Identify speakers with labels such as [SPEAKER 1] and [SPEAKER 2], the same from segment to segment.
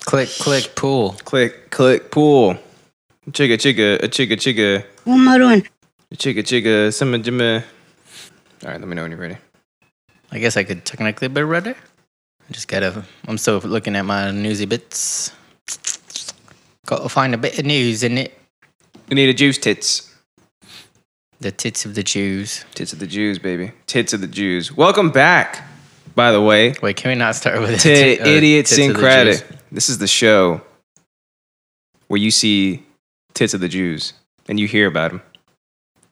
[SPEAKER 1] Click, click, pool.
[SPEAKER 2] Click, click, pool. Chigga, chigga, a chigga, chigga,
[SPEAKER 3] One more one.
[SPEAKER 2] a chigga, chigga, summa, jimma. All right, let me know when you're ready.
[SPEAKER 1] I guess I could technically be ready. I just gotta. I'm still looking at my newsy bits. Gotta find a bit of news in it.
[SPEAKER 2] We need a juice tits.
[SPEAKER 1] The tits of the Jews.
[SPEAKER 2] Tits of the Jews, baby. Tits of the Jews. Welcome back, by the way,
[SPEAKER 1] Wait, can we not start with the
[SPEAKER 2] to
[SPEAKER 1] tit- uh,
[SPEAKER 2] Idiot
[SPEAKER 1] tits of the
[SPEAKER 2] Syncratic.
[SPEAKER 1] Jews?
[SPEAKER 2] This is the show where you see tits of the Jews and you hear about them.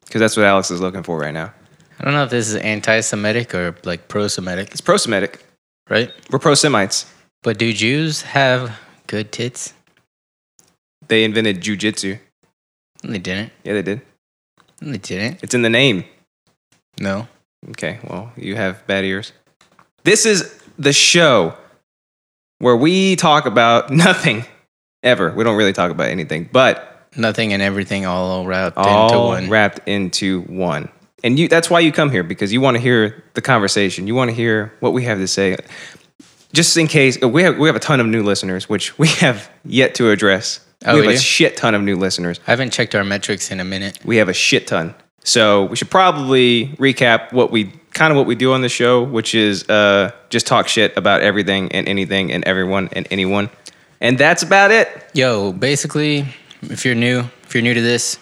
[SPEAKER 2] Because that's what Alex is looking for right now.
[SPEAKER 1] I don't know if this is anti-Semitic or like pro-Semitic,
[SPEAKER 2] It's pro Semitic.
[SPEAKER 1] right?
[SPEAKER 2] We're pro Semites.
[SPEAKER 1] But do Jews have good tits?
[SPEAKER 2] They invented jujitsu.
[SPEAKER 1] They didn't.
[SPEAKER 2] Yeah, they did.
[SPEAKER 1] They didn't.
[SPEAKER 2] It's in the name.
[SPEAKER 1] No.
[SPEAKER 2] Okay, well, you have bad ears. This is the show where we talk about nothing ever. We don't really talk about anything, but
[SPEAKER 1] Nothing and everything all wrapped into
[SPEAKER 2] all
[SPEAKER 1] one.
[SPEAKER 2] wrapped into one. And you that's why you come here because you want to hear the conversation. You want to hear what we have to say. Just in case uh, we have we have a ton of new listeners, which we have yet to address.
[SPEAKER 1] Oh,
[SPEAKER 2] we
[SPEAKER 1] we
[SPEAKER 2] have a
[SPEAKER 1] do?
[SPEAKER 2] shit ton of new listeners.
[SPEAKER 1] I haven't checked our metrics in a minute.
[SPEAKER 2] We have a shit ton. So we should probably recap what we kind of what we do on the show, which is uh, just talk shit about everything and anything and everyone and anyone. And that's about it.
[SPEAKER 1] Yo, basically, if you're new, if you're new to this,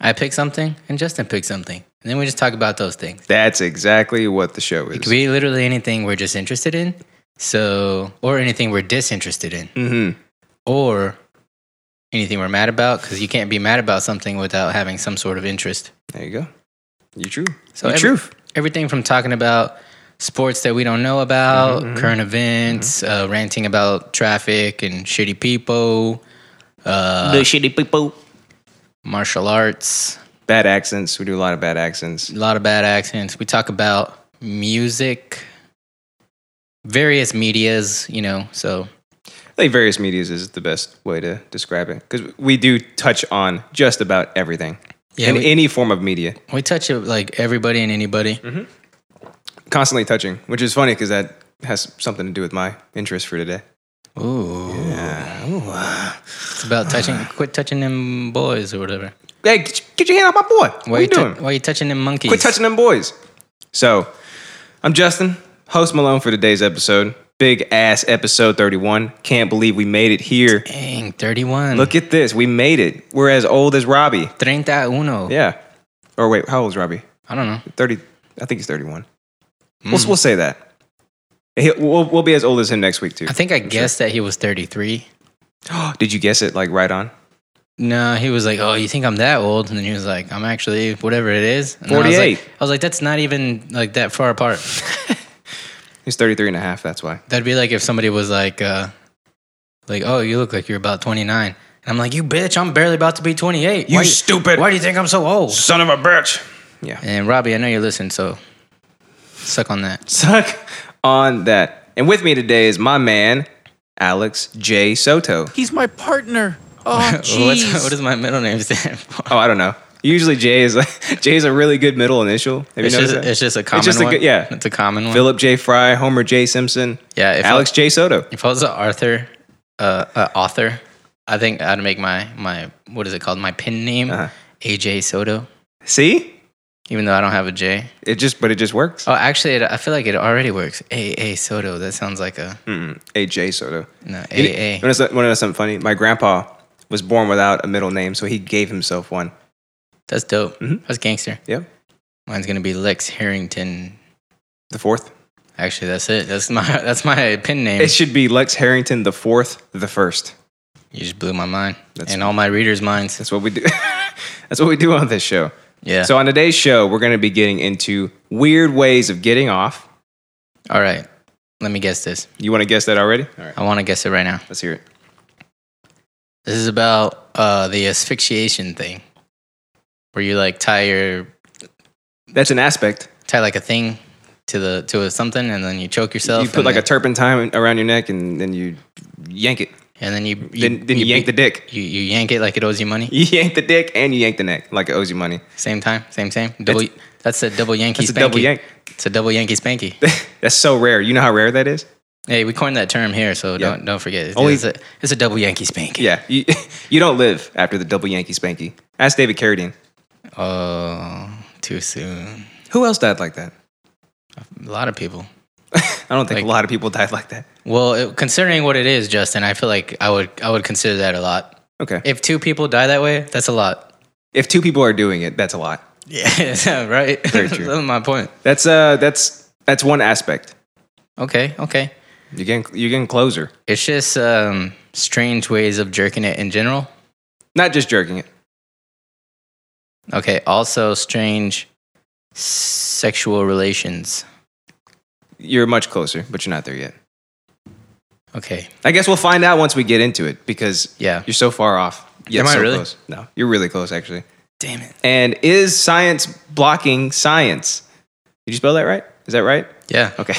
[SPEAKER 1] I pick something and Justin picks something. And then we just talk about those things.
[SPEAKER 2] That's exactly what the show is.
[SPEAKER 1] It could be literally anything we're just interested in. So, or anything we're disinterested in,
[SPEAKER 2] hmm
[SPEAKER 1] or anything we're mad about, because you can't be mad about something without having some sort of interest.
[SPEAKER 2] There you go. You true.
[SPEAKER 1] So
[SPEAKER 2] You
[SPEAKER 1] every-
[SPEAKER 2] truth.
[SPEAKER 1] Everything from talking about sports that we don't know about, current events, uh, ranting about traffic and shitty people, uh,
[SPEAKER 2] the shitty people.
[SPEAKER 1] martial arts,
[SPEAKER 2] Bad accents. We do a lot of bad accents.
[SPEAKER 1] a lot of bad accents. We talk about music, various medias, you know. So
[SPEAKER 2] I think various medias is the best way to describe it because we do touch on just about everything
[SPEAKER 1] yeah,
[SPEAKER 2] in
[SPEAKER 1] we,
[SPEAKER 2] any form of media.
[SPEAKER 1] we touch it like everybody and anybody.
[SPEAKER 2] Mm-hmm. Constantly touching, which is funny because that has something to do with my interest for today.
[SPEAKER 1] Ooh, it's about touching. Quit touching them boys or whatever.
[SPEAKER 2] Hey, get, your- get your hand off my boy. What
[SPEAKER 1] Why
[SPEAKER 2] are you
[SPEAKER 1] tou-
[SPEAKER 2] doing?
[SPEAKER 1] why you touching them monkeys?
[SPEAKER 2] Quit touching them boys. So, I'm Justin, host Malone for today's episode. Big ass episode 31. Can't believe we made it here.
[SPEAKER 1] Dang, thirty-one.
[SPEAKER 2] Look at this. We made it. We're as old as Robbie.
[SPEAKER 1] treinta uno.
[SPEAKER 2] Yeah. Or wait, how old is Robbie?
[SPEAKER 1] I don't know.
[SPEAKER 2] 30. I think he's 31. We'll,
[SPEAKER 1] Hmm.
[SPEAKER 2] we'll say that. He'll- we'll, we'll be as old as him next week, too.
[SPEAKER 1] I think I guessed that he was thirty-three.
[SPEAKER 2] Did you guess it like right on?
[SPEAKER 1] No, he was like, "Oh, you think I'm that old?" And then he was like, "I'm actually whatever it is." And I was like-
[SPEAKER 2] 48.
[SPEAKER 1] I was like, "That's not even like that far apart."
[SPEAKER 2] He's 33 and a half. That's why.
[SPEAKER 1] That'd be like if somebody was like, uh, like, oh, you look like you're about 29. And I'm like, you bitch, I'm barely about to be 28.
[SPEAKER 2] You
[SPEAKER 1] Why-
[SPEAKER 2] stupid
[SPEAKER 1] Why do you think I'm so old?
[SPEAKER 2] son of a bitch. Yeah.
[SPEAKER 1] And Robbie, I know you listen, so suck on that.
[SPEAKER 2] Suck on that. And with me today is my man, Alex J. Soto.
[SPEAKER 4] He's my partner. Oh, jeez.
[SPEAKER 1] What's, what does my middle name stand for?
[SPEAKER 2] Oh, I don't know. Usually J is like, J is a really good middle initial. Have you
[SPEAKER 1] It's
[SPEAKER 2] noticed
[SPEAKER 1] just,
[SPEAKER 2] that?
[SPEAKER 1] it's just a common
[SPEAKER 2] just a
[SPEAKER 1] one.
[SPEAKER 2] good- yeah.
[SPEAKER 1] It's a common one.
[SPEAKER 2] Philip J. Fry, Homer J. Simpson,
[SPEAKER 1] yeah. If
[SPEAKER 2] Alex J. Soto.
[SPEAKER 1] I, if I was an Arthur, uh, uh, author, I think I'd make my, my, what is it called? My pin name,
[SPEAKER 2] Uh-huh.
[SPEAKER 1] AJ Soto,
[SPEAKER 2] See?
[SPEAKER 1] even though I don't have a J.
[SPEAKER 2] It just, but it just works.
[SPEAKER 1] Oh, actually, it, I feel like it already works. AA Soto. That sounds like a,
[SPEAKER 2] Mm-mm. A.J. Soto.
[SPEAKER 1] no,
[SPEAKER 2] You know-
[SPEAKER 1] AA.
[SPEAKER 2] You want to know something funny? My grandpa was born without a middle name, so he gave himself one.
[SPEAKER 1] That's dope.
[SPEAKER 2] Mhm.
[SPEAKER 1] That's gangster.
[SPEAKER 2] Yep.
[SPEAKER 1] Mine's gonna be Lex Harrington.
[SPEAKER 2] The fourth.
[SPEAKER 1] Actually, that's it. That's my that's my pin name.
[SPEAKER 2] It should be Lex Harrington the fourth, the first.
[SPEAKER 1] you just blew my mind
[SPEAKER 2] That's-
[SPEAKER 1] and all my readers' minds.
[SPEAKER 2] That's what we do. That's what we do on this show.
[SPEAKER 1] Yeah.
[SPEAKER 2] So on today's show, we're going to be getting into weird ways of getting off.
[SPEAKER 1] all right. Let me guess this.
[SPEAKER 2] You want to guess that already? All right,
[SPEAKER 1] I want to guess it right now.
[SPEAKER 2] let's hear it.
[SPEAKER 1] This is about uh, the asphyxiation thing, where you like tie your
[SPEAKER 2] That's an aspect.
[SPEAKER 1] tie like a thing to the to a something, and then you choke yourself.
[SPEAKER 2] You put
[SPEAKER 1] and
[SPEAKER 2] like a
[SPEAKER 1] then,
[SPEAKER 2] turpentine around your neck, and then you yank it.
[SPEAKER 1] and then you, you
[SPEAKER 2] Then, then you, yank the
[SPEAKER 1] beat-
[SPEAKER 2] dick.
[SPEAKER 1] you, you yank it like it owes you money.
[SPEAKER 2] You yank the dick and you yank the neck like it owes you money.
[SPEAKER 1] Same time, same same. Double. That's, a double Yankee.
[SPEAKER 2] That's a double
[SPEAKER 1] spanky.
[SPEAKER 2] yank.
[SPEAKER 1] It's a double Yankee spanky.
[SPEAKER 2] That's so rare. You know how rare that is?
[SPEAKER 1] Hey, we coined that term here, so don't don't forget.
[SPEAKER 2] Only-
[SPEAKER 1] it's, a, it's a double Yankee spank.
[SPEAKER 2] Yeah, you, you don't live after the double Yankee spanky. That's David Carradine.
[SPEAKER 1] Oh, too soon.
[SPEAKER 2] Who else died like that?
[SPEAKER 1] A lot of people.
[SPEAKER 2] I don't think
[SPEAKER 1] Like-
[SPEAKER 2] a lot of people died like that.
[SPEAKER 1] Well, it, considering what it is, Justin, I feel like I would I would consider that a lot.
[SPEAKER 2] Okay. If,
[SPEAKER 1] If two people die that way, that's a lot.
[SPEAKER 2] two people are doing it, that's a lot.
[SPEAKER 1] Yeah, right.
[SPEAKER 2] Very true.
[SPEAKER 1] that's my point.
[SPEAKER 2] That's uh, that's that's one aspect.
[SPEAKER 1] Okay, okay.
[SPEAKER 2] You're getting you're getting closer.
[SPEAKER 1] It's just um, strange ways of jerking it in general.
[SPEAKER 2] Not just jerking it.
[SPEAKER 1] Okay. Also, strange sexual relations.
[SPEAKER 2] You're much closer, but you're not there yet.
[SPEAKER 1] Okay.
[SPEAKER 2] I guess we'll find out once we get into it because
[SPEAKER 1] Yeah.
[SPEAKER 2] you're so far off. Yet
[SPEAKER 1] Am I
[SPEAKER 2] so
[SPEAKER 1] really?
[SPEAKER 2] close. No, you're really close actually.
[SPEAKER 1] Damn it.
[SPEAKER 2] And is science blocking science? Did you spell that right? Is that right?
[SPEAKER 1] Yeah.
[SPEAKER 2] Okay.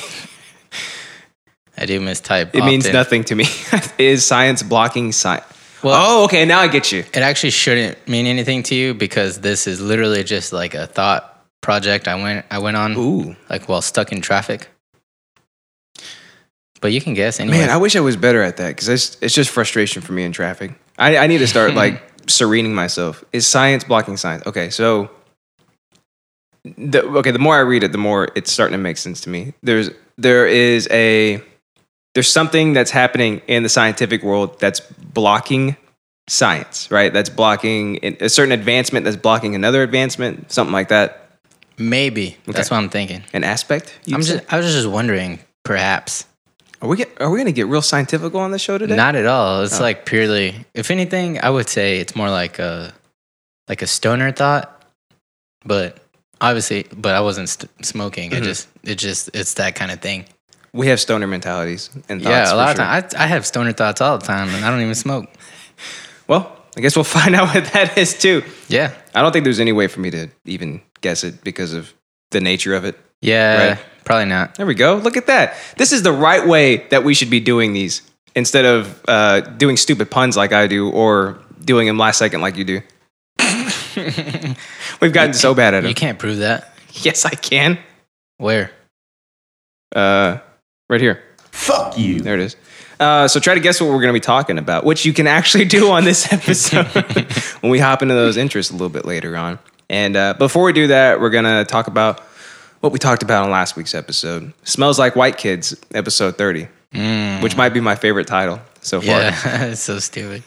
[SPEAKER 1] I do mistype.
[SPEAKER 2] It means
[SPEAKER 1] often.
[SPEAKER 2] nothing to me. is science blocking science?
[SPEAKER 1] Well-
[SPEAKER 2] oh, okay. Now I get you.
[SPEAKER 1] It actually shouldn't mean anything to you because this is literally just like a thought project I went I went on
[SPEAKER 2] Ooh,
[SPEAKER 1] like while stuck in traffic. But you can guess anyway.
[SPEAKER 2] man, I wish I was better at that because it's, it's just frustration for me in traffic. I, I need to start like serening myself. Is science blocking science? Okay, so the, okay, the more I read it, the more it's starting to make sense to me. There's there is a there's something that's happening in the scientific world that's blocking science, right? That's blocking a a certain advancement, that's blocking another advancement, something like that.
[SPEAKER 1] Maybe that's
[SPEAKER 2] Okay.
[SPEAKER 1] what I'm thinking.
[SPEAKER 2] An aspect. you'd
[SPEAKER 1] I'm
[SPEAKER 2] say?
[SPEAKER 1] just I was just wondering, perhaps.
[SPEAKER 2] Are we get, are we gonna get real scientific on the show today?
[SPEAKER 1] Not at all.
[SPEAKER 2] Oh.
[SPEAKER 1] It's like purely if anything, I would say it's more like a like a stoner thought. But obviously, but I wasn't st- smoking. I
[SPEAKER 2] Mhm.
[SPEAKER 1] just it just it's that kind of thing.
[SPEAKER 2] we have stoner mentalities and thoughts.
[SPEAKER 1] yeah, a
[SPEAKER 2] for
[SPEAKER 1] lot of
[SPEAKER 2] sure.
[SPEAKER 1] times I, I have stoner thoughts all the time and I don't even smoke.
[SPEAKER 2] Well, I guess we'll find out what that is too.
[SPEAKER 1] Yeah.
[SPEAKER 2] I don't think there's any way for me to even guess it because of the nature of it.
[SPEAKER 1] Yeah,
[SPEAKER 2] Right.
[SPEAKER 1] probably not.
[SPEAKER 2] There we go. Look at that. This is the right way that we should be doing these instead of uh, doing stupid puns like I do or doing them last second like you do. We've gotten so bad at
[SPEAKER 1] You
[SPEAKER 2] it.
[SPEAKER 1] can't prove that.
[SPEAKER 2] Yes, I can.
[SPEAKER 1] Where?
[SPEAKER 2] Uh, right here.
[SPEAKER 3] Fuck you.
[SPEAKER 2] There it is. Uh, so try to guess what we're going to be talking about, which you can actually do on this episode when we hop into those interests a little bit later on. And uh, before we do that, we're going to talk about what we talked about on last week's episode Smells Like White Kids, episode 30,
[SPEAKER 3] Mm.
[SPEAKER 2] which might be my favorite title so far.
[SPEAKER 1] Yeah, it's so stupid.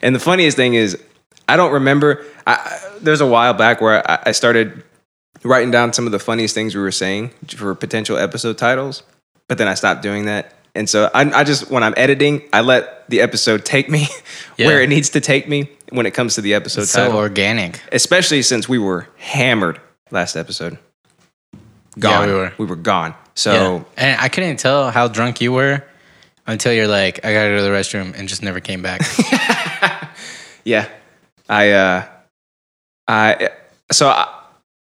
[SPEAKER 2] And the funniest thing is, I don't remember. I- I, there's a while back where I, I started writing down some of the funniest things we were saying for potential episode titles, but then I stopped doing that. And so I, I just, when I'm editing, I let the episode take me where
[SPEAKER 1] Yeah.
[SPEAKER 2] it needs to take me when it comes to the episode
[SPEAKER 1] It's so
[SPEAKER 2] title,
[SPEAKER 1] organic.
[SPEAKER 2] especially since we were hammered last episode. Gone.
[SPEAKER 1] Yeah, we were.
[SPEAKER 2] gone. So
[SPEAKER 1] Yeah. And I couldn't tell how drunk you were until you're like, I gotta go to the restroom and just never came back.
[SPEAKER 2] Yeah. I uh I so I,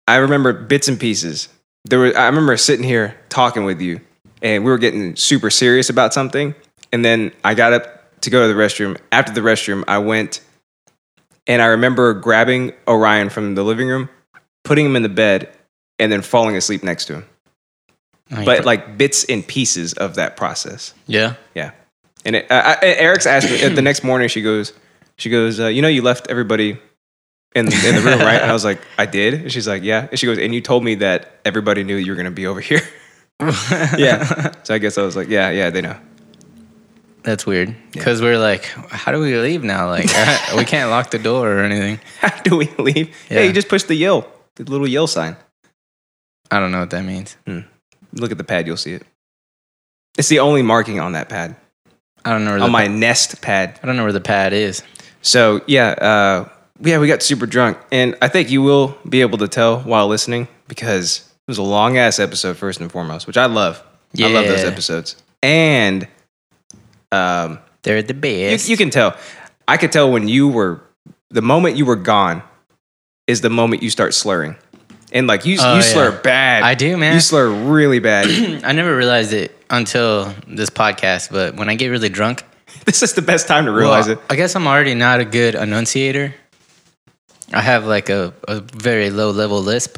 [SPEAKER 2] I remember bits and pieces. There were I remember sitting here talking with you and we were getting super serious about something and then I got up to go to the restroom. After the restroom, I went and I remember grabbing Orion from the living room, putting him in the bed and then falling asleep next to him. But like bits and pieces of that process.
[SPEAKER 1] yeah.
[SPEAKER 2] Yeah. And it, uh, I, Eric's asked me uh, the next morning. She goes, she goes, uh, you know, you left everybody in the, in the room, right? And I was like, I did. And she's like, yeah. And she goes, and you told me that everybody knew you were gonna be over here. yeah. So I guess I was like, yeah, yeah, they know.
[SPEAKER 1] That's weird. Because we're like, how do we leave now? Like, uh, we can't lock the door or anything.
[SPEAKER 2] How do we leave?
[SPEAKER 1] Yeah.
[SPEAKER 2] Yeah. you just push the yell, the little yell sign.
[SPEAKER 1] I don't know what that means.
[SPEAKER 2] Look at the pad, you'll see it. It's the only marking on that pad,
[SPEAKER 1] I don't know where the
[SPEAKER 2] on my Nest pad.
[SPEAKER 1] I don't know where the pad is.
[SPEAKER 2] So yeah, uh, yeah, we got super drunk, and I think you will be able to tell while listening because it was a long ass episode first and foremost, which I love. I love those
[SPEAKER 1] Yeah.
[SPEAKER 2] episodes, and um,
[SPEAKER 1] They're at the
[SPEAKER 2] you,
[SPEAKER 1] best.
[SPEAKER 2] you can tell. I could tell when you were the moment you were gone is the moment you start slurring, and like you
[SPEAKER 1] Oh,
[SPEAKER 2] you
[SPEAKER 1] yeah.
[SPEAKER 2] slur bad.
[SPEAKER 1] I do, man.
[SPEAKER 2] You slur really bad.
[SPEAKER 1] I never realized it until this podcast, but when I get really drunk,
[SPEAKER 2] this is the best time to realize
[SPEAKER 1] Well,
[SPEAKER 2] it.
[SPEAKER 1] I guess I'm already not a good enunciator. I have like a, a very low level lisp.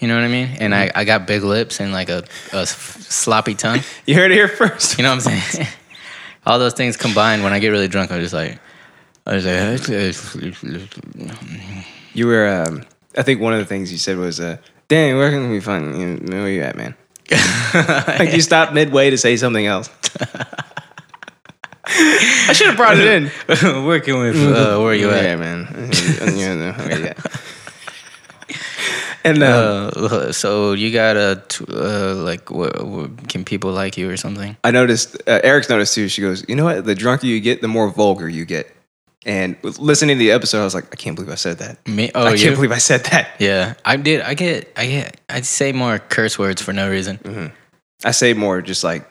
[SPEAKER 1] You know what I mean? And I, I got big lips and like a, a sloppy tongue.
[SPEAKER 2] You heard it here first.
[SPEAKER 1] You know what I'm saying? All those things combined, when I get really drunk, I'm just like, I was like,
[SPEAKER 2] You were, um, I think one of the things you said was, uh, dang, where can we find you? know, Where you at, man? like you stopped midway to say something else. I should have brought it in.
[SPEAKER 1] working with, uh, where you
[SPEAKER 2] Mm-hmm. Yeah,
[SPEAKER 1] at?
[SPEAKER 2] man. yeah. And uh,
[SPEAKER 1] Uh, so you got a, t- uh, like, what, what, can people like you or something?
[SPEAKER 2] I noticed uh, Eric's noticed too. She goes, "You know what? The drunker you get, the more vulgar you get." And listening to the episode, I was like, "I can't believe I said that.
[SPEAKER 1] Me? Oh,
[SPEAKER 2] I
[SPEAKER 1] you?
[SPEAKER 2] can't believe I said that."
[SPEAKER 1] yeah, I did. I get, I get, I say more curse words for no
[SPEAKER 2] Mm.
[SPEAKER 1] reason.
[SPEAKER 2] I say more just like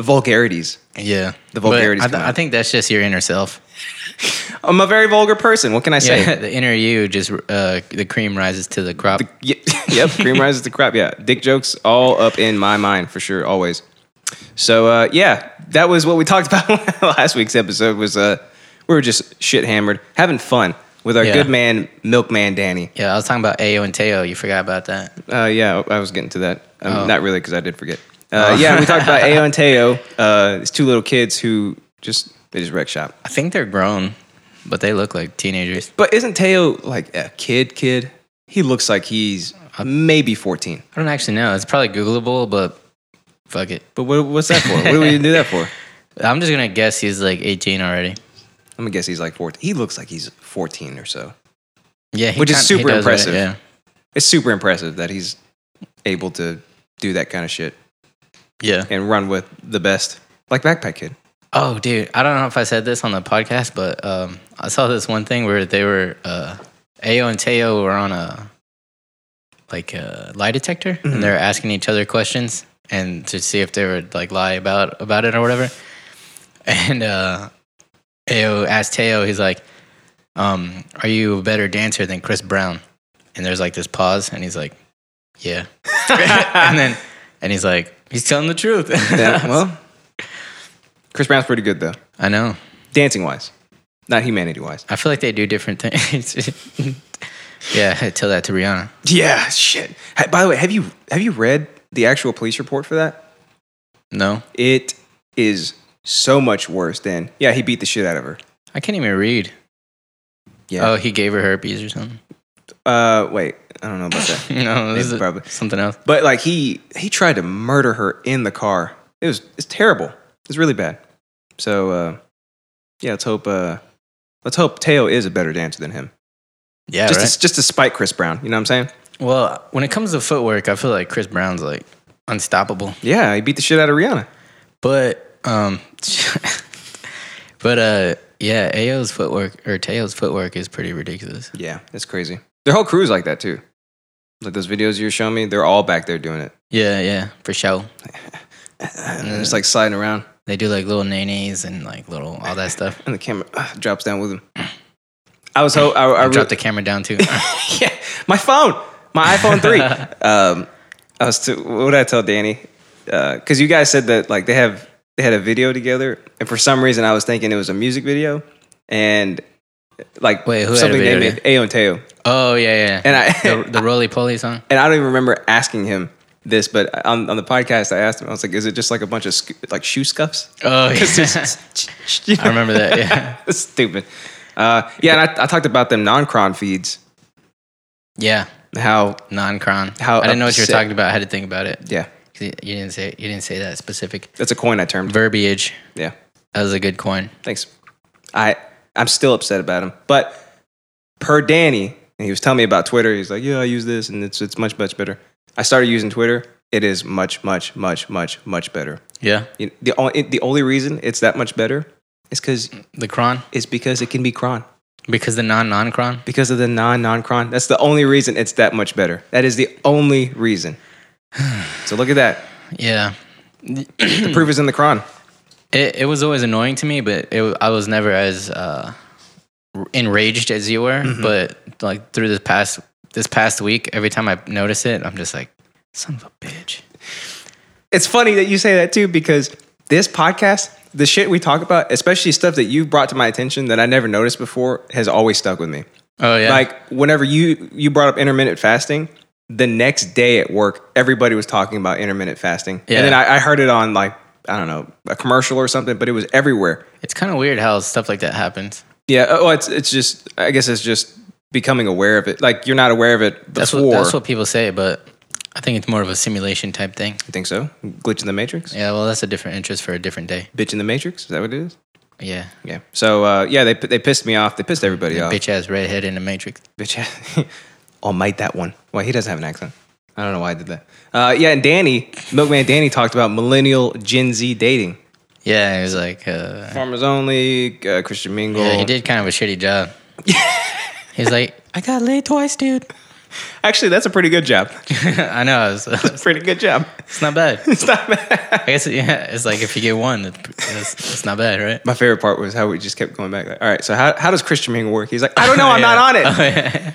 [SPEAKER 2] vulgarities.
[SPEAKER 1] Yeah,
[SPEAKER 2] The
[SPEAKER 1] But
[SPEAKER 2] vulgarities
[SPEAKER 1] I,
[SPEAKER 2] come
[SPEAKER 1] th-
[SPEAKER 2] out.
[SPEAKER 1] I think that's just your inner self.
[SPEAKER 2] I'm a very vulgar person. What can I say?
[SPEAKER 1] Yeah, the inner you just uh, the cream rises to the crop.
[SPEAKER 2] Yeah, yep, cream rises to crap. Yeah, dick jokes all up in my mind for sure, always. So uh, yeah, that was what we talked about last week's episode. Was uh, we were just shit hammered, having fun with our
[SPEAKER 1] Yeah.
[SPEAKER 2] good man Milkman Danny.
[SPEAKER 1] yeah, I was talking about Ayo and Teo. You forgot about that.
[SPEAKER 2] Uh, yeah, I was getting to that. Um,
[SPEAKER 1] Oh.
[SPEAKER 2] Not really, because I did forget. Uh, yeah, we talked about Ao and Teo. Uh, these two little kids who just they just wreck shop.
[SPEAKER 1] I think they're grown, but they look like teenagers.
[SPEAKER 2] But isn't Teo like a kid? Kid? He looks like he's maybe fourteen.
[SPEAKER 1] I don't actually know. It's probably Googleable, but fuck it.
[SPEAKER 2] But what, what's that for? what do we do that for?
[SPEAKER 1] I'm just gonna guess he's like 18 already.
[SPEAKER 2] I'm gonna guess he's like 14. He looks like he's 14 or so.
[SPEAKER 1] Yeah, he
[SPEAKER 2] Which is
[SPEAKER 1] kinda- he
[SPEAKER 2] super
[SPEAKER 1] does, right?
[SPEAKER 2] impressive.
[SPEAKER 1] Yeah,
[SPEAKER 2] It's super impressive that he's able to do that kind of shit
[SPEAKER 1] yeah.
[SPEAKER 2] and run with the best, like Backpack Kid.
[SPEAKER 1] Oh, dude, I don't know if I said this on the podcast, but um, I saw this one thing where they were uh, Ao and Teo were on a like a lie detector, and they're asking each other questions and to see if they would like lie about about it or whatever. And uh, Ao asked Teo, he's like, um, "Are you a better dancer than Chris Brown?" And there's like this pause, and he's like, "Yeah," and then and he's like, "He's telling the truth."
[SPEAKER 2] Yeah, well, Chris Brown's pretty good though,
[SPEAKER 1] I know.
[SPEAKER 2] dancing wise, not humanity wise.
[SPEAKER 1] I feel like they do different things. yeah, tell that to Rihanna.
[SPEAKER 2] Yeah, shit. Ha- By the way, have you have you read the actual police report for that?
[SPEAKER 1] No,
[SPEAKER 2] It is so much worse than yeah. He beat the shit out of her.
[SPEAKER 1] I can't even read.
[SPEAKER 2] Yeah.
[SPEAKER 1] Oh, he gave her herpes or something.
[SPEAKER 2] Uh, wait, I don't know about that.
[SPEAKER 1] No, this
[SPEAKER 2] Maybe
[SPEAKER 1] is
[SPEAKER 2] probably.
[SPEAKER 1] something else.
[SPEAKER 2] But like he he tried to murder her in the car. It was it's terrible. It's really bad. So uh, yeah, let's hope uh, let's hope Teo is a better dancer than him.
[SPEAKER 1] Yeah,
[SPEAKER 2] just to, just to spite Chris Brown. You know what I'm saying?
[SPEAKER 1] well, when it comes to footwork, I feel like Chris Brown's like unstoppable.
[SPEAKER 2] Yeah, he beat the shit out of Rihanna.
[SPEAKER 1] But um, but uh, yeah, Ao's footwork or Teo's footwork is pretty ridiculous.
[SPEAKER 2] Yeah, it's crazy. Their whole crew's like that too. Like those videos you were showing me, they're all back there doing it.
[SPEAKER 1] Yeah, yeah, for sure.
[SPEAKER 2] And they're just like sliding around,
[SPEAKER 1] They do like little nays and like little all that stuff.
[SPEAKER 2] and the camera uh, drops down with them. I was ho- I, I,
[SPEAKER 1] I
[SPEAKER 2] re-
[SPEAKER 1] dropped the camera down too.
[SPEAKER 2] yeah, my phone, my iPhone three. um, I was too, what did I tell Danny? Because you guys said that like they have they had a video together, and for some reason I was thinking it was a music video, and like
[SPEAKER 1] Wait, who had a
[SPEAKER 2] something
[SPEAKER 1] video
[SPEAKER 2] they made Ao and Teo,
[SPEAKER 1] oh yeah, yeah.
[SPEAKER 2] and I
[SPEAKER 1] the, the roly poly song.
[SPEAKER 2] and I don't even remember asking him this, but on, on the podcast I asked him I was like, is it just like a bunch of sc- like shoe scuffs?
[SPEAKER 1] Oh, yeah.
[SPEAKER 2] yeah.
[SPEAKER 1] I remember that. Yeah,
[SPEAKER 2] stupid. Uh, yeah, and I, I talked about them non-cron feeds,
[SPEAKER 1] yeah.
[SPEAKER 2] how
[SPEAKER 1] Non-cron.
[SPEAKER 2] How
[SPEAKER 1] I didn't know what you were
[SPEAKER 2] upset-
[SPEAKER 1] talking about. I had to think about it.
[SPEAKER 2] yeah,
[SPEAKER 1] 'Cause You you didn't say you didn't say that specific
[SPEAKER 2] that's a coin I termed.
[SPEAKER 1] verbiage.
[SPEAKER 2] Yeah.
[SPEAKER 1] That was a good coin.
[SPEAKER 2] Thanks. I I'm still upset about him, but per Danny, and he was telling me about Twitter. He's like, yeah, I use this, and it's it's much much better. I started using Twitter. It is much much much much much better.
[SPEAKER 1] Yeah,
[SPEAKER 2] You- The only the only reason it's that much better is because
[SPEAKER 1] the cron
[SPEAKER 2] is because it can be cron
[SPEAKER 1] because the non-non-cron.
[SPEAKER 2] because of the non non cron. That's the only reason it's that much better. That is the only reason. So look at that.
[SPEAKER 1] Yeah,
[SPEAKER 2] The proof is in the cron.
[SPEAKER 1] it it was always annoying to me, but it, I was never as uh, enraged as you were. But like through this past this past week, every time I notice it, I'm just like, son of a bitch.
[SPEAKER 2] it's funny that you say that too because this podcast the shit we talk about especially stuff that you brought to my attention that i never noticed before has always stuck with me
[SPEAKER 1] Oh yeah,
[SPEAKER 2] like whenever you you brought up intermittent fasting the next day at work, everybody was talking about intermittent fasting.
[SPEAKER 1] Yeah.
[SPEAKER 2] And then I, I heard it on like, I don't know, a commercial or something, but it was everywhere.
[SPEAKER 1] It's kind of weird how stuff like that happens.
[SPEAKER 2] Yeah. Oh, it's it's just I guess it's just becoming aware of it. Like you're not aware of it
[SPEAKER 1] That's
[SPEAKER 2] before.
[SPEAKER 1] what, that's what people say, but I think it's more of a simulation type thing.
[SPEAKER 2] you think so? Glitch in the matrix?
[SPEAKER 1] Yeah, well, that's a different interest for a different day.
[SPEAKER 2] Bitch in the matrix? Is that what it is?
[SPEAKER 1] Yeah.
[SPEAKER 2] Yeah. So uh, yeah, they they pissed me off. They pissed everybody off.
[SPEAKER 1] Bitch ass redhead in the Matrix.
[SPEAKER 2] Bitch. All might that one. Why he doesn't have an accent? I don't know why I did that. Uh, yeah, and Danny, Milkman Danny talked about millennial Gen Z dating.
[SPEAKER 1] Yeah, it was like, uh,
[SPEAKER 2] Farmers only, uh, Christian Mingle.
[SPEAKER 1] yeah, he did kind of a shitty job. He's like, I got laid twice, dude.
[SPEAKER 2] Actually, that's a pretty good job.
[SPEAKER 1] I know. It's,
[SPEAKER 2] That's a pretty good job.
[SPEAKER 1] it's not bad.
[SPEAKER 2] It's not bad.
[SPEAKER 1] I guess, yeah, it's like if you get one, it's, it's, it's not bad, right?
[SPEAKER 2] My favorite part was how we just kept going back. Like, All right, so how, how does Christian Mingle work? He's like, I don't know, I'm
[SPEAKER 1] Yeah.
[SPEAKER 2] not on it.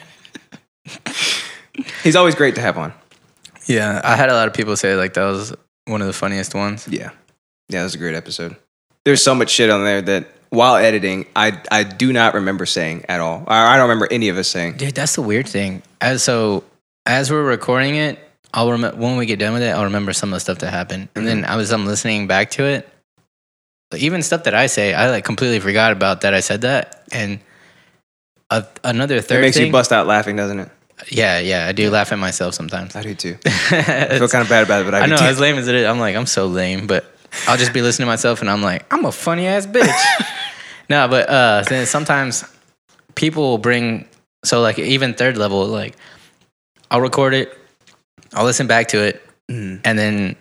[SPEAKER 1] Oh, yeah.
[SPEAKER 2] He's always great to have on.
[SPEAKER 1] yeah, I had a lot of people say like that was one of the funniest ones.
[SPEAKER 2] Yeah. Yeah, that was a great episode. There's so much shit on there that while editing, I, I do not remember saying at all. I, I don't remember any of us saying.
[SPEAKER 1] Dude, that's the weird thing. As so, as we're recording it, I'll remember when we get done with it. I'll remember some of the stuff that happened, and
[SPEAKER 2] Mm-hmm.
[SPEAKER 1] then I was um, listening back to it. Like, Even stuff that I say, I like completely forgot about that I said that, and a, another
[SPEAKER 2] It
[SPEAKER 1] third
[SPEAKER 2] makes
[SPEAKER 1] thing.
[SPEAKER 2] you bust out laughing, doesn't it?
[SPEAKER 1] yeah, yeah, I do laugh at myself sometimes.
[SPEAKER 2] I do too. I feel
[SPEAKER 1] It's-
[SPEAKER 2] kind of bad about it, but I,
[SPEAKER 1] I
[SPEAKER 2] do
[SPEAKER 1] know
[SPEAKER 2] too.
[SPEAKER 1] as lame as it is, I'm like I'm so lame, but I'll just be listening to myself and I'm like I'm a funny ass bitch. no, but uh, then sometimes people will bring so like even third level like I'll record it, I'll listen back to it,
[SPEAKER 2] Mm.
[SPEAKER 1] and then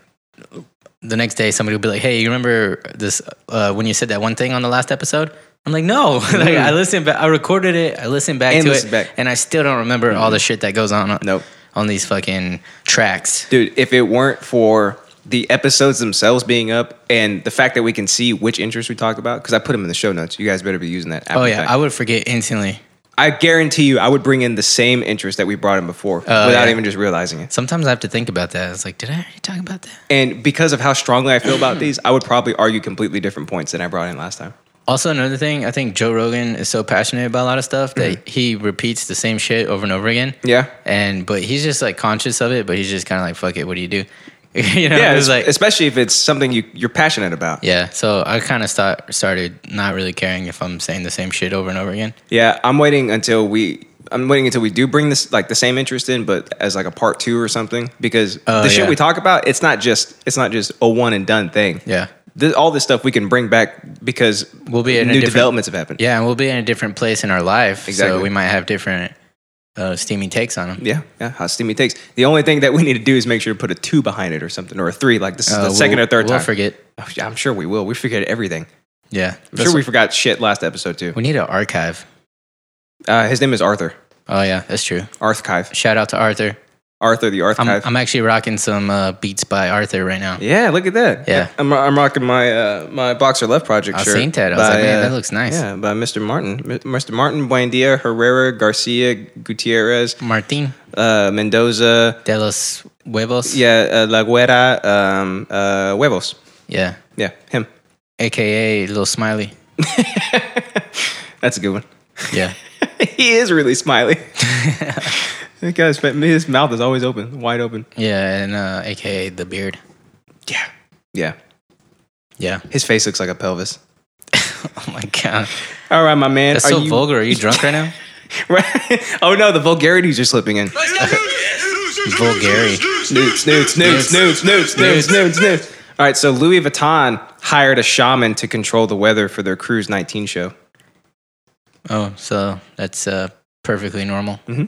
[SPEAKER 1] the next day somebody will be like, Hey, you remember this uh, when you said that one thing on the last episode? I'm like, No, like I listened, back, I recorded it, I listened back
[SPEAKER 2] Mm. And
[SPEAKER 1] to
[SPEAKER 2] listened
[SPEAKER 1] it,
[SPEAKER 2] back. Mm-hmm.
[SPEAKER 1] and I still don't remember all the shit that goes on
[SPEAKER 2] Nope.
[SPEAKER 1] on these fucking tracks.
[SPEAKER 2] Dude, if it weren't for the episodes themselves being up and the fact that we can see which interests we talked about, because I put them in the show notes. You guys better be using that. app
[SPEAKER 1] Oh
[SPEAKER 2] in
[SPEAKER 1] yeah,
[SPEAKER 2] fact.
[SPEAKER 1] I would forget instantly.
[SPEAKER 2] I guarantee you, I would bring in the same interest that we brought in before without
[SPEAKER 1] Oh, yeah.
[SPEAKER 2] even just realizing it.
[SPEAKER 1] Sometimes I have to think about that. It's like, did I already talk about that?
[SPEAKER 2] And because of how strongly I feel about these, I would probably argue completely different points than I brought in last time.
[SPEAKER 1] Also, another thing, I think Joe Rogan is so passionate about a lot of stuff that he repeats the same shit over and over again.
[SPEAKER 2] Mm-hmm. Yeah.
[SPEAKER 1] And but he's just like conscious of it, but he's just kind of like, fuck it, what do you do? you know,
[SPEAKER 2] Yeah,
[SPEAKER 1] it's
[SPEAKER 2] es-
[SPEAKER 1] like
[SPEAKER 2] especially if it's something you, you're passionate about. Yeah.
[SPEAKER 1] yeah. So I kind of start started not really caring if I'm saying the same shit over and over again.
[SPEAKER 2] I'm waiting until we. I'm waiting until we do bring this like the same interest in, but as like a part two or something, because
[SPEAKER 1] Oh,
[SPEAKER 2] the shit
[SPEAKER 1] yeah.
[SPEAKER 2] we talk about, it's not just it's not just a one and done thing.
[SPEAKER 1] Yeah.
[SPEAKER 2] Th- all this stuff we can bring back because
[SPEAKER 1] We'll be in a
[SPEAKER 2] new
[SPEAKER 1] different-
[SPEAKER 2] developments have happened.
[SPEAKER 1] Yeah, and we'll be in a different place in our life,
[SPEAKER 2] Exactly.
[SPEAKER 1] so we might have different uh, steamy takes on them.
[SPEAKER 2] Yeah, yeah, how steamy takes. The only thing that we need to do is make sure to put a two behind it or something, or a three. Like this is the 2nd or
[SPEAKER 1] Uh,
[SPEAKER 2] 3rd
[SPEAKER 1] We'll
[SPEAKER 2] time.
[SPEAKER 1] forget.
[SPEAKER 2] Oh, yeah, I'm sure we will. We forget everything.
[SPEAKER 1] Yeah,
[SPEAKER 2] I'm sure we forgot shit last episode too.
[SPEAKER 1] we need an archive.
[SPEAKER 2] Uh, his name is Arthur.
[SPEAKER 1] Oh yeah, that's true.
[SPEAKER 2] Archive.
[SPEAKER 1] Shout out to Arthur.
[SPEAKER 2] Arthur the
[SPEAKER 1] I'm,
[SPEAKER 2] Archive.
[SPEAKER 1] I'm actually rocking some uh, beats by Arthur right now.
[SPEAKER 2] yeah, look at that.
[SPEAKER 1] Yeah.
[SPEAKER 2] I'm, I'm rocking my uh, my boxer love project
[SPEAKER 1] I
[SPEAKER 2] shirt. uh,
[SPEAKER 1] seen that. I was like, man, that looks nice.
[SPEAKER 2] Yeah, by Mr. Martin, M- Mr. Martin Buendia Herrera Garcia Gutierrez
[SPEAKER 1] Martin
[SPEAKER 2] uh, Mendoza.
[SPEAKER 1] de los Huevos.
[SPEAKER 2] Yeah, uh, La Guerra um, uh, Huevos.
[SPEAKER 1] Yeah.
[SPEAKER 2] Yeah, him.
[SPEAKER 1] AKA Little Smiley.
[SPEAKER 2] That's a good one.
[SPEAKER 1] Yeah.
[SPEAKER 2] he is really smiley. that guy's his mouth is always open, wide open.
[SPEAKER 1] yeah. And uh, AKA The Beard.
[SPEAKER 2] Yeah, yeah.
[SPEAKER 1] Yeah.
[SPEAKER 2] His face looks like a pelvis.
[SPEAKER 1] Oh my God.
[SPEAKER 2] All right, my man.
[SPEAKER 1] That's
[SPEAKER 2] are
[SPEAKER 1] so
[SPEAKER 2] you-
[SPEAKER 1] vulgar. Are you drunk right now?
[SPEAKER 2] Right? Oh no, the vulgarities are slipping in.
[SPEAKER 1] Vulgary.
[SPEAKER 2] Snoots, snoots, snoots, snoots, snoots, snoots, snoots, snoots. All right, so Louis Vuitton hired a shaman to control the weather for their Cruise 19 show.
[SPEAKER 1] Oh, so that's uh, perfectly normal.
[SPEAKER 2] Mm-hmm.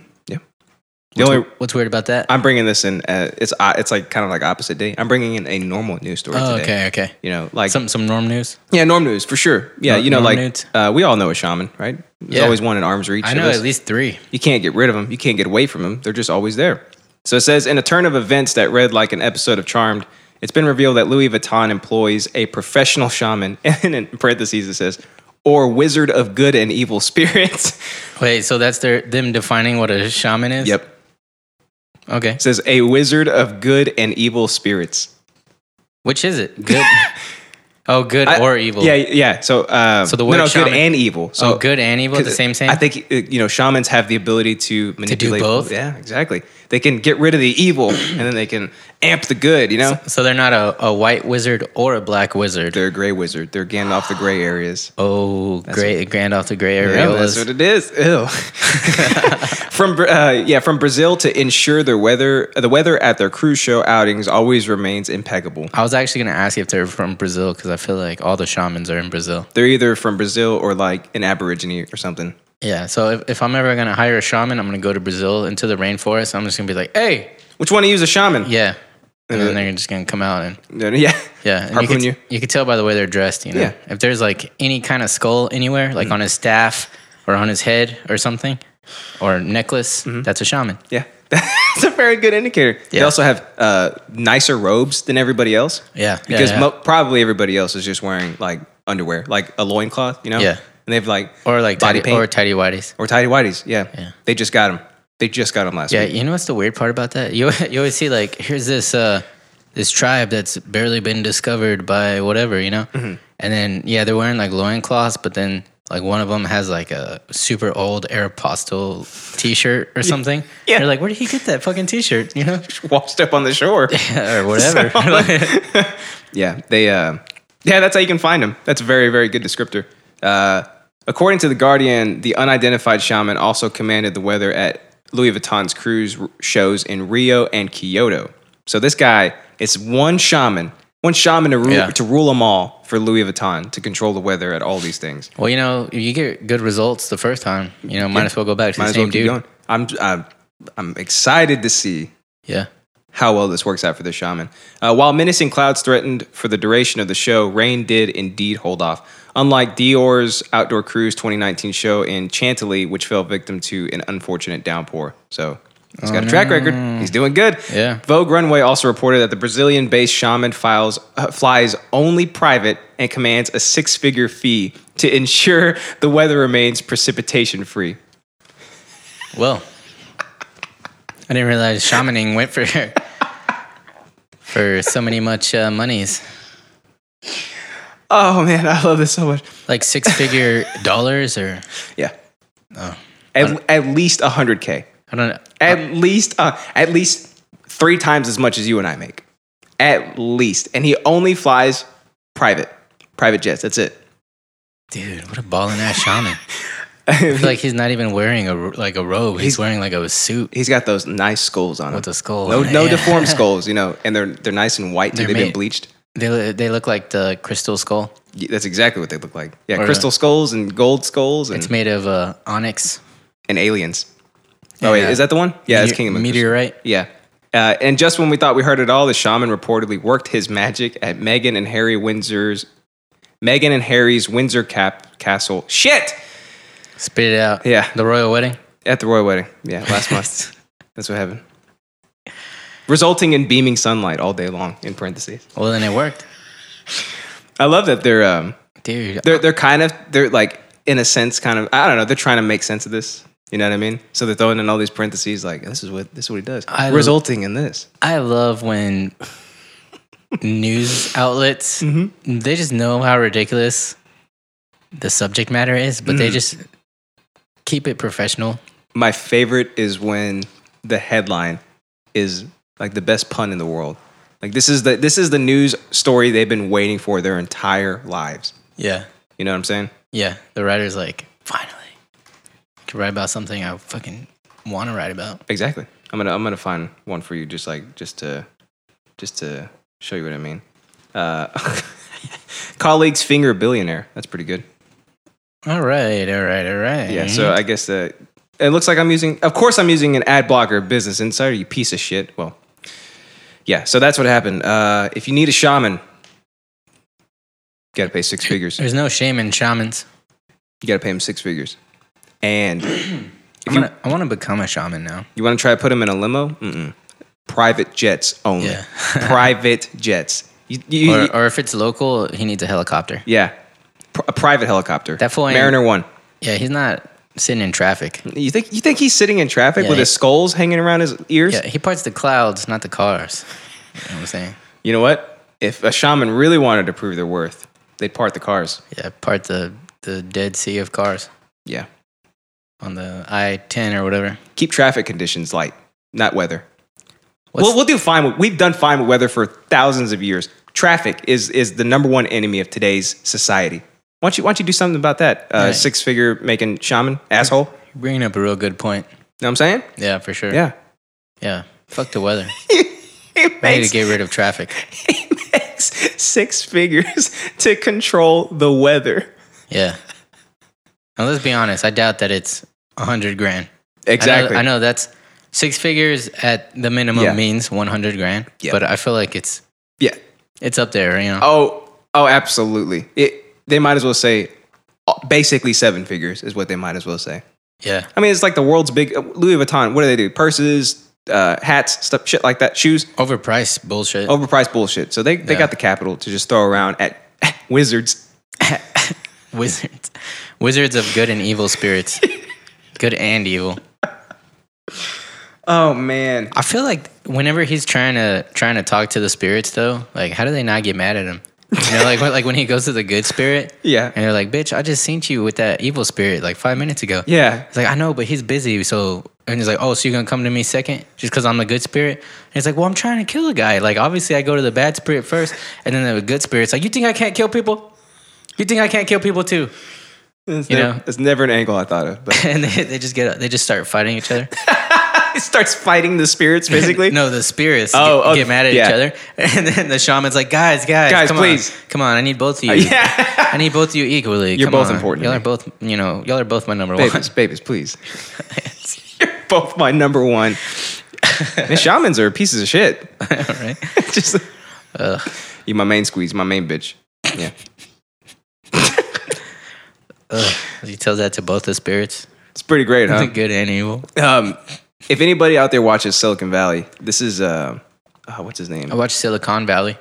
[SPEAKER 2] The only
[SPEAKER 1] What's weird about that?
[SPEAKER 2] I'm bringing this in. Uh, it's uh, it's like kind of like opposite day. I'm bringing in a normal news story
[SPEAKER 1] oh, okay.
[SPEAKER 2] today.
[SPEAKER 1] Okay.
[SPEAKER 2] You know, like
[SPEAKER 1] Some some norm news.
[SPEAKER 2] yeah, norm news for sure. Yeah,
[SPEAKER 1] Nor-
[SPEAKER 2] you know,
[SPEAKER 1] norm
[SPEAKER 2] like
[SPEAKER 1] nudes.
[SPEAKER 2] uh, we all know a shaman, right? There's
[SPEAKER 1] Yeah.
[SPEAKER 2] always one in arm's reach.
[SPEAKER 1] I
[SPEAKER 2] of
[SPEAKER 1] know
[SPEAKER 2] us.
[SPEAKER 1] at least three.
[SPEAKER 2] You can't get rid of them. You can't get away from them. They're just always there. So it says in a turn of events that read like an episode of Charmed, it's been revealed that Louis Vuitton employs a professional shaman, and in parentheses it says, or wizard of good and evil spirits.
[SPEAKER 1] Wait, so that's their them defining what a shaman is?
[SPEAKER 2] yep.
[SPEAKER 1] Okay.
[SPEAKER 2] It says a wizard of good and evil spirits.
[SPEAKER 1] Which is it? Good. oh, good
[SPEAKER 2] I-
[SPEAKER 1] or evil.
[SPEAKER 2] Yeah, oh, yeah. So, uh,
[SPEAKER 1] So the
[SPEAKER 2] no,
[SPEAKER 1] word
[SPEAKER 2] no, good
[SPEAKER 1] shaman-
[SPEAKER 2] and evil. So
[SPEAKER 1] So good and evil at the same same.
[SPEAKER 2] I think uh, you know shamans have the ability to manipulate
[SPEAKER 1] both?
[SPEAKER 2] Yeah, exactly. They can get rid of the evil, and then they can amp the good. You know,
[SPEAKER 1] So they're not a, a white wizard or a black wizard.
[SPEAKER 2] they're a gray wizard. They're Gandalf the gray areas.
[SPEAKER 1] oh, great Gandalf the Grey
[SPEAKER 2] Yeah, that's what
[SPEAKER 1] Areolas.
[SPEAKER 2] it is. Ew. from uh, yeah, from Brazil to ensure their weather, uh, the weather at their cruise show outings always remains impeccable.
[SPEAKER 1] I was actually going to ask you if they're from Brazil because I feel like all the shamans are in Brazil.
[SPEAKER 2] They're either from Brazil or like an Aborigine or something.
[SPEAKER 1] Yeah. So if, if I'm ever going to hire a shaman, I'm going to go to Brazil into the rainforest. I'm just going to be like, hey,
[SPEAKER 2] Which one to use a shaman?
[SPEAKER 1] yeah. And then they're just going to come out and
[SPEAKER 2] Yeah, yeah.
[SPEAKER 1] Yeah, and you,
[SPEAKER 2] harpoon
[SPEAKER 1] could,
[SPEAKER 2] you.
[SPEAKER 1] you could tell by the way they're dressed. You know,
[SPEAKER 2] Yeah. Mm-hmm.
[SPEAKER 1] if there's like any kind of skull anywhere, like on his staff or on his head or something, or necklace,
[SPEAKER 2] Mm-hmm.
[SPEAKER 1] that's a shaman.
[SPEAKER 2] Yeah. That's a very good indicator. They
[SPEAKER 1] Yeah.
[SPEAKER 2] also have uh, nicer robes than everybody else.
[SPEAKER 1] Yeah, yeah,
[SPEAKER 2] Because
[SPEAKER 1] yeah.
[SPEAKER 2] Mo- probably everybody else is just wearing like underwear, like a loincloth, you know?
[SPEAKER 1] Yeah.
[SPEAKER 2] And they have like,
[SPEAKER 1] Or like
[SPEAKER 2] Body
[SPEAKER 1] tidy,
[SPEAKER 2] paint.
[SPEAKER 1] or tidy whities.
[SPEAKER 2] or tidy whities. Yeah.
[SPEAKER 1] Yeah.
[SPEAKER 2] They just got them. They just got them last
[SPEAKER 1] Yeah,
[SPEAKER 2] week.
[SPEAKER 1] you know what's the weird part about that? You you always see like here's this uh this tribe that's barely been discovered by whatever you know,
[SPEAKER 2] Mm-hmm.
[SPEAKER 1] and then yeah they're wearing like loincloths, but then like one of them has like a super old Aeropostale T-shirt or something.
[SPEAKER 2] Yeah.
[SPEAKER 1] You're like, where did he get that fucking T-shirt? You know,
[SPEAKER 2] Just Washed up on the shore.
[SPEAKER 1] or whatever.
[SPEAKER 2] yeah. They, uh, yeah, that's how you can find them. That's a very, very good descriptor. Uh, according to The Guardian, the unidentified shaman also commanded the weather at Louis Vuitton's cruise r- shows in Rio and Kyoto. So this guy, it's one shaman, one shaman to rule,
[SPEAKER 1] Yeah.
[SPEAKER 2] to rule them all for Louis Vuitton to control the weather at all these things.
[SPEAKER 1] Well, you know, if you get good results the first time, you know, might as well go back to the
[SPEAKER 2] Might as
[SPEAKER 1] same
[SPEAKER 2] well keep
[SPEAKER 1] dude.
[SPEAKER 2] going. I'm, I'm, I'm excited to see
[SPEAKER 1] Yeah.
[SPEAKER 2] how well this works out for the shaman. Uh, while menacing clouds threatened for the duration of the show, rain did indeed hold off. Unlike Dior's Outdoor Cruise 2019 show in Chantilly, which fell victim to an unfortunate downpour. So he's got a track record. He's doing good.
[SPEAKER 1] Yeah.
[SPEAKER 2] Vogue Runway also reported that the Brazilian based shaman files, uh, flies only private and commands a six figure fee to ensure the weather remains precipitation free.
[SPEAKER 1] Well, I didn't realize shamaning went for for so many much uh, monies,
[SPEAKER 2] Oh man, I love this so much.
[SPEAKER 1] like six figure dollars or
[SPEAKER 2] Yeah. At, at least 100K.
[SPEAKER 1] I don't know.
[SPEAKER 2] At least uh, at least three times as much as you and I make. At least. And he only flies private. Private jets. That's it.
[SPEAKER 1] Dude, what a ballin' ass shaman! I feel like he's not even wearing a ro- like a robe. He's, wearing like a suit
[SPEAKER 2] He's got those nice skulls on him.
[SPEAKER 1] with a skull.
[SPEAKER 2] no
[SPEAKER 1] on it.
[SPEAKER 2] no
[SPEAKER 1] Yeah.
[SPEAKER 2] deformed skulls, you know, and they're they're nice and white. Dude.
[SPEAKER 1] They're
[SPEAKER 2] They've been
[SPEAKER 1] made-
[SPEAKER 2] bleached.
[SPEAKER 1] They lo- they look like the crystal skull.
[SPEAKER 2] Yeah, That's exactly what they look like. Yeah,
[SPEAKER 1] Or, uh,
[SPEAKER 2] crystal skulls and gold skulls and,
[SPEAKER 1] It's made of uh, onyx.
[SPEAKER 2] and aliens. Oh wait,
[SPEAKER 1] Yeah.
[SPEAKER 2] is that the one? Yeah, it's
[SPEAKER 1] Mete-
[SPEAKER 2] Kingdom of Crystal.
[SPEAKER 1] meteorite.
[SPEAKER 2] Yeah. Uh, and just when we thought we heard it all, the shaman reportedly worked his magic at Meghan and Harry Windsor's Meghan and Harry's Windsor cap castle. Shit!
[SPEAKER 1] Spit it out.
[SPEAKER 2] Yeah.
[SPEAKER 1] The royal wedding.
[SPEAKER 2] At the royal wedding. Yeah, last month. That's what happened. Resulting in beaming sunlight all day long, in parentheses.
[SPEAKER 1] Well, then it worked.
[SPEAKER 2] I love that they're um
[SPEAKER 1] Dude,
[SPEAKER 2] they're they're kind of they're like in a sense kind of I don't know, they're trying to make sense of this. You know what I mean? So they're throwing in all these parentheses like this is what this is what he does.
[SPEAKER 1] I-
[SPEAKER 2] Resulting in this.
[SPEAKER 1] I love when news outlets
[SPEAKER 2] Mm-hmm.
[SPEAKER 1] they just know how ridiculous the subject matter is, but
[SPEAKER 2] Mm-hmm.
[SPEAKER 1] they just keep it professional.
[SPEAKER 2] my favorite is when the headline is like the best pun in the world. Like this is the this is the news story they've been waiting for their entire lives.
[SPEAKER 1] Yeah.
[SPEAKER 2] You know what I'm saying?
[SPEAKER 1] Yeah. The writer's like, finally. I can write about something I fucking wanna write about.
[SPEAKER 2] Exactly. I'm gonna I'm gonna find one for you just like just to just to show you what I mean. Uh, colleagues finger billionaire. That's pretty good.
[SPEAKER 1] All right, all right, all right.
[SPEAKER 2] Yeah. So I guess uh, it looks like I'm using. Of course, I'm using an ad blocker, Business Insider. You piece of shit. Well, yeah. So that's what happened. Uh, if you need a shaman, you gotta pay six figures. You
[SPEAKER 1] There's no shame in shamans.
[SPEAKER 2] gotta pay him six figures. And
[SPEAKER 1] I'm
[SPEAKER 2] you-
[SPEAKER 1] gonna, I want to become a shaman now.
[SPEAKER 2] you want to try to put him in a limo? Mm-mm. Private jets only.
[SPEAKER 1] Yeah.
[SPEAKER 2] private jets. You, you,
[SPEAKER 1] Or,
[SPEAKER 2] you-
[SPEAKER 1] or if it's local, he needs a helicopter.
[SPEAKER 2] yeah. Pr- a private helicopter.
[SPEAKER 1] That fool ain't-
[SPEAKER 2] Mariner One.
[SPEAKER 1] Yeah, he's not sitting in traffic.
[SPEAKER 2] You think you think he's sitting in traffic
[SPEAKER 1] Yeah,
[SPEAKER 2] with
[SPEAKER 1] he-
[SPEAKER 2] his skulls hanging around his ears?
[SPEAKER 1] Yeah, he parts the clouds, not the cars. You know what I'm saying?
[SPEAKER 2] You know what? If a shaman really wanted to prove their worth, they'd part the cars.
[SPEAKER 1] Yeah, part the the dead sea of cars
[SPEAKER 2] Yeah.
[SPEAKER 1] on the I ten or whatever.
[SPEAKER 2] Keep traffic conditions light. not weather.
[SPEAKER 1] What's-
[SPEAKER 2] We'll, we'll do fine. With, we've done fine with weather for thousands of years. Traffic is is the number one enemy of today's society. Why don't you, why don't you do something about that? Uh,
[SPEAKER 1] Right.
[SPEAKER 2] Six figure making shaman asshole. Know
[SPEAKER 1] You're bringing up a real good point.
[SPEAKER 2] what I'm saying?
[SPEAKER 1] Yeah, for sure.
[SPEAKER 2] Yeah.
[SPEAKER 1] Yeah. Fuck the weather.
[SPEAKER 2] He
[SPEAKER 1] I need
[SPEAKER 2] makes,
[SPEAKER 1] to get rid of traffic.
[SPEAKER 2] he makes six figures to control the weather.
[SPEAKER 1] Yeah. Now let's be honest. I doubt that it's a hundred grand.
[SPEAKER 2] Exactly.
[SPEAKER 1] I know, I know that's six figures at the minimum
[SPEAKER 2] Yeah.
[SPEAKER 1] means one hundred grand.
[SPEAKER 2] Yeah.
[SPEAKER 1] But I feel like it's
[SPEAKER 2] Yeah.
[SPEAKER 1] it's up there. You know.
[SPEAKER 2] Oh, oh, absolutely. It, they might as well say uh, basically seven figures is what they might as well say.
[SPEAKER 1] Yeah.
[SPEAKER 2] I mean, it's like the world's big uh, Louis Vuitton. What do they do? Purses, uh, hats, stuff, shit like that. Shoes,
[SPEAKER 1] Overpriced bullshit.
[SPEAKER 2] overpriced bullshit. So they, they
[SPEAKER 1] Yeah.
[SPEAKER 2] got the capital to just throw around at wizards.
[SPEAKER 1] Wizards. Wizards of good and evil spirits. good and evil.
[SPEAKER 2] Oh man,
[SPEAKER 1] I feel like whenever he's trying to trying to talk to the spirits though, like how do they not get mad at him? You know, like when, like when he goes to the good spirit,
[SPEAKER 2] Yeah.
[SPEAKER 1] and they're like, "Bitch, I just seen you with that evil spirit like five minutes ago."
[SPEAKER 2] yeah,
[SPEAKER 1] It's like, I know, but he's busy. So, and he's like, oh, so you're going to come to me second just because I'm the good spirit? And it's like, well, I'm trying to kill a guy. Like, obviously, I go to the bad spirit first. And then the good spirit's like, you think I can't kill people? You think I can't kill people too?
[SPEAKER 2] it's,
[SPEAKER 1] You
[SPEAKER 2] never,
[SPEAKER 1] know.
[SPEAKER 2] it's never an angle I thought of. But
[SPEAKER 1] And they, they just get, they just start fighting each other.
[SPEAKER 2] it starts fighting the spirits basically.
[SPEAKER 1] no, the spirits
[SPEAKER 2] Oh,
[SPEAKER 1] get,
[SPEAKER 2] oh,
[SPEAKER 1] get mad at
[SPEAKER 2] yeah.
[SPEAKER 1] each other. And then the shaman's like, guys, guys,
[SPEAKER 2] Guys,
[SPEAKER 1] come
[SPEAKER 2] please."
[SPEAKER 1] on. Come on, I need both of you.
[SPEAKER 2] yeah.
[SPEAKER 1] I need both of you equally.
[SPEAKER 2] You're
[SPEAKER 1] Come
[SPEAKER 2] both
[SPEAKER 1] on.
[SPEAKER 2] important to
[SPEAKER 1] Y'all are
[SPEAKER 2] me."
[SPEAKER 1] both, you know, y'all are both my number one.
[SPEAKER 2] babies, babies, please. You're both my number one. Man, shamans are pieces of shit.
[SPEAKER 1] right?
[SPEAKER 2] Just you, my main squeeze, my main bitch. Yeah,
[SPEAKER 1] He tells that to both the spirits,
[SPEAKER 2] it's pretty great, huh?
[SPEAKER 1] good and evil.
[SPEAKER 2] Um, if anybody out there watches Silicon Valley, this is uh, uh what's his name?
[SPEAKER 1] I watched Silicon Valley.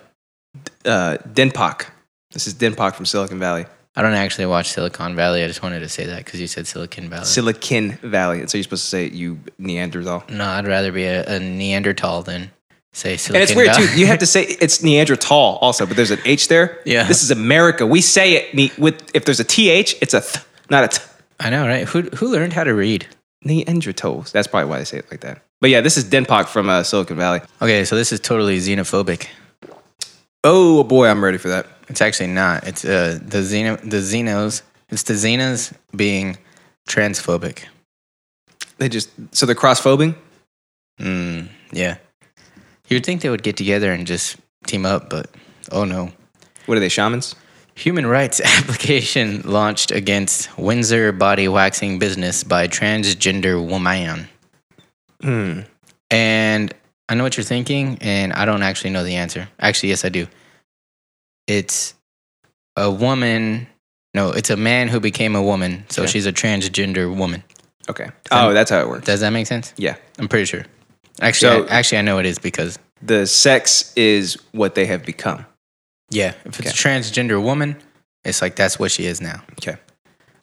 [SPEAKER 2] Uh, Denpak. This is Denpak from Silicon Valley.
[SPEAKER 1] I don't actually watch Silicon Valley. I just wanted to say that because you said Silicon Valley.
[SPEAKER 2] Silicon Valley. And so you're supposed to say it, you Neanderthal.
[SPEAKER 1] no, I'd rather be a, a Neanderthal than say Silicon
[SPEAKER 2] And it's weird
[SPEAKER 1] Valley.
[SPEAKER 2] too. You have to say it's Neanderthal also, but there's an H there.
[SPEAKER 1] Yeah.
[SPEAKER 2] This is America. We say it ne- with if there's a th, it's a th, not a t.
[SPEAKER 1] I know, right? Who who learned how to read?
[SPEAKER 2] Neanderthals. That's probably why they say it like that. But yeah, this is Denpak from uh, Silicon Valley.
[SPEAKER 1] Okay, so this is totally xenophobic.
[SPEAKER 2] Oh boy, I'm ready for that.
[SPEAKER 1] It's actually not. It's uh, the xeno the xenos. It's the xenos being transphobic.
[SPEAKER 2] They just so they're crossphobing.
[SPEAKER 1] Mm, yeah, you'd think they would get together and just team up, but oh no.
[SPEAKER 2] What are they shamans?
[SPEAKER 1] Human rights application launched against Windsor body waxing business by transgender woman.
[SPEAKER 2] Hmm.
[SPEAKER 1] And I know what you're thinking, and I don't actually know the answer. Actually, yes, I do. It's a woman. No, it's a man who became a woman. So
[SPEAKER 2] Okay.
[SPEAKER 1] she's a transgender woman.
[SPEAKER 2] Okay. Oh, that's how it works.
[SPEAKER 1] Does that make sense?
[SPEAKER 2] Yeah.
[SPEAKER 1] I'm pretty sure. Actually,
[SPEAKER 2] So-
[SPEAKER 1] I, actually, I know it is because
[SPEAKER 2] The sex is what they have become.
[SPEAKER 1] yeah, if it's
[SPEAKER 2] Okay.
[SPEAKER 1] a transgender woman, it's like that's what she is now.
[SPEAKER 2] Okay.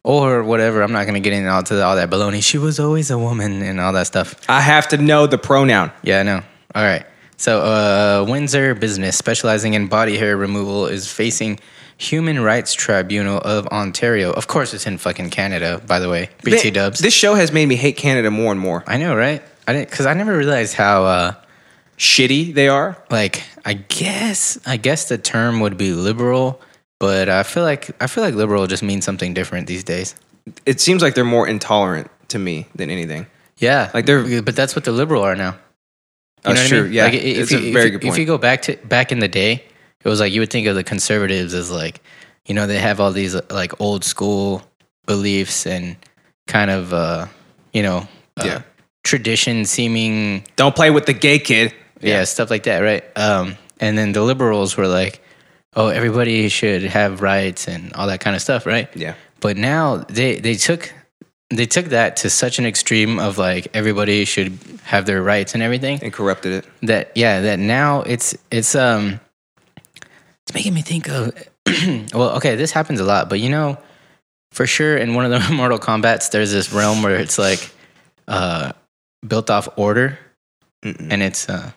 [SPEAKER 1] or whatever. I'm not gonna get into all, to all that baloney. She was always a woman and all that stuff.
[SPEAKER 2] I have to know the pronoun.
[SPEAKER 1] Yeah, I know. All right. So, uh, Windsor Business, specializing in body hair removal, is facing Human Rights Tribunal of Ontario. Of course, it's in fucking Canada, by the way. BT
[SPEAKER 2] Man,
[SPEAKER 1] Dubs.
[SPEAKER 2] This show has made me hate Canada more and more.
[SPEAKER 1] I know, right? I didn't because I never realized how. Uh,
[SPEAKER 2] Shitty they are.
[SPEAKER 1] like, I guess, I guess the term would be liberal, but I feel like I feel like liberal just means something different these days.
[SPEAKER 2] It seems like they're more intolerant to me than anything.
[SPEAKER 1] Yeah,
[SPEAKER 2] Like they're-
[SPEAKER 1] but that's what the liberal are now. You know
[SPEAKER 2] That's
[SPEAKER 1] what I
[SPEAKER 2] true.
[SPEAKER 1] mean?
[SPEAKER 2] Yeah,
[SPEAKER 1] Like, i- if
[SPEAKER 2] it's
[SPEAKER 1] you,
[SPEAKER 2] a
[SPEAKER 1] if
[SPEAKER 2] very
[SPEAKER 1] you-
[SPEAKER 2] good
[SPEAKER 1] If you
[SPEAKER 2] point.
[SPEAKER 1] go back to back in the day, it was like you would think of the conservatives as like, you know, they have all these uh, like old school beliefs and kind of, uh, you know, uh,
[SPEAKER 2] Yeah.
[SPEAKER 1] tradition seeming,
[SPEAKER 2] Don't play with the gay kid.
[SPEAKER 1] yeah. stuff like that, right? Um, and then the liberals were like, oh, everybody should have rights and all that kind of stuff, right?
[SPEAKER 2] Yeah.
[SPEAKER 1] But now they they took they took that to such an extreme of like everybody should have their rights and everything
[SPEAKER 2] And corrupted it.
[SPEAKER 1] that yeah that now it's it's um it's making me think of well okay this happens a lot but you know for sure in one of the mortal kombats there's this realm where it's like uh built off order
[SPEAKER 2] Mm-mm.
[SPEAKER 1] and it's uh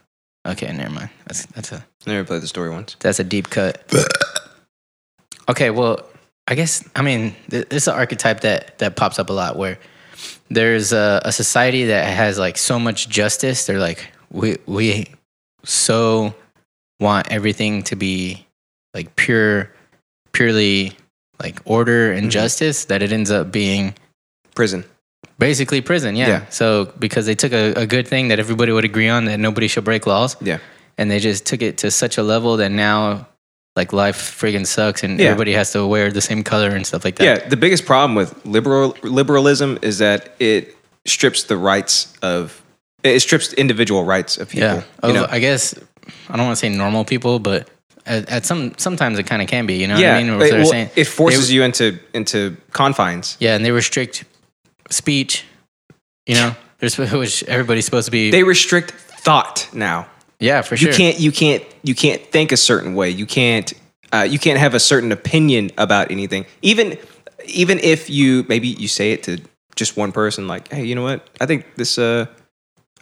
[SPEAKER 1] okay never mind that's that's a
[SPEAKER 2] Never played the story once.
[SPEAKER 1] that's a deep cut okay well i guess i mean th- this is an archetype that that pops up a lot where there's a, a society that has like so much justice. They're like, we we so want everything to be like pure, purely like order and
[SPEAKER 2] Mhm.
[SPEAKER 1] justice that it ends up being
[SPEAKER 2] Prison.
[SPEAKER 1] basically prison. Yeah.
[SPEAKER 2] Yeah.
[SPEAKER 1] So because they took a, a good thing that everybody would agree on that nobody should break laws,
[SPEAKER 2] Yeah.
[SPEAKER 1] and they just took it to such a level that now like life friggin' sucks and
[SPEAKER 2] Yeah.
[SPEAKER 1] everybody has to wear the same color and stuff like that.
[SPEAKER 2] Yeah, the biggest problem with liberal liberalism is that it strips the rights of it strips individual rights of people.
[SPEAKER 1] Yeah.
[SPEAKER 2] you
[SPEAKER 1] Of-
[SPEAKER 2] know?
[SPEAKER 1] I guess I don't want to say normal people, but at, at some sometimes it kind of can be. You know
[SPEAKER 2] yeah,
[SPEAKER 1] what I mean? Or
[SPEAKER 2] it,
[SPEAKER 1] they're
[SPEAKER 2] well,
[SPEAKER 1] saying-
[SPEAKER 2] it forces
[SPEAKER 1] they-
[SPEAKER 2] you into into confines.
[SPEAKER 1] Yeah, and they restrict speech. You know, there's which everybody's supposed to be.
[SPEAKER 2] They restrict thought now.
[SPEAKER 1] yeah, for sure.
[SPEAKER 2] You can't you can't you can't think a certain way. You can't uh, you can't have a certain opinion about anything. Even even if you maybe you say it to just one person, like, hey, you know what? I think this uh, I,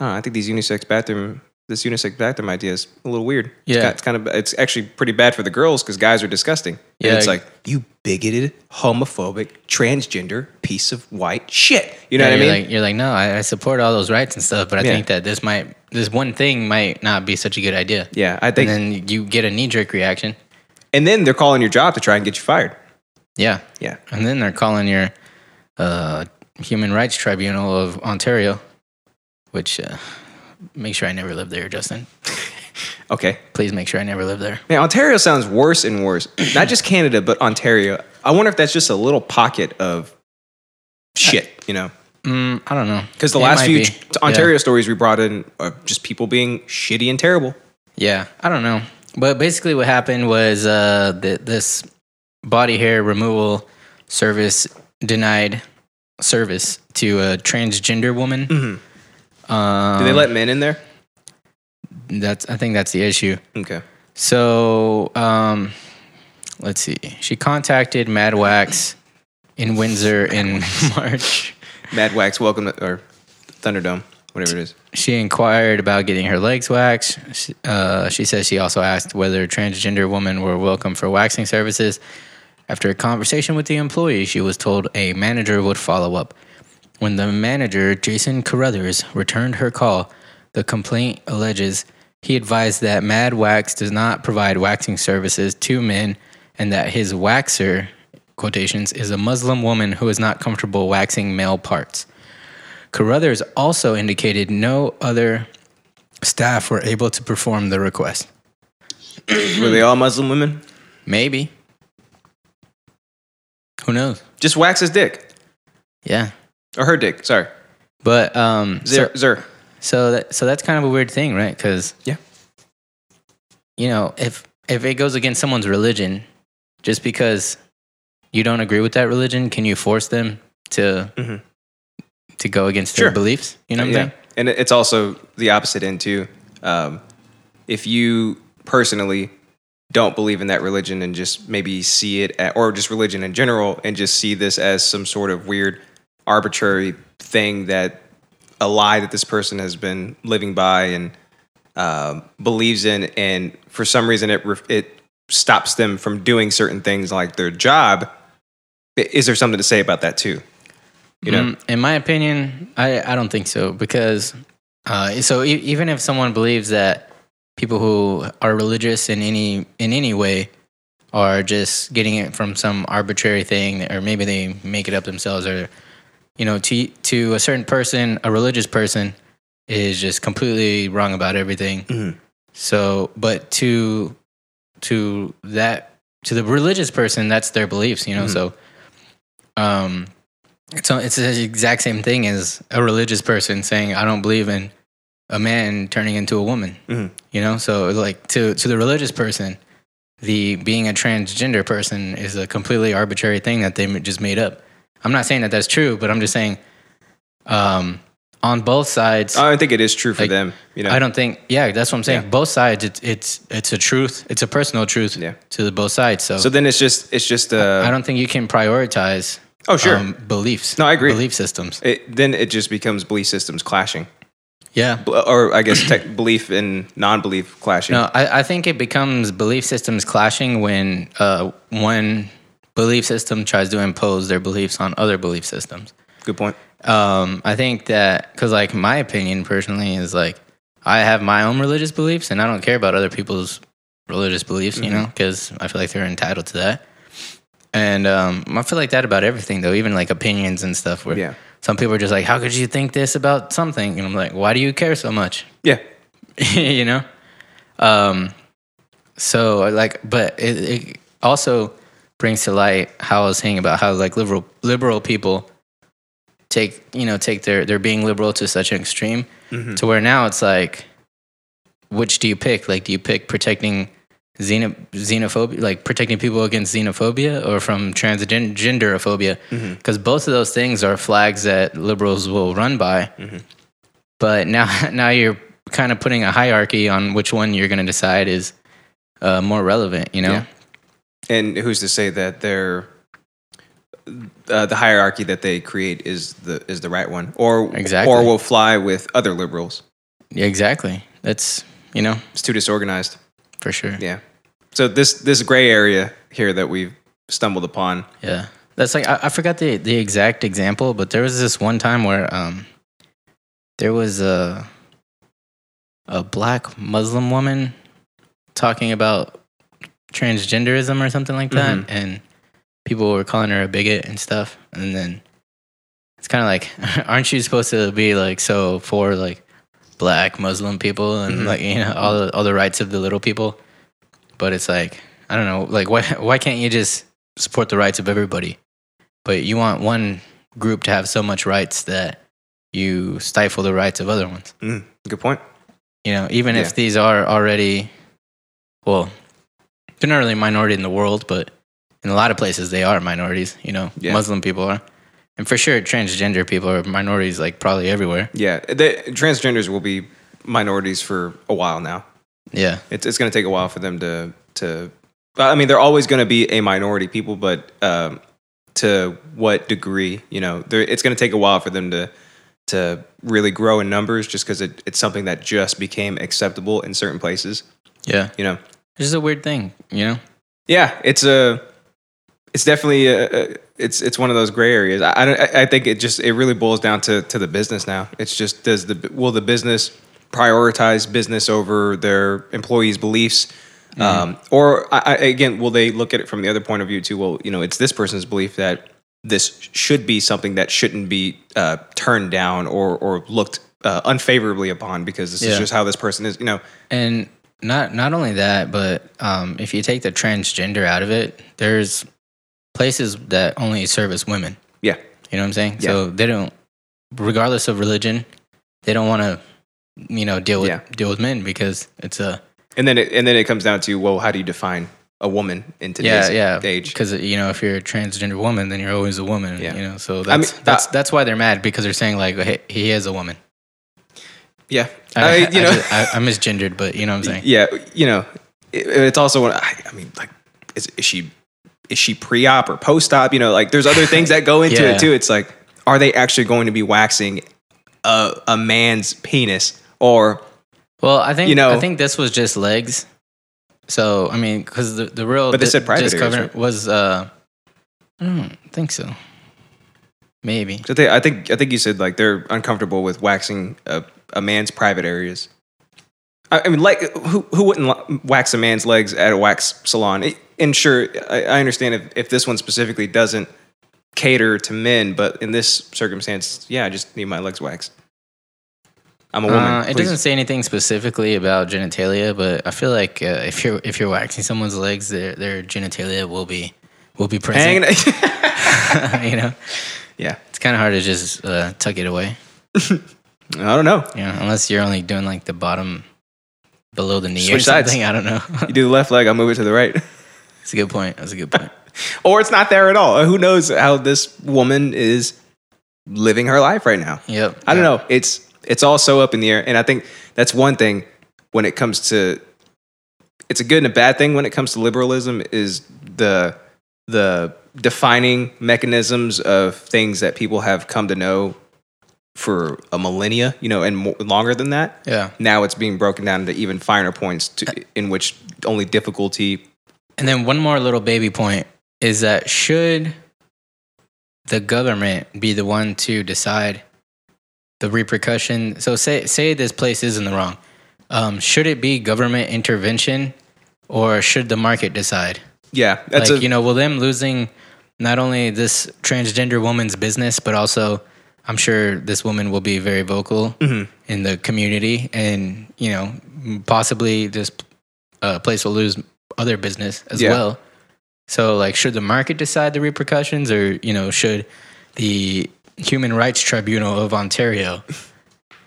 [SPEAKER 2] don't know, I think these unisex bathroom this unisex bathroom idea is a little weird.
[SPEAKER 1] Yeah.
[SPEAKER 2] it's, kind of it's actually pretty bad for the girls because guys are disgusting. And
[SPEAKER 1] Yeah.
[SPEAKER 2] it's like you bigoted, homophobic, transgender piece of white shit. You know
[SPEAKER 1] Yeah,
[SPEAKER 2] what I
[SPEAKER 1] you're
[SPEAKER 2] mean?
[SPEAKER 1] Like, you're like, no, I, I support all those rights and stuff, but I
[SPEAKER 2] Yeah.
[SPEAKER 1] think that this might, this one thing might not be such a good idea.
[SPEAKER 2] yeah, I
[SPEAKER 1] And
[SPEAKER 2] think.
[SPEAKER 1] then you get a knee jerk reaction.
[SPEAKER 2] and then they're calling your job to try and get you fired.
[SPEAKER 1] Yeah.
[SPEAKER 2] Yeah.
[SPEAKER 1] And then they're calling your uh, Human Rights Tribunal of Ontario, which uh, make sure I never live there, Justin.
[SPEAKER 2] Okay.
[SPEAKER 1] Please make sure I never live there.
[SPEAKER 2] Man, Ontario sounds worse and worse. Not just Canada, but Ontario. I wonder if that's just a little pocket of shit, you know?
[SPEAKER 1] Mm, I don't know.
[SPEAKER 2] Because the
[SPEAKER 1] It
[SPEAKER 2] last
[SPEAKER 1] might
[SPEAKER 2] few
[SPEAKER 1] be.
[SPEAKER 2] t- Ontario stories we brought in are just people being shitty and terrible.
[SPEAKER 1] Yeah, I don't know. But basically, what happened was uh, th- this body hair removal service denied service to a transgender woman.
[SPEAKER 2] Mm-hmm.
[SPEAKER 1] Um,
[SPEAKER 2] Do they let men in there?
[SPEAKER 1] That's. I think that's the issue.
[SPEAKER 2] Okay.
[SPEAKER 1] So, um, let's see. She contacted Mad Wax in Windsor in March.
[SPEAKER 2] Mad Wax, welcome to, or Thunderdome, whatever it is.
[SPEAKER 1] She inquired about getting her legs waxed. She, uh, she says she also asked whether transgender women were welcome for waxing services. After a conversation with the employee, she was told a manager would follow up. When the manager, Jason Carruthers, returned her call, the complaint alleges he advised that Mad Wax does not provide waxing services to men and that his waxer, quotations, is a Muslim woman who is not comfortable waxing male parts. Carruthers also indicated no other staff were able to perform the request.
[SPEAKER 2] Were they all Muslim women?
[SPEAKER 1] Maybe. Who knows?
[SPEAKER 2] Just wax his dick.
[SPEAKER 1] Yeah.
[SPEAKER 2] Or her dick, sorry.
[SPEAKER 1] But um
[SPEAKER 2] Zer.
[SPEAKER 1] so
[SPEAKER 2] Zer.
[SPEAKER 1] so, that, so that's kind of a weird thing, right? Cuz
[SPEAKER 2] Yeah.
[SPEAKER 1] you know, if if it goes against someone's religion just because you don't agree with that religion, can you force them to
[SPEAKER 2] Mhm.
[SPEAKER 1] to go against
[SPEAKER 2] Sure.
[SPEAKER 1] their beliefs? You know what I'm
[SPEAKER 2] yeah.
[SPEAKER 1] saying?
[SPEAKER 2] And it- it's also the opposite end too. Um, if you personally don't believe in that religion and just maybe see it at, or just religion in general and just see this as some sort of weird arbitrary thing that a lie that this person has been living by and um, believes in and for some reason it ref- it stops them from doing certain things like their job I- is there something to say about that too you know
[SPEAKER 1] Mm, in my opinion, I, I don't think so because uh, so e- even if someone believes that people who are religious in any in any way are just getting it from some arbitrary thing or maybe they make it up themselves or you know to to a certain person a religious person is just completely wrong about everything
[SPEAKER 2] Mhm.
[SPEAKER 1] so but to to that to the religious person that's their beliefs you know
[SPEAKER 2] Mhm.
[SPEAKER 1] so um so it's the exact same thing as a religious person saying i don't believe in a man turning into a woman
[SPEAKER 2] Mhm.
[SPEAKER 1] you know so like to to the religious person the being a transgender person is a completely arbitrary thing that they ma- just made up i'm not saying that that's true but i'm just saying um on both sides
[SPEAKER 2] I don't think it is true for
[SPEAKER 1] Like,
[SPEAKER 2] them you know
[SPEAKER 1] I don't think. Yeah, that's what I'm saying.
[SPEAKER 2] Oh, Yeah.
[SPEAKER 1] Both sides. It's it's it's a truth. It's a personal truth
[SPEAKER 2] Yeah.
[SPEAKER 1] to the both sides. So,
[SPEAKER 2] So then it's just it's just uh
[SPEAKER 1] I don't think you can prioritize. um,
[SPEAKER 2] oh sure
[SPEAKER 1] beliefs.
[SPEAKER 2] No, I agree.
[SPEAKER 1] Belief systems.
[SPEAKER 2] it, then it just becomes belief systems clashing
[SPEAKER 1] Yeah.
[SPEAKER 2] B- or I guess tech belief and non-belief clashing
[SPEAKER 1] No, I, I think it becomes belief systems clashing when uh, one belief system tries to impose their beliefs on other belief systems.
[SPEAKER 2] good point
[SPEAKER 1] Um, I think that because like my opinion personally is like I have my own religious beliefs and I don't care about other people's religious beliefs, you
[SPEAKER 2] Mm-hmm.
[SPEAKER 1] know, because I feel like they're entitled to that. And um, I feel like that about everything though, even like opinions and stuff. Where
[SPEAKER 2] Yeah.
[SPEAKER 1] some people are just like, "How could you think this about something?" And I'm like, "Why do you care so much?"
[SPEAKER 2] Yeah.
[SPEAKER 1] you know um so like but it, it also brings to light how i was saying about how like liberal liberal people take you know take their they're being liberal to such an extreme to where now it's like which do you pick like do you pick protecting xeno, xenophobia like protecting people against xenophobia or from transgenderophobia because both of those things are flags that liberals will run by but now now you're kind of putting a hierarchy on which one you're going to decide is uh, more relevant you know
[SPEAKER 2] Yeah. And who's to say that they're uh, the hierarchy that they create is the is the right one, or
[SPEAKER 1] Exactly.
[SPEAKER 2] or will fly with other liberals.
[SPEAKER 1] Yeah, exactly that's you know
[SPEAKER 2] It's too disorganized.
[SPEAKER 1] for sure yeah,
[SPEAKER 2] Yeah. So this this gray area here that we've stumbled upon.
[SPEAKER 1] that's like I, I forgot the the exact example but there was this one time where um there was a a black muslim woman talking about transgenderism or something like that
[SPEAKER 2] Mhm.
[SPEAKER 1] and people were calling her a bigot and stuff and then it's kind of like aren't you supposed to be like so for like black muslim people and like you know all the all the rights of the little people but it's like i don't know like why why can't you just support the rights of everybody but you want one group to have so much rights that you stifle the rights of other ones
[SPEAKER 2] Mm, good point.
[SPEAKER 1] you know, even
[SPEAKER 2] Yeah.
[SPEAKER 1] if these are already, well, they're not really a minority in the world, but in a lot of places they are minorities, you know,
[SPEAKER 2] Yeah.
[SPEAKER 1] Muslim people are. And for sure, transgender people are minorities, like probably everywhere.
[SPEAKER 2] Yeah, the, transgenders will be minorities for a while now.
[SPEAKER 1] Yeah.
[SPEAKER 2] It's it's going to take a while for them to to. I mean, they're always going to be a minority people, but um, to what degree? You know, they're- it's going to take a while for them to to really grow in numbers, just because it, it's something that just became acceptable in certain places.
[SPEAKER 1] Yeah.
[SPEAKER 2] You know,
[SPEAKER 1] It's just a weird thing, you know?
[SPEAKER 2] yeah, it's a, it's definitely a, a- it's it's one of those gray areas. I, I don't- I I think it just it really boils down to to the business now. It's just does the will the business prioritize business over their employees' beliefs, um, or I, I, again, will they look at it from the other point of view too? Well, you know, it's this person's belief that this should be something that shouldn't be uh, turned down or or looked uh, unfavorably upon because this is
[SPEAKER 1] Yeah.
[SPEAKER 2] just how this person is. You know,
[SPEAKER 1] And not not only that, but um, if you take the transgender out of it, there's places that only service women.
[SPEAKER 2] yeah,
[SPEAKER 1] You know what I'm saying? So they don't, regardless of religion, they don't want to, you know, deal with
[SPEAKER 2] Yeah.
[SPEAKER 1] deal with men because it's a
[SPEAKER 2] And then it, and then it comes down to well, how do you define a woman in today's
[SPEAKER 1] yeah yeah
[SPEAKER 2] age?
[SPEAKER 1] because you know if you're a transgender woman then you're always a woman
[SPEAKER 2] Yeah.
[SPEAKER 1] you know so
[SPEAKER 2] I mean, uh,
[SPEAKER 1] that's that's that's why they're mad because they're saying like hey, he is a woman
[SPEAKER 2] Yeah, I,
[SPEAKER 1] I,
[SPEAKER 2] you know,
[SPEAKER 1] I, just- I, I'm misgendered but you know what I'm saying
[SPEAKER 2] yeah, you know, it, it's also one- I, I mean, like, is, is she is she pre op or post op? You know, like there's other things that go into
[SPEAKER 1] Yeah.
[SPEAKER 2] it too. It's like, are they actually going to be waxing a a man's penis or
[SPEAKER 1] well I think
[SPEAKER 2] You know-
[SPEAKER 1] I think this was just legs so I mean because the the real
[SPEAKER 2] But they
[SPEAKER 1] di-
[SPEAKER 2] said private areas,
[SPEAKER 1] discover-
[SPEAKER 2] right?
[SPEAKER 1] was uh I don't think so maybe
[SPEAKER 2] 'cause they, I think I think you said like they're uncomfortable with waxing a, a man's private areas. I, I mean, like who who wouldn't lo- wax a man's legs at a wax salon? I- And sure, I, I understand if, if this one specifically doesn't cater to men, but in this circumstance, yeah, I just need my legs waxed. I'm a woman.
[SPEAKER 1] Uh, it
[SPEAKER 2] please.
[SPEAKER 1] doesn't say anything specifically about genitalia, but I feel like uh, if you're if you're waxing someone's legs, their their genitalia will be will be
[SPEAKER 2] Hang
[SPEAKER 1] present.
[SPEAKER 2] on.
[SPEAKER 1] you know,
[SPEAKER 2] yeah,
[SPEAKER 1] it's kind of hard to just uh, tuck it away.
[SPEAKER 2] I don't know.
[SPEAKER 1] You know, unless you're only doing like the bottom below the knee or
[SPEAKER 2] Switch sides.
[SPEAKER 1] something. I don't know.
[SPEAKER 2] You do the left leg, I'll move it to the right.
[SPEAKER 1] It's a good point. That's a good point.
[SPEAKER 2] Or it's not there at all. Who knows how this woman is living her life right now?
[SPEAKER 1] Yep.
[SPEAKER 2] I don't know. It's it's all so up in the air, and I think that's one thing when it comes to it's a good and a bad thing when it comes to liberalism is the the defining mechanisms of things that people have come to know for a millennia, you know, and more, longer than that.
[SPEAKER 1] Yeah.
[SPEAKER 2] Now it's being broken down into even finer points
[SPEAKER 1] Uh,
[SPEAKER 2] to, in which only difficulty.
[SPEAKER 1] And then one more little baby point is that should the government be the one to decide the repercussion? So say say this place is in the wrong. Um, should it be government intervention, or should the market decide?
[SPEAKER 2] Yeah, that's
[SPEAKER 1] like
[SPEAKER 2] a,
[SPEAKER 1] you know, will them losing not only this transgender woman's business, but also I'm sure this woman will be very vocal
[SPEAKER 2] Mm-hmm.
[SPEAKER 1] in the community, and you know, m- possibly this uh, place will lose other business as
[SPEAKER 2] Yeah.
[SPEAKER 1] well. So, like, should the market decide the repercussions, or you know, should the Human Rights Tribunal of Ontario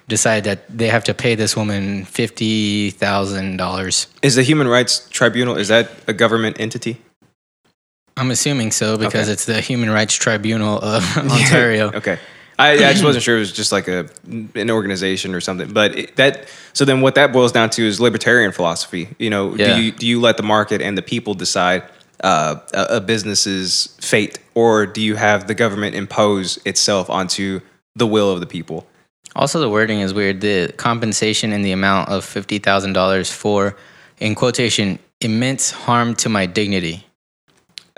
[SPEAKER 1] decide that they have to pay this woman fifty thousand dollars?
[SPEAKER 2] is the Human Rights Tribunal is that a government entity?
[SPEAKER 1] I'm assuming so because
[SPEAKER 2] Okay.
[SPEAKER 1] it's the Human Rights Tribunal of Ontario.
[SPEAKER 2] okay. I, I just wasn't sure it was just like a an organization or something, but it, that so then what that boils down to is libertarian philosophy. You know,
[SPEAKER 1] Yeah.
[SPEAKER 2] do you do you let the market and the people decide uh, a, a business's fate, or do you have the government impose itself onto the will of the people?
[SPEAKER 1] Also, the wording is weird. The compensation in the amount of fifty thousand dollars for, in quotation, immense harm to my dignity.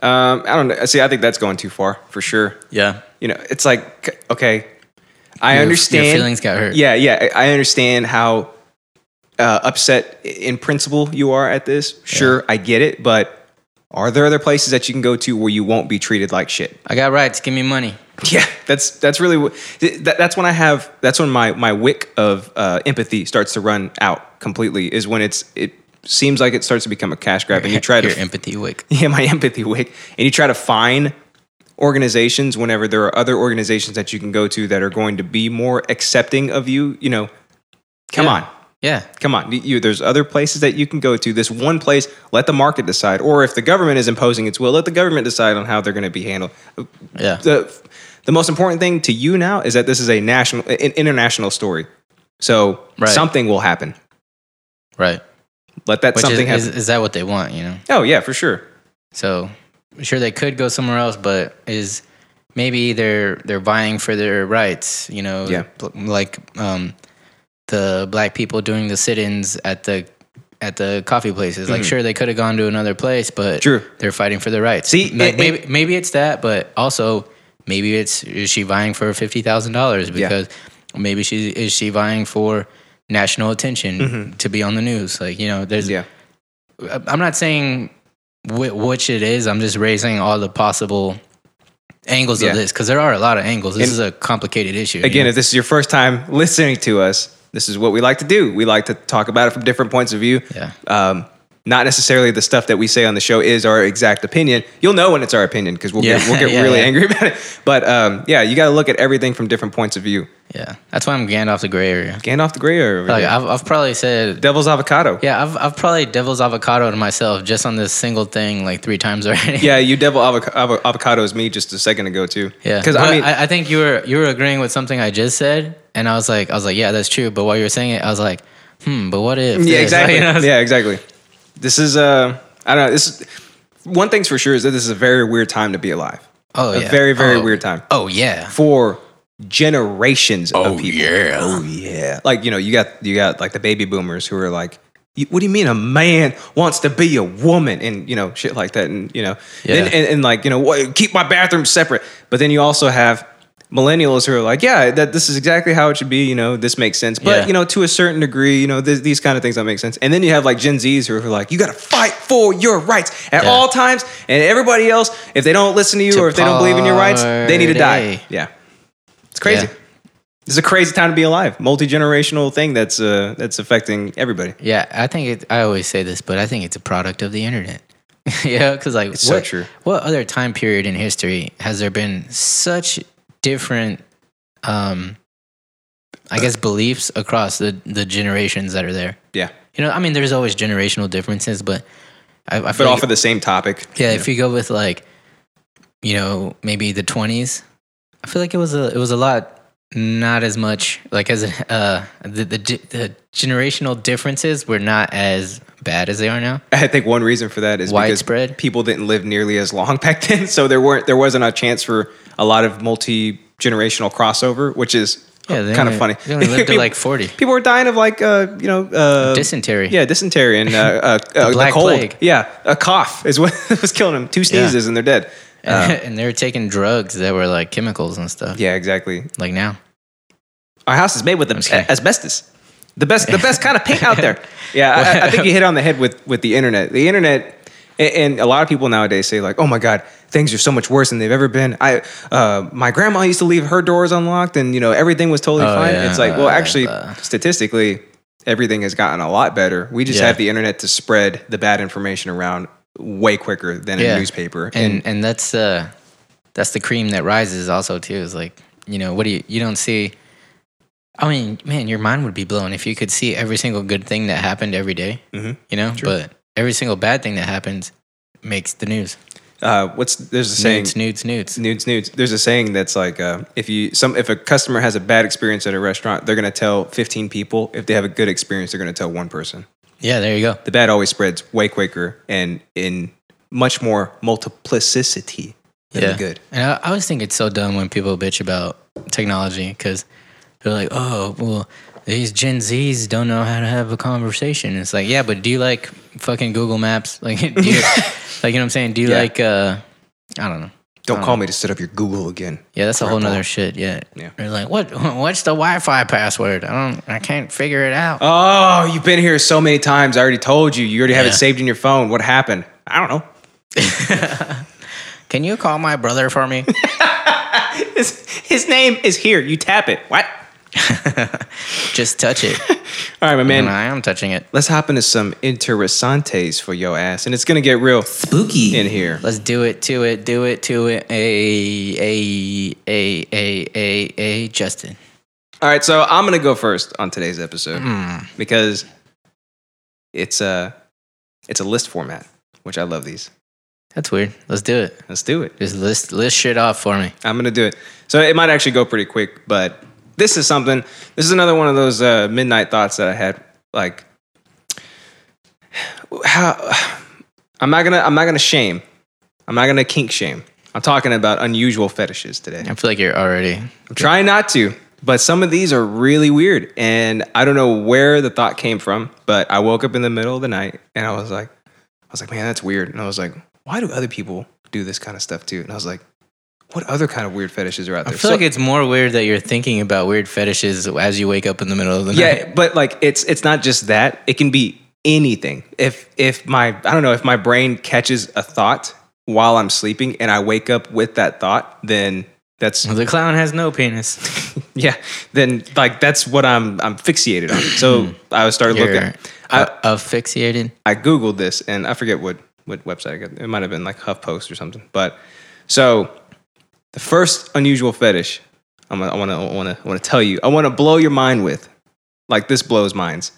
[SPEAKER 2] Um, I don't know. See, I think that's going too far for sure.
[SPEAKER 1] Yeah,
[SPEAKER 2] You know, it's like c- okay, I
[SPEAKER 1] Your- your
[SPEAKER 2] understand
[SPEAKER 1] feelings got hurt.
[SPEAKER 2] Yeah, yeah, I I understand how uh, upset i- in principle you are at this. Sure, I get it, but are there other places that you can go to where you won't be treated like shit?
[SPEAKER 1] I got rights. Give me money.
[SPEAKER 2] Yeah, that's that's really wh- th- that, that's when I have that's when my my wick of uh, empathy starts to run out completely. Is when it's it seems like it starts to become a cash grab, and you try
[SPEAKER 1] your
[SPEAKER 2] to
[SPEAKER 1] empathy wick.
[SPEAKER 2] yeah, my empathy wick. And you try to find organizations whenever there are other organizations that you can go to that are going to be more accepting of you. You know, come
[SPEAKER 1] Yeah.
[SPEAKER 2] on,
[SPEAKER 1] Yeah,
[SPEAKER 2] come on. You- You, there's other places that you can go to. This one place, let the market decide. Or if the government is imposing its will, let the government decide on how they're going to be handled.
[SPEAKER 1] yeah,
[SPEAKER 2] The, the most important thing to you now is that this is a national, an international story. So
[SPEAKER 1] Right.
[SPEAKER 2] something will happen.
[SPEAKER 1] right.
[SPEAKER 2] Let that
[SPEAKER 1] Which
[SPEAKER 2] something
[SPEAKER 1] is,
[SPEAKER 2] happen.
[SPEAKER 1] is, is that what they want? You know.
[SPEAKER 2] oh yeah, for sure.
[SPEAKER 1] So sure they could go somewhere else, but is maybe they're they're vying for their rights, you know,
[SPEAKER 2] Yeah.
[SPEAKER 1] bl- like um, the black people doing the sit-ins at the at the coffee places. Like sure they could have gone to another place, but
[SPEAKER 2] Mm-hmm. True.
[SPEAKER 1] they're fighting for their rights.
[SPEAKER 2] See,
[SPEAKER 1] like,
[SPEAKER 2] it-
[SPEAKER 1] maybe maybe it's that, but also maybe it's is she vying for fifty thousand dollars because maybe she is she vying for national attention to be on the news. Like you know, there's
[SPEAKER 2] Mm-hmm. Yeah.
[SPEAKER 1] I'm not saying whi which it is. I'm just raising all the possible angles
[SPEAKER 2] Yeah.
[SPEAKER 1] of this because there are a lot of angles. This
[SPEAKER 2] And-
[SPEAKER 1] is a complicated issue. you
[SPEAKER 2] Again,
[SPEAKER 1] know?
[SPEAKER 2] if this is your first time listening to us, this is what we like to do. We like to talk about it from different points of view.
[SPEAKER 1] yeah,
[SPEAKER 2] Um, not necessarily the stuff that we say on the show is our exact opinion. You'll know when it's our opinion because we'll get,
[SPEAKER 1] Yeah,
[SPEAKER 2] we'll get
[SPEAKER 1] yeah,
[SPEAKER 2] really
[SPEAKER 1] yeah.
[SPEAKER 2] angry about it. But um, yeah, you got to look at everything from different points of view.
[SPEAKER 1] yeah. That's why I'm Gandalf the gray area.
[SPEAKER 2] Gandalf the Grey or
[SPEAKER 1] Like I've, I've probably said,
[SPEAKER 2] Devil's Avocado.
[SPEAKER 1] Oh, yeah, I've I've probably devil's avocado to myself just on this single thing like three times already.
[SPEAKER 2] Yeah, you devil avoc- avo- avocado is me just a second ago too.
[SPEAKER 1] yeah.
[SPEAKER 2] because I
[SPEAKER 1] But
[SPEAKER 2] mean,
[SPEAKER 1] I, I think you were you were agreeing with something I just said, and I was like, I was like, yeah, that's true. But while you were saying it, I was like, hmm, but what if?
[SPEAKER 2] yeah,
[SPEAKER 1] this? Like,
[SPEAKER 2] exactly.
[SPEAKER 1] you know, it's-
[SPEAKER 2] yeah, exactly. This is uh, I don't know. This is, one thing's for sure is that this is a very weird time to be alive.
[SPEAKER 1] Oh
[SPEAKER 2] a
[SPEAKER 1] yeah.
[SPEAKER 2] very very
[SPEAKER 1] Oh.
[SPEAKER 2] weird time.
[SPEAKER 1] Oh yeah.
[SPEAKER 2] for generations of people. Yeah. Oh yeah. Like, you know, you got you got like the baby boomers who are like, "You- what do you mean a man wants to be a woman and you know, shit like that. And you know, then,
[SPEAKER 1] Yeah.
[SPEAKER 2] and, and like, you know, what keep my bathroom separate. But then you also have millennials who are like, yeah, that this is exactly how it should be, you know, this makes sense. But
[SPEAKER 1] Yeah.
[SPEAKER 2] you know, to a certain degree, you know, th- these kind of things don't make sense. And then you have like Gen Zs who are like, you gotta fight for your rights at
[SPEAKER 1] Yeah.
[SPEAKER 2] all times. And everybody else, if they don't listen to you
[SPEAKER 1] To
[SPEAKER 2] or if they don't believe in your rights, they need to die.
[SPEAKER 1] party.
[SPEAKER 2] Yeah. It's crazy.
[SPEAKER 1] Yeah.
[SPEAKER 2] This is a crazy time to be alive. Multi generational thing that's uh, that's affecting everybody.
[SPEAKER 1] Yeah, I think it, I always say this, but I think it's a product of the internet. yeah, because like
[SPEAKER 2] It's so
[SPEAKER 1] what,
[SPEAKER 2] true.
[SPEAKER 1] what other time period in history has there been such different, um,
[SPEAKER 2] Uh,
[SPEAKER 1] I guess, beliefs across the the generations that are there?
[SPEAKER 2] Yeah,
[SPEAKER 1] You know, I mean, there's always generational differences, but I, I
[SPEAKER 2] but
[SPEAKER 1] feel
[SPEAKER 2] all
[SPEAKER 1] like-
[SPEAKER 2] for the same topic.
[SPEAKER 1] yeah, if you go with like, you know, maybe the twenties, I feel like it was a it was a lot, not as much like as uh the the, di- the generational differences were not as bad as they are now.
[SPEAKER 2] I think one reason for that is
[SPEAKER 1] Widespread?
[SPEAKER 2] because people didn't live nearly as long back then, so there weren't there wasn't a chance for a lot of multi generational crossover, which is
[SPEAKER 1] Yeah, they
[SPEAKER 2] kind
[SPEAKER 1] only-
[SPEAKER 2] of funny.
[SPEAKER 1] They only lived to
[SPEAKER 2] People-
[SPEAKER 1] like forty.
[SPEAKER 2] people were dying of like uh, you know uh,
[SPEAKER 1] Dysentery.
[SPEAKER 2] Yeah, dysentery and uh, uh, uh, the
[SPEAKER 1] Black
[SPEAKER 2] cold.
[SPEAKER 1] Plague.
[SPEAKER 2] Yeah, a cough is what was killing them. Two sneezes and they're dead.
[SPEAKER 1] and they were taking drugs that were like chemicals and stuff.
[SPEAKER 2] uh, Yeah, exactly.
[SPEAKER 1] Like now.
[SPEAKER 2] Our house is made with
[SPEAKER 1] just kidding.
[SPEAKER 2] asbestos. The best, the best kind of paint out there. Yeah, I- I, I think you hit it on the head with with the internet. The internet, and, and a lot of people nowadays say like, "Oh my God, things are so much worse than they've ever been." I, uh, my grandma used to leave her doors unlocked, and you know everything was totally
[SPEAKER 1] Oh,
[SPEAKER 2] fine.
[SPEAKER 1] yeah,
[SPEAKER 2] It's like, well,
[SPEAKER 1] uh,
[SPEAKER 2] actually,
[SPEAKER 1] uh,
[SPEAKER 2] statistically, everything has gotten a lot better. We just
[SPEAKER 1] Yeah.
[SPEAKER 2] have the internet to spread the bad information around way quicker than
[SPEAKER 1] Yeah.
[SPEAKER 2] a newspaper.
[SPEAKER 1] And and that's uh that's the cream that rises also too. Is like, you know, what do you you don't see I mean, man, your mind would be blown if you could see every single good thing that happened every day,
[SPEAKER 2] Mhm.
[SPEAKER 1] You know? But every single bad thing that happens makes the news.
[SPEAKER 2] uh, what's there's a saying.
[SPEAKER 1] Nudes, nudes, nudes.
[SPEAKER 2] Nudes, nudes. There's a saying that's like, uh, if you some if a customer has a bad experience at a restaurant, they're gonna tell 15 people. If they have a good experience, they're gonna tell one person.
[SPEAKER 1] Yeah, there you go.
[SPEAKER 2] The bad always spreads way quicker and in much more multiplicity than the good.
[SPEAKER 1] And I, I always think it's so dumb when people bitch about technology because they're like, oh, well, these Gen Zs don't know how to have a conversation. It's like, yeah, but do you like fucking Google Maps? Like, do you, like you know what I'm saying? Do you
[SPEAKER 2] Yeah.
[SPEAKER 1] like, uh, I don't know.
[SPEAKER 2] Don't call me to set up your Google again.
[SPEAKER 1] Yeah, that's a whole
[SPEAKER 2] Crap.
[SPEAKER 1] nother shit. Yeah.
[SPEAKER 2] Yeah.
[SPEAKER 1] They're like, what? What's the Wi-Fi password? I don't. I can't figure it out.
[SPEAKER 2] Oh, you've been here so many times. I already told you. You already have
[SPEAKER 1] Yeah.
[SPEAKER 2] it saved in your phone. What happened? I don't know.
[SPEAKER 1] Can you call my brother for me?
[SPEAKER 2] His, his name is here. You tap it. What?
[SPEAKER 1] Just touch it.
[SPEAKER 2] All right, my
[SPEAKER 1] and
[SPEAKER 2] man.
[SPEAKER 1] I am touching it.
[SPEAKER 2] Let's hop into some interesantes for your ass, and it's gonna get real
[SPEAKER 1] Spooky.
[SPEAKER 2] in here.
[SPEAKER 1] Let's do it to it, do it to it. A a a a a a Justin.
[SPEAKER 2] All right, so I'm gonna go first on today's episode because it's a it's a list format, which I love these.
[SPEAKER 1] That's weird. Let's do it.
[SPEAKER 2] Let's do it.
[SPEAKER 1] Just list list shit off for me.
[SPEAKER 2] I'm gonna do it. So it might actually go pretty quick, but this is something. This is another one of those uh, midnight thoughts that I had. Like how I'm not gonna I'm not gonna shame. I'm not gonna kink shame. I'm talking about unusual fetishes today.
[SPEAKER 1] I feel like you're already.
[SPEAKER 2] I'm trying not to, but some of these are really weird. And I don't know where the thought came from, but I woke up in the middle of the night and I was like, I was like, man, that's weird. And I was like, why do other people do this kind of stuff too? And I was like, what other kind of weird fetishes are out
[SPEAKER 1] I
[SPEAKER 2] there?
[SPEAKER 1] feel
[SPEAKER 2] So-
[SPEAKER 1] like it's more weird that you're thinking about weird fetishes as you wake up in the middle of the night.
[SPEAKER 2] yeah, but like it's it's not just that. It can be anything. If if my I don't know, if my brain catches a thought while I'm sleeping and I wake up with that thought, then that's
[SPEAKER 1] The clown has no penis.
[SPEAKER 2] yeah, then like that's what I'm I'm fixated on. So I started
[SPEAKER 1] You're
[SPEAKER 2] looking. I,
[SPEAKER 1] a- asphyxiated.
[SPEAKER 2] I googled this and I forget what what website I got. It might have been like HuffPost or something. But so the first unusual fetish I'm, gonna- I want to want to want to tell you. I want to blow your mind with. Like this blows minds.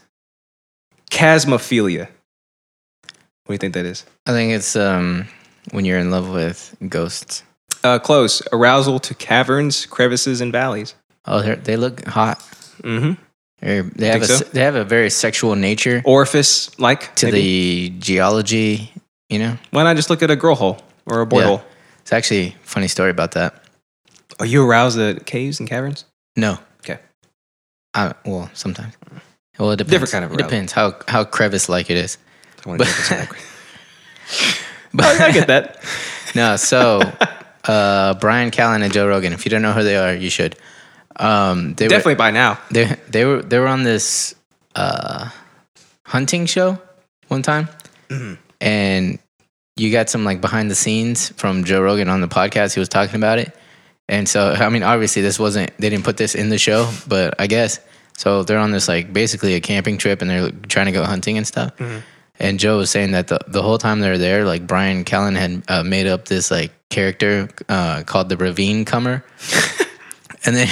[SPEAKER 2] Chasmophilia. What do you think that is?
[SPEAKER 1] I think it's um when you're in love with ghosts.
[SPEAKER 2] Uh, close arousal to caverns, crevices, and valleys.
[SPEAKER 1] Oh, they're- they look hot.
[SPEAKER 2] Mm-hmm.
[SPEAKER 1] They're- They have a,
[SPEAKER 2] Think so?
[SPEAKER 1] se- they have a very sexual nature
[SPEAKER 2] Orifice like
[SPEAKER 1] to the geology. You know.
[SPEAKER 2] Why not just look at a girl hole or a boy
[SPEAKER 1] Yeah.
[SPEAKER 2] hole?
[SPEAKER 1] It's actually a funny story about that.
[SPEAKER 2] Are you aroused at caves and caverns?
[SPEAKER 1] No.
[SPEAKER 2] Okay.
[SPEAKER 1] I, well, sometimes. Well, it depends.
[SPEAKER 2] Different kind of
[SPEAKER 1] It
[SPEAKER 2] arousal.
[SPEAKER 1] depends how how crevice like it is.
[SPEAKER 2] I, wanna get this out.
[SPEAKER 1] But
[SPEAKER 2] Oh, I I get that.
[SPEAKER 1] no, so uh, Brian Callen and Joe Rogan. If you don't know who they are, you should. Um, they
[SPEAKER 2] Definitely by now.
[SPEAKER 1] Were, they they were they were on this uh, hunting show one time, and you got some like behind the scenes from Joe Rogan on the podcast. He was talking about it. And so, I mean, obviously, this wasn't, they didn't put this in the show, but I guess. So they're on this, like, basically a camping trip and they're trying to go hunting and stuff. And Joe was saying that the, the whole time they were there, like, Brian Callen had uh, made up this, like, character uh, called the Ravine Comer. and then.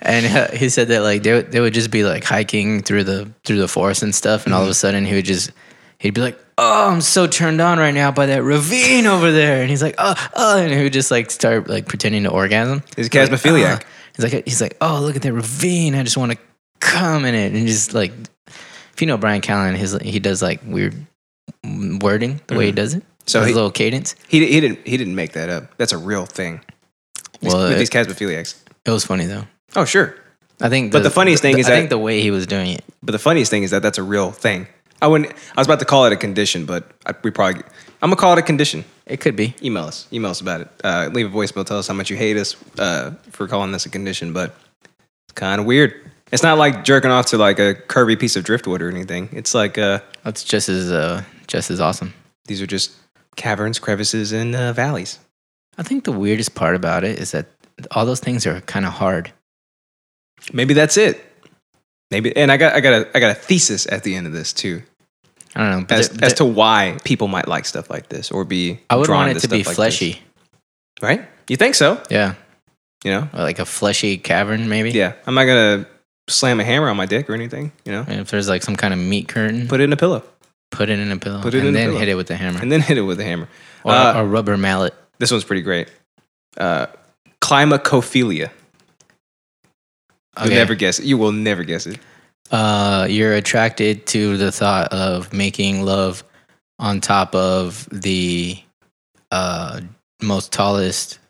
[SPEAKER 1] And uh, he said that like they would, they would just be like hiking through the through the forest and stuff, and all
[SPEAKER 2] Mm-hmm.
[SPEAKER 1] of a sudden he would just he'd be like, "Oh, I'm so turned on right now by that ravine over there," and he's like, "Oh, oh," and he would just like start like pretending to orgasm.
[SPEAKER 2] He's a
[SPEAKER 1] "Ah."
[SPEAKER 2] chasmophiliac.
[SPEAKER 1] He's like, he's like, "Oh, look at that ravine! I just want to come in it," and just like, if you know Brian Callen, his he does like weird wording the way he does it.
[SPEAKER 2] Mm-hmm. So
[SPEAKER 1] So his
[SPEAKER 2] he-
[SPEAKER 1] little cadence.
[SPEAKER 2] He, he didn't he didn't make that up. That's a real thing. These-
[SPEAKER 1] Well,
[SPEAKER 2] with these
[SPEAKER 1] it,
[SPEAKER 2] chasmophiliacs.
[SPEAKER 1] it was funny though.
[SPEAKER 2] Oh sure.
[SPEAKER 1] I think.
[SPEAKER 2] But the funniest thing is
[SPEAKER 1] I
[SPEAKER 2] that-
[SPEAKER 1] think the way he was doing it.
[SPEAKER 2] But the funniest thing is that that's a real thing. I wouldn't. I was about to call it a condition, but I, we probably. I'm gonna call it a condition.
[SPEAKER 1] It could be.
[SPEAKER 2] Email us. Email us about it. Uh, leave a voicemail. Tell us how much you hate us uh, for calling this a condition, but it's kind of weird. It's not like jerking off to like a curvy piece of driftwood or anything. It's like uh,
[SPEAKER 1] That's just as uh, just as awesome.
[SPEAKER 2] these are just caverns, crevices, and uh, valleys.
[SPEAKER 1] I think the weirdest part about it is that all those things are kind of hard.
[SPEAKER 2] Maybe that's it. Maybe. And I got I got a I got a thesis at the end of this too,
[SPEAKER 1] I don't know. But
[SPEAKER 2] as,
[SPEAKER 1] there-
[SPEAKER 2] as
[SPEAKER 1] there-
[SPEAKER 2] to why people might like stuff like this or be.
[SPEAKER 1] I would
[SPEAKER 2] drawn
[SPEAKER 1] want it to
[SPEAKER 2] stuff
[SPEAKER 1] be
[SPEAKER 2] like this.
[SPEAKER 1] fleshy.
[SPEAKER 2] right? You think so?
[SPEAKER 1] Yeah,
[SPEAKER 2] You know?
[SPEAKER 1] or like a fleshy cavern, maybe.
[SPEAKER 2] Yeah. I'm not gonna slam a hammer on my dick or anything. You know?
[SPEAKER 1] And if there's like some kind of meat curtain, put,
[SPEAKER 2] Put it in a pillow
[SPEAKER 1] it in a pillow,
[SPEAKER 2] put it
[SPEAKER 1] and
[SPEAKER 2] in a
[SPEAKER 1] then
[SPEAKER 2] pillow.
[SPEAKER 1] hit it with the hammer
[SPEAKER 2] and then hit it with a hammer.
[SPEAKER 1] or
[SPEAKER 2] uh,
[SPEAKER 1] a rubber mallet.
[SPEAKER 2] This one's pretty great. Uh, climacophilia.
[SPEAKER 1] Okay.
[SPEAKER 2] You'll never guess it. You will never guess it.
[SPEAKER 1] uh, you're attracted to the thought of making love on top of the uh, most tallest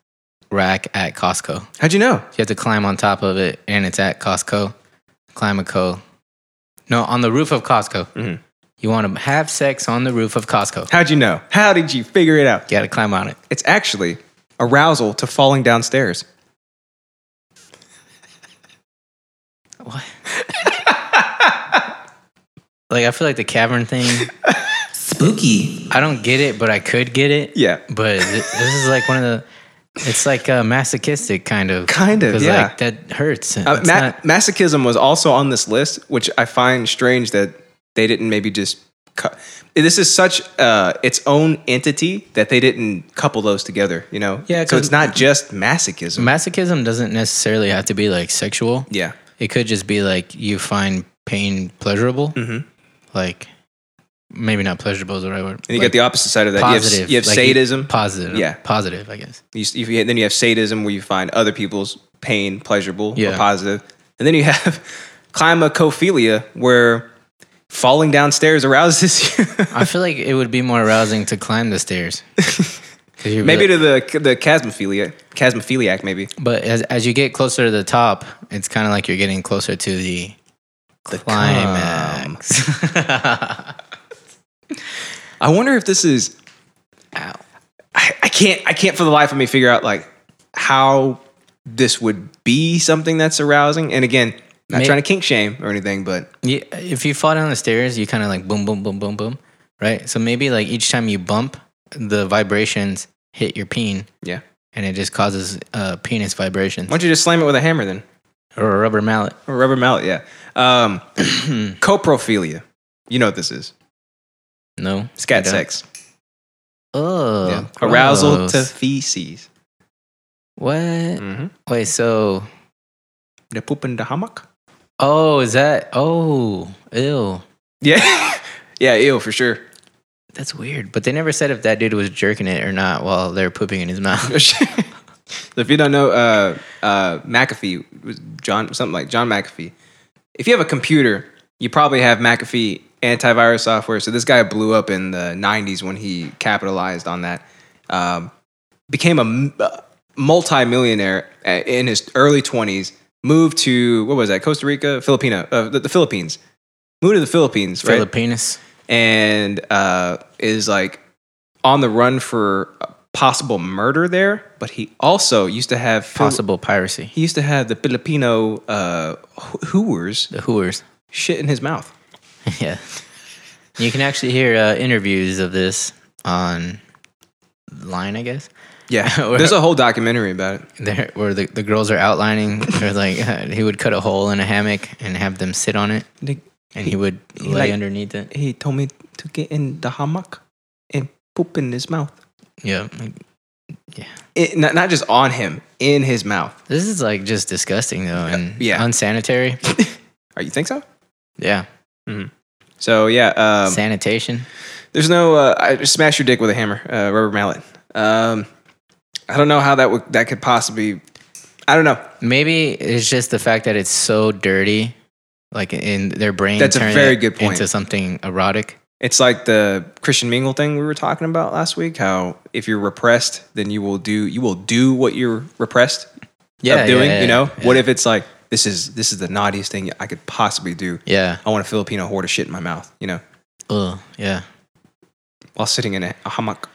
[SPEAKER 1] rack at Costco. You
[SPEAKER 2] How'd you know?
[SPEAKER 1] have to climb on top of it, and it's at Costco. Climb a co. No, on the roof of Costco.
[SPEAKER 2] Mhm.
[SPEAKER 1] You want to have sex on the roof of Costco.
[SPEAKER 2] How'd you know? How did you figure it out?
[SPEAKER 1] You got to climb on it.
[SPEAKER 2] It's actually arousal to falling downstairs.
[SPEAKER 1] Like I feel like the cavern thing. Spooky. I don't get it, but I could get it.
[SPEAKER 2] Yeah.
[SPEAKER 1] But th- this is like one of the. It's like uh, masochistic kind of.
[SPEAKER 2] Kind of,
[SPEAKER 1] 'Cause,
[SPEAKER 2] yeah.
[SPEAKER 1] Like, that hurts.
[SPEAKER 2] Uh,
[SPEAKER 1] It's
[SPEAKER 2] ma-
[SPEAKER 1] not-
[SPEAKER 2] masochism was also on this list, which I find strange that they didn't maybe just. Cu- this is such uh, its own entity that they didn't couple those together. You know,
[SPEAKER 1] Yeah,
[SPEAKER 2] So
[SPEAKER 1] 'cause- Mm.
[SPEAKER 2] it's not just masochism.
[SPEAKER 1] masochism doesn't necessarily have to be like sexual.
[SPEAKER 2] yeah,
[SPEAKER 1] It could just be like you find pain pleasurable.
[SPEAKER 2] Mhm.
[SPEAKER 1] Like maybe not pleasurable is the right word.
[SPEAKER 2] and you got the opposite side of that.
[SPEAKER 1] positive.
[SPEAKER 2] You have, you have
[SPEAKER 1] like,
[SPEAKER 2] sadism.
[SPEAKER 1] Positive.
[SPEAKER 2] Yeah.
[SPEAKER 1] Positive, I guess.
[SPEAKER 2] You, you, you- then you have sadism where you find other people's pain pleasurable or
[SPEAKER 1] Yeah.
[SPEAKER 2] positive. And then you have climacophilia where falling downstairs arouses you.
[SPEAKER 1] I feel like it would be more arousing to climb the stairs. 'Cause you'd be
[SPEAKER 2] maybe
[SPEAKER 1] like-
[SPEAKER 2] to the the chasmophilia, chasmophiliac maybe.
[SPEAKER 1] But as as you get closer to the top, it's kind of like you're getting closer to the, climax.
[SPEAKER 2] I wonder if this is.
[SPEAKER 1] Ow.
[SPEAKER 2] I, I can't. I can't for the life of me figure out like how this would be something that's arousing. And again, not
[SPEAKER 1] May-
[SPEAKER 2] trying to kink shame or anything, but
[SPEAKER 1] Yeah, if you fall down the stairs, you kind of like boom, boom, boom, boom, boom, right? So maybe like each time you bump, the vibrations hit your peen,
[SPEAKER 2] yeah.
[SPEAKER 1] and it just causes uh, penis vibrations
[SPEAKER 2] Why don't you just slam it with a hammer then,
[SPEAKER 1] or a rubber mallet.
[SPEAKER 2] or a rubber mallet? Yeah. Um, coprophilia. You know what this is?
[SPEAKER 1] No,
[SPEAKER 2] Scat
[SPEAKER 1] I don't.
[SPEAKER 2] sex.
[SPEAKER 1] Oh,
[SPEAKER 2] yeah. Uh, Arousal to
[SPEAKER 1] gross.
[SPEAKER 2] feces.
[SPEAKER 1] what?
[SPEAKER 2] Mm-hmm.
[SPEAKER 1] Wait, so
[SPEAKER 2] The poop in the hammock.
[SPEAKER 1] oh, is that oh, ew.
[SPEAKER 2] Yeah. yeah. Ew, for sure.
[SPEAKER 1] That's weird, but they never said if that dude was jerking it or not while they were pooping in his mouth.
[SPEAKER 2] if you don't know, uh, uh, McAfee was John something like John McAfee. If you have a computer, you probably have McAfee antivirus software. So this guy blew up in the '90s when he capitalized on that. Um, became a m- uh, multi-millionaire a- in his early 20s. Moved to what was that? Costa Rica, Filipino, uh, the, the Philippines. Moved to the Philippines, right?
[SPEAKER 1] Filipinas.
[SPEAKER 2] and uh, is like on the run for possible murder there. But he also used to have Fili-
[SPEAKER 1] Possible piracy.
[SPEAKER 2] He used to have the Filipino uh, hoo- hooers
[SPEAKER 1] The hooers.
[SPEAKER 2] shit in his mouth.
[SPEAKER 1] yeah. You can actually hear uh, interviews of this on line, I guess.
[SPEAKER 2] Yeah, there's a whole documentary about it.
[SPEAKER 1] There, where the, the girls are outlining, they're like uh, he would cut a hole in a hammock and have them sit on it,
[SPEAKER 2] They-
[SPEAKER 1] and he would
[SPEAKER 2] he
[SPEAKER 1] lay
[SPEAKER 2] like-
[SPEAKER 1] underneath it.
[SPEAKER 2] He told me to get in the hammock and poop in his mouth.
[SPEAKER 1] Yeah,
[SPEAKER 2] It, not, not just on him, in his mouth.
[SPEAKER 1] this is like just disgusting though, and
[SPEAKER 2] Yeah.
[SPEAKER 1] unsanitary.
[SPEAKER 2] Are you think so?
[SPEAKER 1] Yeah,
[SPEAKER 2] So yeah, um,
[SPEAKER 1] sanitation.
[SPEAKER 2] There's no uh, I just smash your dick with a hammer, uh, rubber mallet. Um, I don't know how that would that could possibly. I don't know.
[SPEAKER 1] Maybe it's just the fact that it's so dirty, like in their brain.
[SPEAKER 2] That's a
[SPEAKER 1] turning
[SPEAKER 2] very
[SPEAKER 1] it
[SPEAKER 2] good point.
[SPEAKER 1] Into something erotic.
[SPEAKER 2] It's like the Christian mingle thing we were talking about last week. How if you're repressed, then you will do you will do what you're repressed
[SPEAKER 1] Yeah,
[SPEAKER 2] of doing.
[SPEAKER 1] yeah,
[SPEAKER 2] you know.
[SPEAKER 1] yeah.
[SPEAKER 2] What if it's like this is this is the naughtiest thing I could possibly do?
[SPEAKER 1] Yeah,
[SPEAKER 2] I want a Filipino whore to shit in my mouth. You know.
[SPEAKER 1] Ugh, yeah.
[SPEAKER 2] while sitting in a, a hammock.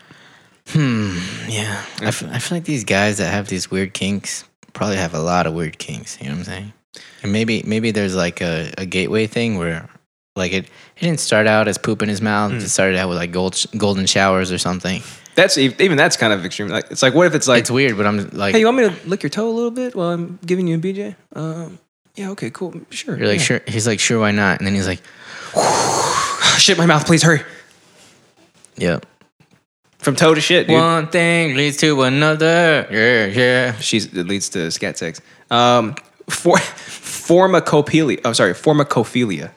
[SPEAKER 1] Hmm. Yeah. I, f- I feel like these guys that have these weird kinks probably have a lot of weird kinks. You know what I'm saying? And maybe maybe there's like a, a gateway thing where like it, it didn't start out as poop in his mouth. It started out with like gold sh- golden showers or something.
[SPEAKER 2] That's ev- even that's kind of extreme. Like it's like what if it's like
[SPEAKER 1] it's weird, but I'm like
[SPEAKER 2] hey, you want me to lick your toe a little bit while I'm giving you a BJ? Um, yeah, okay, cool, sure.
[SPEAKER 1] you're like
[SPEAKER 2] yeah.
[SPEAKER 1] sure. He's like sure, why not? And then he's like,
[SPEAKER 2] Shit, my mouth, please hurry.
[SPEAKER 1] yeah.
[SPEAKER 2] From toe to shit, dude.
[SPEAKER 1] One thing leads to another. Yeah, yeah.
[SPEAKER 2] She's it leads to scat sex. Um, for formacophilia. I'm sorry, formacophilia.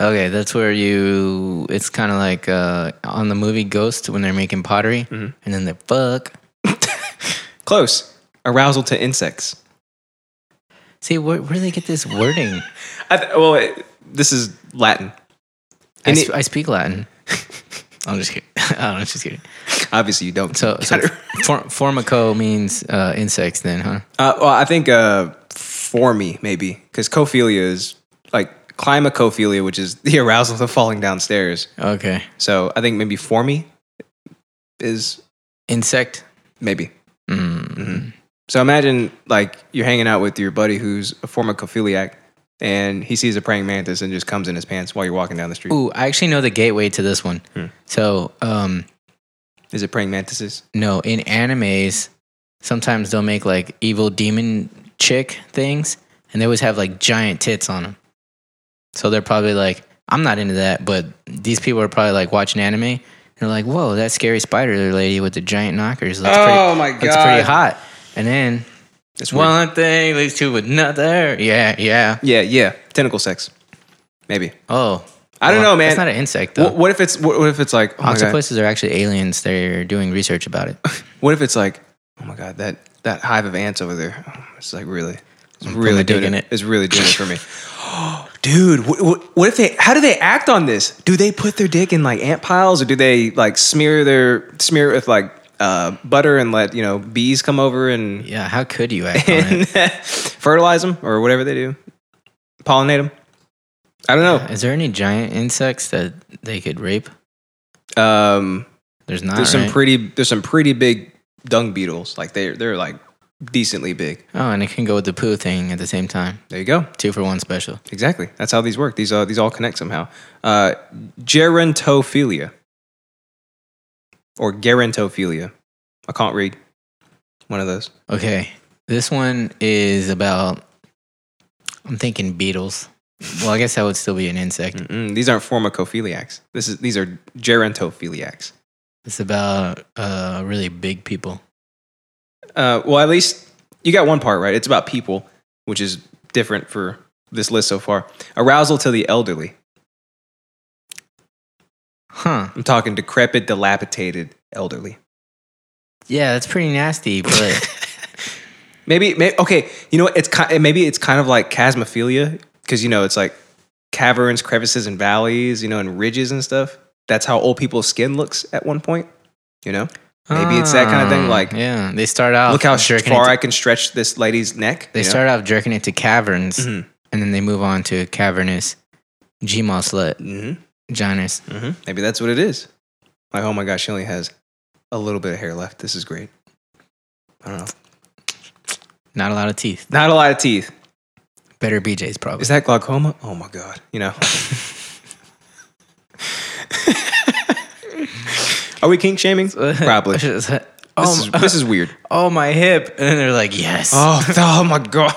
[SPEAKER 1] Okay, that's where you. It's kind of like uh, on the movie Ghost when they're making pottery, and then they fuck.
[SPEAKER 2] Close. Arousal to insects.
[SPEAKER 1] See, where, where do they get this wording?
[SPEAKER 2] I th- well, it, this is Latin,
[SPEAKER 1] I,
[SPEAKER 2] And
[SPEAKER 1] sp-
[SPEAKER 2] it-
[SPEAKER 1] I speak Latin. I'm just kidding. I don't know, just kidding.
[SPEAKER 2] obviously. You don't.
[SPEAKER 1] So, so
[SPEAKER 2] Gotta-
[SPEAKER 1] for, formico means uh, insects, then, huh?
[SPEAKER 2] uh, well, I think uh, formy maybe because cophilia is like climacophilia, which is the arousal to falling downstairs.
[SPEAKER 1] Okay.
[SPEAKER 2] So I think maybe formy is
[SPEAKER 1] Insect.
[SPEAKER 2] maybe. Mm-hmm.
[SPEAKER 1] Mm.
[SPEAKER 2] So imagine like you're hanging out with your buddy who's a formicophiliac and he sees a praying mantis and just comes in his pants while you're walking down the street.
[SPEAKER 1] Ooh, I actually know the gateway to this one.
[SPEAKER 2] Hmm.
[SPEAKER 1] So, um,
[SPEAKER 2] Is it praying mantises?
[SPEAKER 1] No, in animes, sometimes they'll make like evil demon chick things, and they always have like giant tits on them. So they're probably like, I'm not into that, but these people are probably like watching anime. And they're like, whoa, that scary spider lady with the giant knockers looks pretty,
[SPEAKER 2] Oh my
[SPEAKER 1] looks pretty hot. And then
[SPEAKER 2] It's one.
[SPEAKER 1] one thing leads to another. Yeah, yeah.
[SPEAKER 2] Yeah, yeah. Tentacle sex. Maybe.
[SPEAKER 1] Oh,
[SPEAKER 2] I don't
[SPEAKER 1] Well,
[SPEAKER 2] know, man.
[SPEAKER 1] That's not an insect though.
[SPEAKER 2] What, what if it's what, what if it's like oh my God.
[SPEAKER 1] Octopuses are actually aliens. They're doing research about it.
[SPEAKER 2] What if it's like oh my god that that hive of ants over there? It's like really, it's
[SPEAKER 1] put my
[SPEAKER 2] really
[SPEAKER 1] dick
[SPEAKER 2] doing
[SPEAKER 1] in
[SPEAKER 2] it.
[SPEAKER 1] it.
[SPEAKER 2] It's really doing it for me. Dude, what, what, what if they? How do they act on this? Do they put their dick in like ant piles, or do they like smear their smear it with like uh, butter and let you know bees come over and,
[SPEAKER 1] Yeah, how could you act on it?
[SPEAKER 2] and fertilize them or whatever they do, pollinate them? I don't know.
[SPEAKER 1] Is there any giant insects that they could rape?
[SPEAKER 2] Um,
[SPEAKER 1] There's not.
[SPEAKER 2] there's some
[SPEAKER 1] right?
[SPEAKER 2] pretty there's some pretty big dung beetles. Like they are they're like decently big.
[SPEAKER 1] oh, and it can go with the poo thing at the same time.
[SPEAKER 2] There you go.
[SPEAKER 1] Two for one special.
[SPEAKER 2] Exactly. That's how these work. These uh, these all connect somehow. Uh, gerontophilia or gerontophilia. I can't read. One of those.
[SPEAKER 1] Okay, this one is about. I'm thinking beetles. Well, I guess that would still be an insect.
[SPEAKER 2] Mm-mm. These aren't formicophiliacs. This is these are gerontophiliacs.
[SPEAKER 1] It's about uh, really big people.
[SPEAKER 2] Uh, well, at least you got one part right. It's about people, which is different for this list so far. Arousal to the elderly.
[SPEAKER 1] Huh?
[SPEAKER 2] I'm talking decrepit, dilapidated elderly.
[SPEAKER 1] Yeah, that's pretty nasty. But
[SPEAKER 2] Maybe, may okay. You know, what? it's ki- maybe it's kind of like chasmophilia because you know it's like caverns, crevices, and valleys. You know, and ridges and stuff. That's how old people's skin looks at one point. You know, maybe it's that kind of thing.
[SPEAKER 1] Ah,
[SPEAKER 2] Like,
[SPEAKER 1] yeah, they start out.
[SPEAKER 2] look how
[SPEAKER 1] jerking
[SPEAKER 2] far
[SPEAKER 1] Oh, it to-
[SPEAKER 2] I can stretch this lady's neck.
[SPEAKER 1] They
[SPEAKER 2] you know?
[SPEAKER 1] start out jerking it to caverns,
[SPEAKER 2] Mhm.
[SPEAKER 1] and then they move on to cavernous, Gmail slut,
[SPEAKER 2] Mhm,
[SPEAKER 1] Janus.
[SPEAKER 2] mhm. Maybe that's what it is. Like, oh my gosh, she only has a little bit of hair left. This is great. I don't know.
[SPEAKER 1] Not a lot of teeth.
[SPEAKER 2] Not a lot of teeth.
[SPEAKER 1] Better BJ's probably.
[SPEAKER 2] Is that glaucoma? Oh my god. You know. Are we kink shaming? Probably. This
[SPEAKER 1] oh,
[SPEAKER 2] is,
[SPEAKER 1] my-
[SPEAKER 2] this is weird.
[SPEAKER 1] oh, my hip. And then they're like, yes.
[SPEAKER 2] Oh, th- oh my god.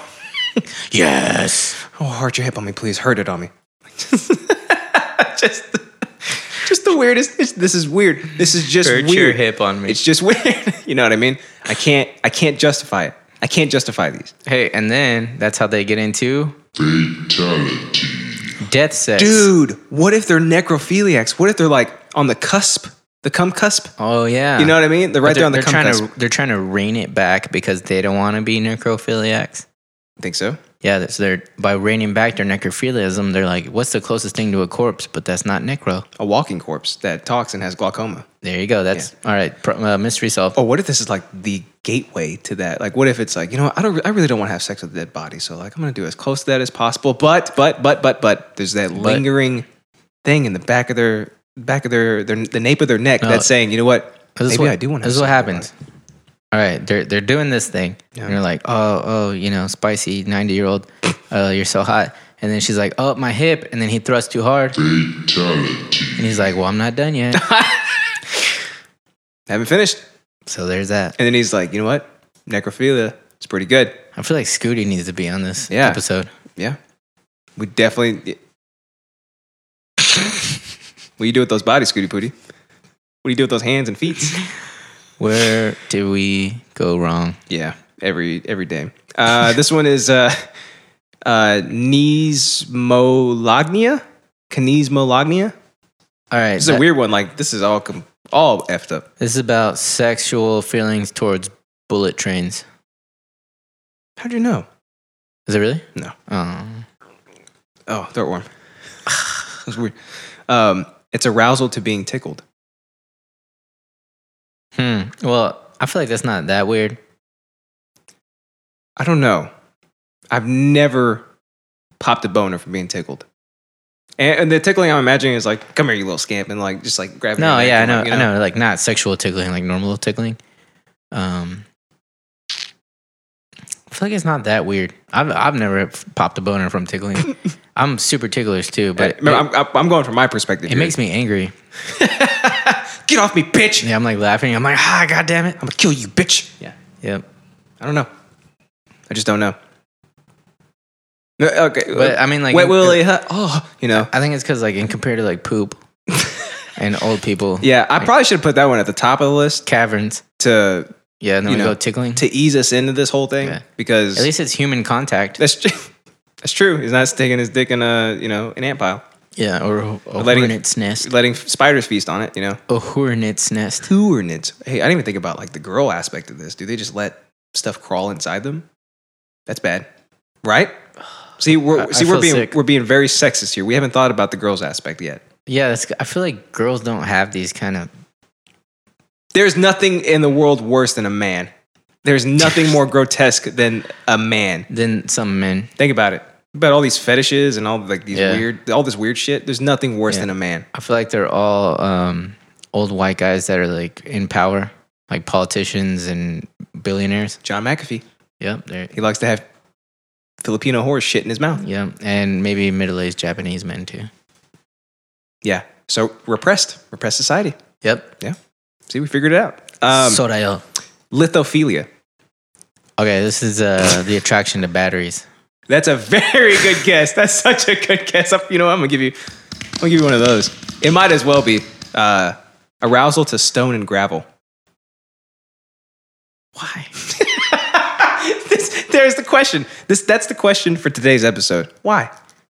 [SPEAKER 1] yes.
[SPEAKER 2] Oh, hurt your hip on me, please. Hurt it on me. just, just the weirdest. This, this is weird. This is just
[SPEAKER 1] Hurt
[SPEAKER 2] weird.
[SPEAKER 1] your hip on me.
[SPEAKER 2] It's just weird. you know what I mean? I can't. I can't justify it. I can't justify these.
[SPEAKER 1] Hey, and then that's how they get into death sex.
[SPEAKER 2] Dude, what if they're necrophiliacs? What if they're like on the cusp, the cum cusp?
[SPEAKER 1] Oh, yeah.
[SPEAKER 2] You know what I mean? They're right
[SPEAKER 1] But
[SPEAKER 2] there on the
[SPEAKER 1] they're
[SPEAKER 2] cum
[SPEAKER 1] trying
[SPEAKER 2] cusp.
[SPEAKER 1] to They're trying to rein it back because they don't want to be necrophiliacs.
[SPEAKER 2] Think so?
[SPEAKER 1] Yeah, that's they're by reining back their necrophilism. They're like, what's the closest thing to a corpse? But that's not necro.
[SPEAKER 2] a walking corpse that talks and has glaucoma.
[SPEAKER 1] There you go. That's all right. Pro, uh, mystery solved.
[SPEAKER 2] Oh, what if this is like the gateway to that? Like, what if it's like, you know, what, I don't, I really don't want to have sex with a dead body, so like, I'm gonna do as close to that as possible. But, but, but, but, but, there's that lingering thing in the back of their back of their, their the nape of their neck
[SPEAKER 1] No.
[SPEAKER 2] that's saying, you know
[SPEAKER 1] Uh,
[SPEAKER 2] what?
[SPEAKER 1] Oh, This
[SPEAKER 2] Maybe
[SPEAKER 1] is what,
[SPEAKER 2] I do want to.
[SPEAKER 1] This is what happens. All right, they're they're doing this thing,
[SPEAKER 2] Yeah.
[SPEAKER 1] and you're like, oh, oh, you know, spicy ninety year old, uh, you're so hot. And then she's like, oh, my hip. And then he thrusts too hard, and he's like, well, I'm not done yet.
[SPEAKER 2] Haven't finished.
[SPEAKER 1] so there's that.
[SPEAKER 2] And then he's like, you know what? Necrophilia. It's pretty good.
[SPEAKER 1] I feel like Scooty needs to be on this
[SPEAKER 2] Yeah.
[SPEAKER 1] episode.
[SPEAKER 2] Yeah. We definitely. what do you do with those bodies, Scooty Pooty? What do you do with those hands and feet?
[SPEAKER 1] Where did we go wrong?
[SPEAKER 2] yeah, every every day. Uh, this one is uh, uh, Nismolagnia. Kinesmolagnia.
[SPEAKER 1] All right,
[SPEAKER 2] It's
[SPEAKER 1] that-
[SPEAKER 2] a weird one. Like this is all com- all effed up.
[SPEAKER 1] this is about sexual feelings towards bullet trains.
[SPEAKER 2] How'd you know?
[SPEAKER 1] Is it really?
[SPEAKER 2] No.
[SPEAKER 1] Oh,
[SPEAKER 2] Oh, throat warm. That's weird. Um, it's arousal to being tickled.
[SPEAKER 1] hmm. Well, I feel like that's not that weird.
[SPEAKER 2] I don't know. I've never popped a boner from being tickled. And, and the tickling I'm imagining is like, come here, you little scamp, and like just like grabbing.
[SPEAKER 1] No,
[SPEAKER 2] your neck
[SPEAKER 1] yeah, I
[SPEAKER 2] and,
[SPEAKER 1] know,
[SPEAKER 2] like, you
[SPEAKER 1] I know, like not sexual tickling, like normal tickling. Um, I feel like it's not that weird. I've I've never f- popped a boner from tickling. I'm super ticklers too, but
[SPEAKER 2] But remember, I'm, I'm going from my perspective.
[SPEAKER 1] it, it
[SPEAKER 2] here.
[SPEAKER 1] makes me angry.
[SPEAKER 2] get off me, bitch.
[SPEAKER 1] Yeah, I'm like laughing. I'm like, ah, god damn it.
[SPEAKER 2] I'm gonna kill you, bitch. Yeah.
[SPEAKER 1] Yep.
[SPEAKER 2] I don't know. I just don't know. No, okay.
[SPEAKER 1] But, I mean, like- uh,
[SPEAKER 2] wet willy. huh? Oh, you know.
[SPEAKER 1] I think it's because like in compared to like poop and old people,
[SPEAKER 2] Yeah, I probably should have put that one at the top of the list
[SPEAKER 1] caverns.
[SPEAKER 2] to
[SPEAKER 1] Yeah, and then
[SPEAKER 2] You
[SPEAKER 1] we
[SPEAKER 2] know,
[SPEAKER 1] go tickling.
[SPEAKER 2] to ease us into this whole thing
[SPEAKER 1] Yeah.
[SPEAKER 2] because
[SPEAKER 1] At least it's human contact.
[SPEAKER 2] That's true. That's true. He's not sticking his dick in a you know an ant pile,
[SPEAKER 1] Yeah, or a, a
[SPEAKER 2] Letting-
[SPEAKER 1] hornet's nest.
[SPEAKER 2] letting spiders feast on it. You know,
[SPEAKER 1] A hornet's nest.
[SPEAKER 2] coornits. Hey, I didn't even think about like the girl aspect of this. Do they just let stuff crawl inside them? That's bad, right? See, we're
[SPEAKER 1] I- I
[SPEAKER 2] see we're
[SPEAKER 1] feel
[SPEAKER 2] being
[SPEAKER 1] sick.
[SPEAKER 2] we're being very sexist here. We haven't thought about the girls aspect yet.
[SPEAKER 1] Yeah, that's, I feel like girls don't have these kind of
[SPEAKER 2] There's nothing in the world worse than a man. There's nothing more grotesque than a man.
[SPEAKER 1] than some men.
[SPEAKER 2] Think about it. About all these fetishes and all like these
[SPEAKER 1] Yeah.
[SPEAKER 2] weird, all this weird shit. There's nothing worse
[SPEAKER 1] Yeah.
[SPEAKER 2] than a man.
[SPEAKER 1] I feel like they're all um, old white guys that are like in power, like politicians and billionaires.
[SPEAKER 2] John McAfee.
[SPEAKER 1] Yep, they're
[SPEAKER 2] He likes to have Filipino horse shit in his mouth.
[SPEAKER 1] yeah, and maybe middle-aged Japanese men too.
[SPEAKER 2] Yeah. So repressed, repressed society.
[SPEAKER 1] Yep.
[SPEAKER 2] See, we figured it out. Um,
[SPEAKER 1] Sorayo.
[SPEAKER 2] lithophilia.
[SPEAKER 1] Okay, this is uh, the attraction to batteries.
[SPEAKER 2] That's a very good guess. That's such a good guess. I'm- You know, what? I'm gonna give you, I'm gonna give you one of those. It might as well be uh, arousal to stone and gravel.
[SPEAKER 1] Why?
[SPEAKER 2] this, there's the question. This, that's the question for today's episode. Why?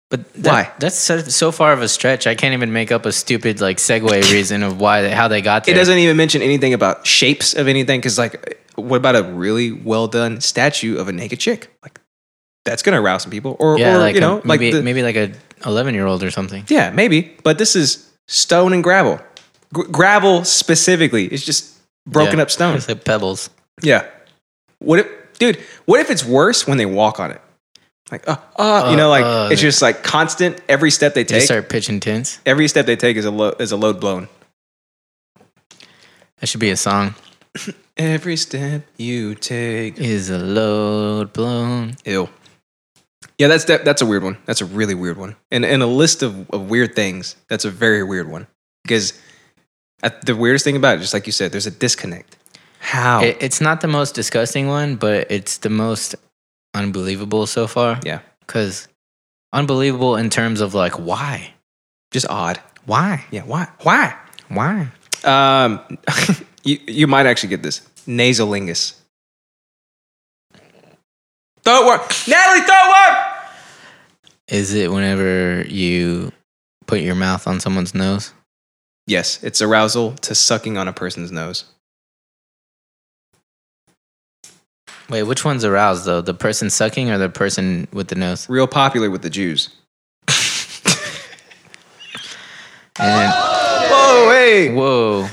[SPEAKER 1] But that,
[SPEAKER 2] Why?
[SPEAKER 1] That's so, so far of a stretch. I can't even make up a stupid like segue reason of why how they got
[SPEAKER 2] It
[SPEAKER 1] there.
[SPEAKER 2] doesn't even mention anything about shapes of anything. Because like, what about a really well done statue of a naked chick? Like, that's gonna arouse some people. Or,
[SPEAKER 1] Yeah,
[SPEAKER 2] or
[SPEAKER 1] like
[SPEAKER 2] you
[SPEAKER 1] a-
[SPEAKER 2] know, like
[SPEAKER 1] maybe
[SPEAKER 2] the-
[SPEAKER 1] maybe like a eleven year old or something.
[SPEAKER 2] yeah, maybe. But this is stone and gravel. Gr- gravel specifically. It's just broken
[SPEAKER 1] Yeah.
[SPEAKER 2] up stone.
[SPEAKER 1] It's like pebbles.
[SPEAKER 2] Yeah. What if, dude? What if it's worse when they walk on it? Like, uh, uh, you know, like
[SPEAKER 1] uh,
[SPEAKER 2] it's just like constant. Every step they
[SPEAKER 1] They
[SPEAKER 2] take,
[SPEAKER 1] start pitching tents.
[SPEAKER 2] every step they take is a lo- is a load blown.
[SPEAKER 1] That should be a song.
[SPEAKER 2] Every step you take,
[SPEAKER 1] Is a load blown?
[SPEAKER 2] Ew. Yeah, that's that, that's a weird one. That's a really weird one. And and a list of, of weird things. That's a very weird one because uh, the weirdest thing about it, just like you said, there's a disconnect. How?
[SPEAKER 1] It, it's not the most disgusting one, but it's the most unbelievable so far.
[SPEAKER 2] Yeah.
[SPEAKER 1] Because unbelievable in terms of like why,
[SPEAKER 2] just odd.
[SPEAKER 1] why,
[SPEAKER 2] Yeah. Why? Why?
[SPEAKER 1] why?
[SPEAKER 2] Um, you you might actually get this nasolingus. Throat worm, Natalie. Throat worm.
[SPEAKER 1] Is it whenever you put your mouth on someone's nose?
[SPEAKER 2] Yes, it's arousal to sucking on a person's nose.
[SPEAKER 1] Wait, which one's aroused though? The person sucking or the person with the nose?
[SPEAKER 2] Real popular with the Jews.
[SPEAKER 1] And
[SPEAKER 2] Whoa, Oh, hey!
[SPEAKER 1] whoa,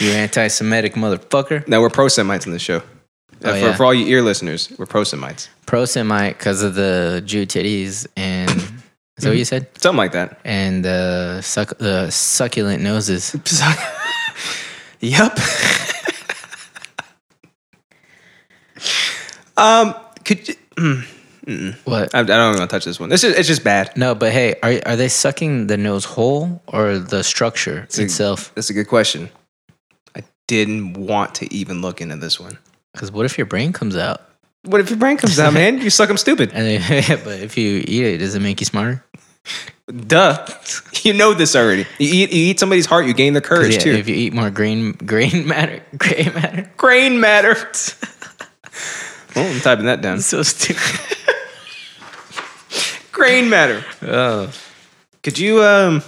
[SPEAKER 1] you anti-Semitic motherfucker.
[SPEAKER 2] Now we're pro Semites in this show. Uh,
[SPEAKER 1] Oh,
[SPEAKER 2] for,
[SPEAKER 1] yeah.
[SPEAKER 2] for all you ear listeners, we're pro Semites.
[SPEAKER 1] pro Semite because of the Jew titties and Is that what you said?
[SPEAKER 2] Something like that.
[SPEAKER 1] And the suck the succulent noses.
[SPEAKER 2] yep. um, could you,
[SPEAKER 1] What?
[SPEAKER 2] I, I don't even want to touch this one. This is it's just bad.
[SPEAKER 1] no, but hey, are are they sucking the nose hole or the structure
[SPEAKER 2] a-
[SPEAKER 1] itself?
[SPEAKER 2] That's a good question. I didn't want to even look into this one.
[SPEAKER 1] Because what if your brain comes out?
[SPEAKER 2] What if your brain comes out, man? You suck them stupid.
[SPEAKER 1] And then, but if you eat it, does it make you smarter?
[SPEAKER 2] Duh. You know this already. You eat, you eat somebody's heart, you gain their
[SPEAKER 1] 'Cause
[SPEAKER 2] courage
[SPEAKER 1] yeah,
[SPEAKER 2] too.
[SPEAKER 1] if you eat more green grain matter, gray matter,
[SPEAKER 2] Grain matter. oh, I'm typing that down.
[SPEAKER 1] so stupid.
[SPEAKER 2] Grain matter. Oh. Could you um?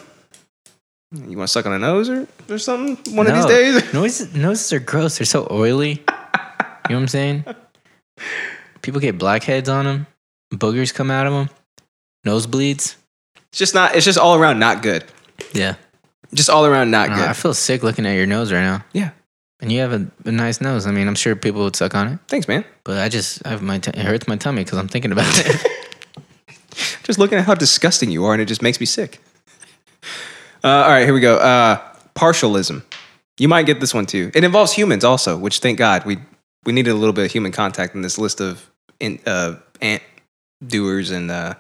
[SPEAKER 2] You want to suck on a nose or, or something one of these days?
[SPEAKER 1] Noises, noses are gross. They're so oily. you know what I'm saying? People get blackheads on them. Boogers come out of them. Nosebleeds.
[SPEAKER 2] It's just not. It's just all around not good.
[SPEAKER 1] Yeah.
[SPEAKER 2] Just all around not
[SPEAKER 1] I, don't know, I
[SPEAKER 2] good.
[SPEAKER 1] feel sick looking at your nose right now.
[SPEAKER 2] Yeah.
[SPEAKER 1] And you have a, a nice nose. I mean, I'm sure people would suck on it,
[SPEAKER 2] Thanks, man.
[SPEAKER 1] but I just I have my t- it hurts my tummy because I'm thinking about it.
[SPEAKER 2] Just looking at how disgusting you are, and it just makes me sick. Uh, all right, here we go. Uh, partialism. You might get this one too. It involves humans also, which thank God we we needed a little bit of human contact in this list of in, uh, ant doers and uh,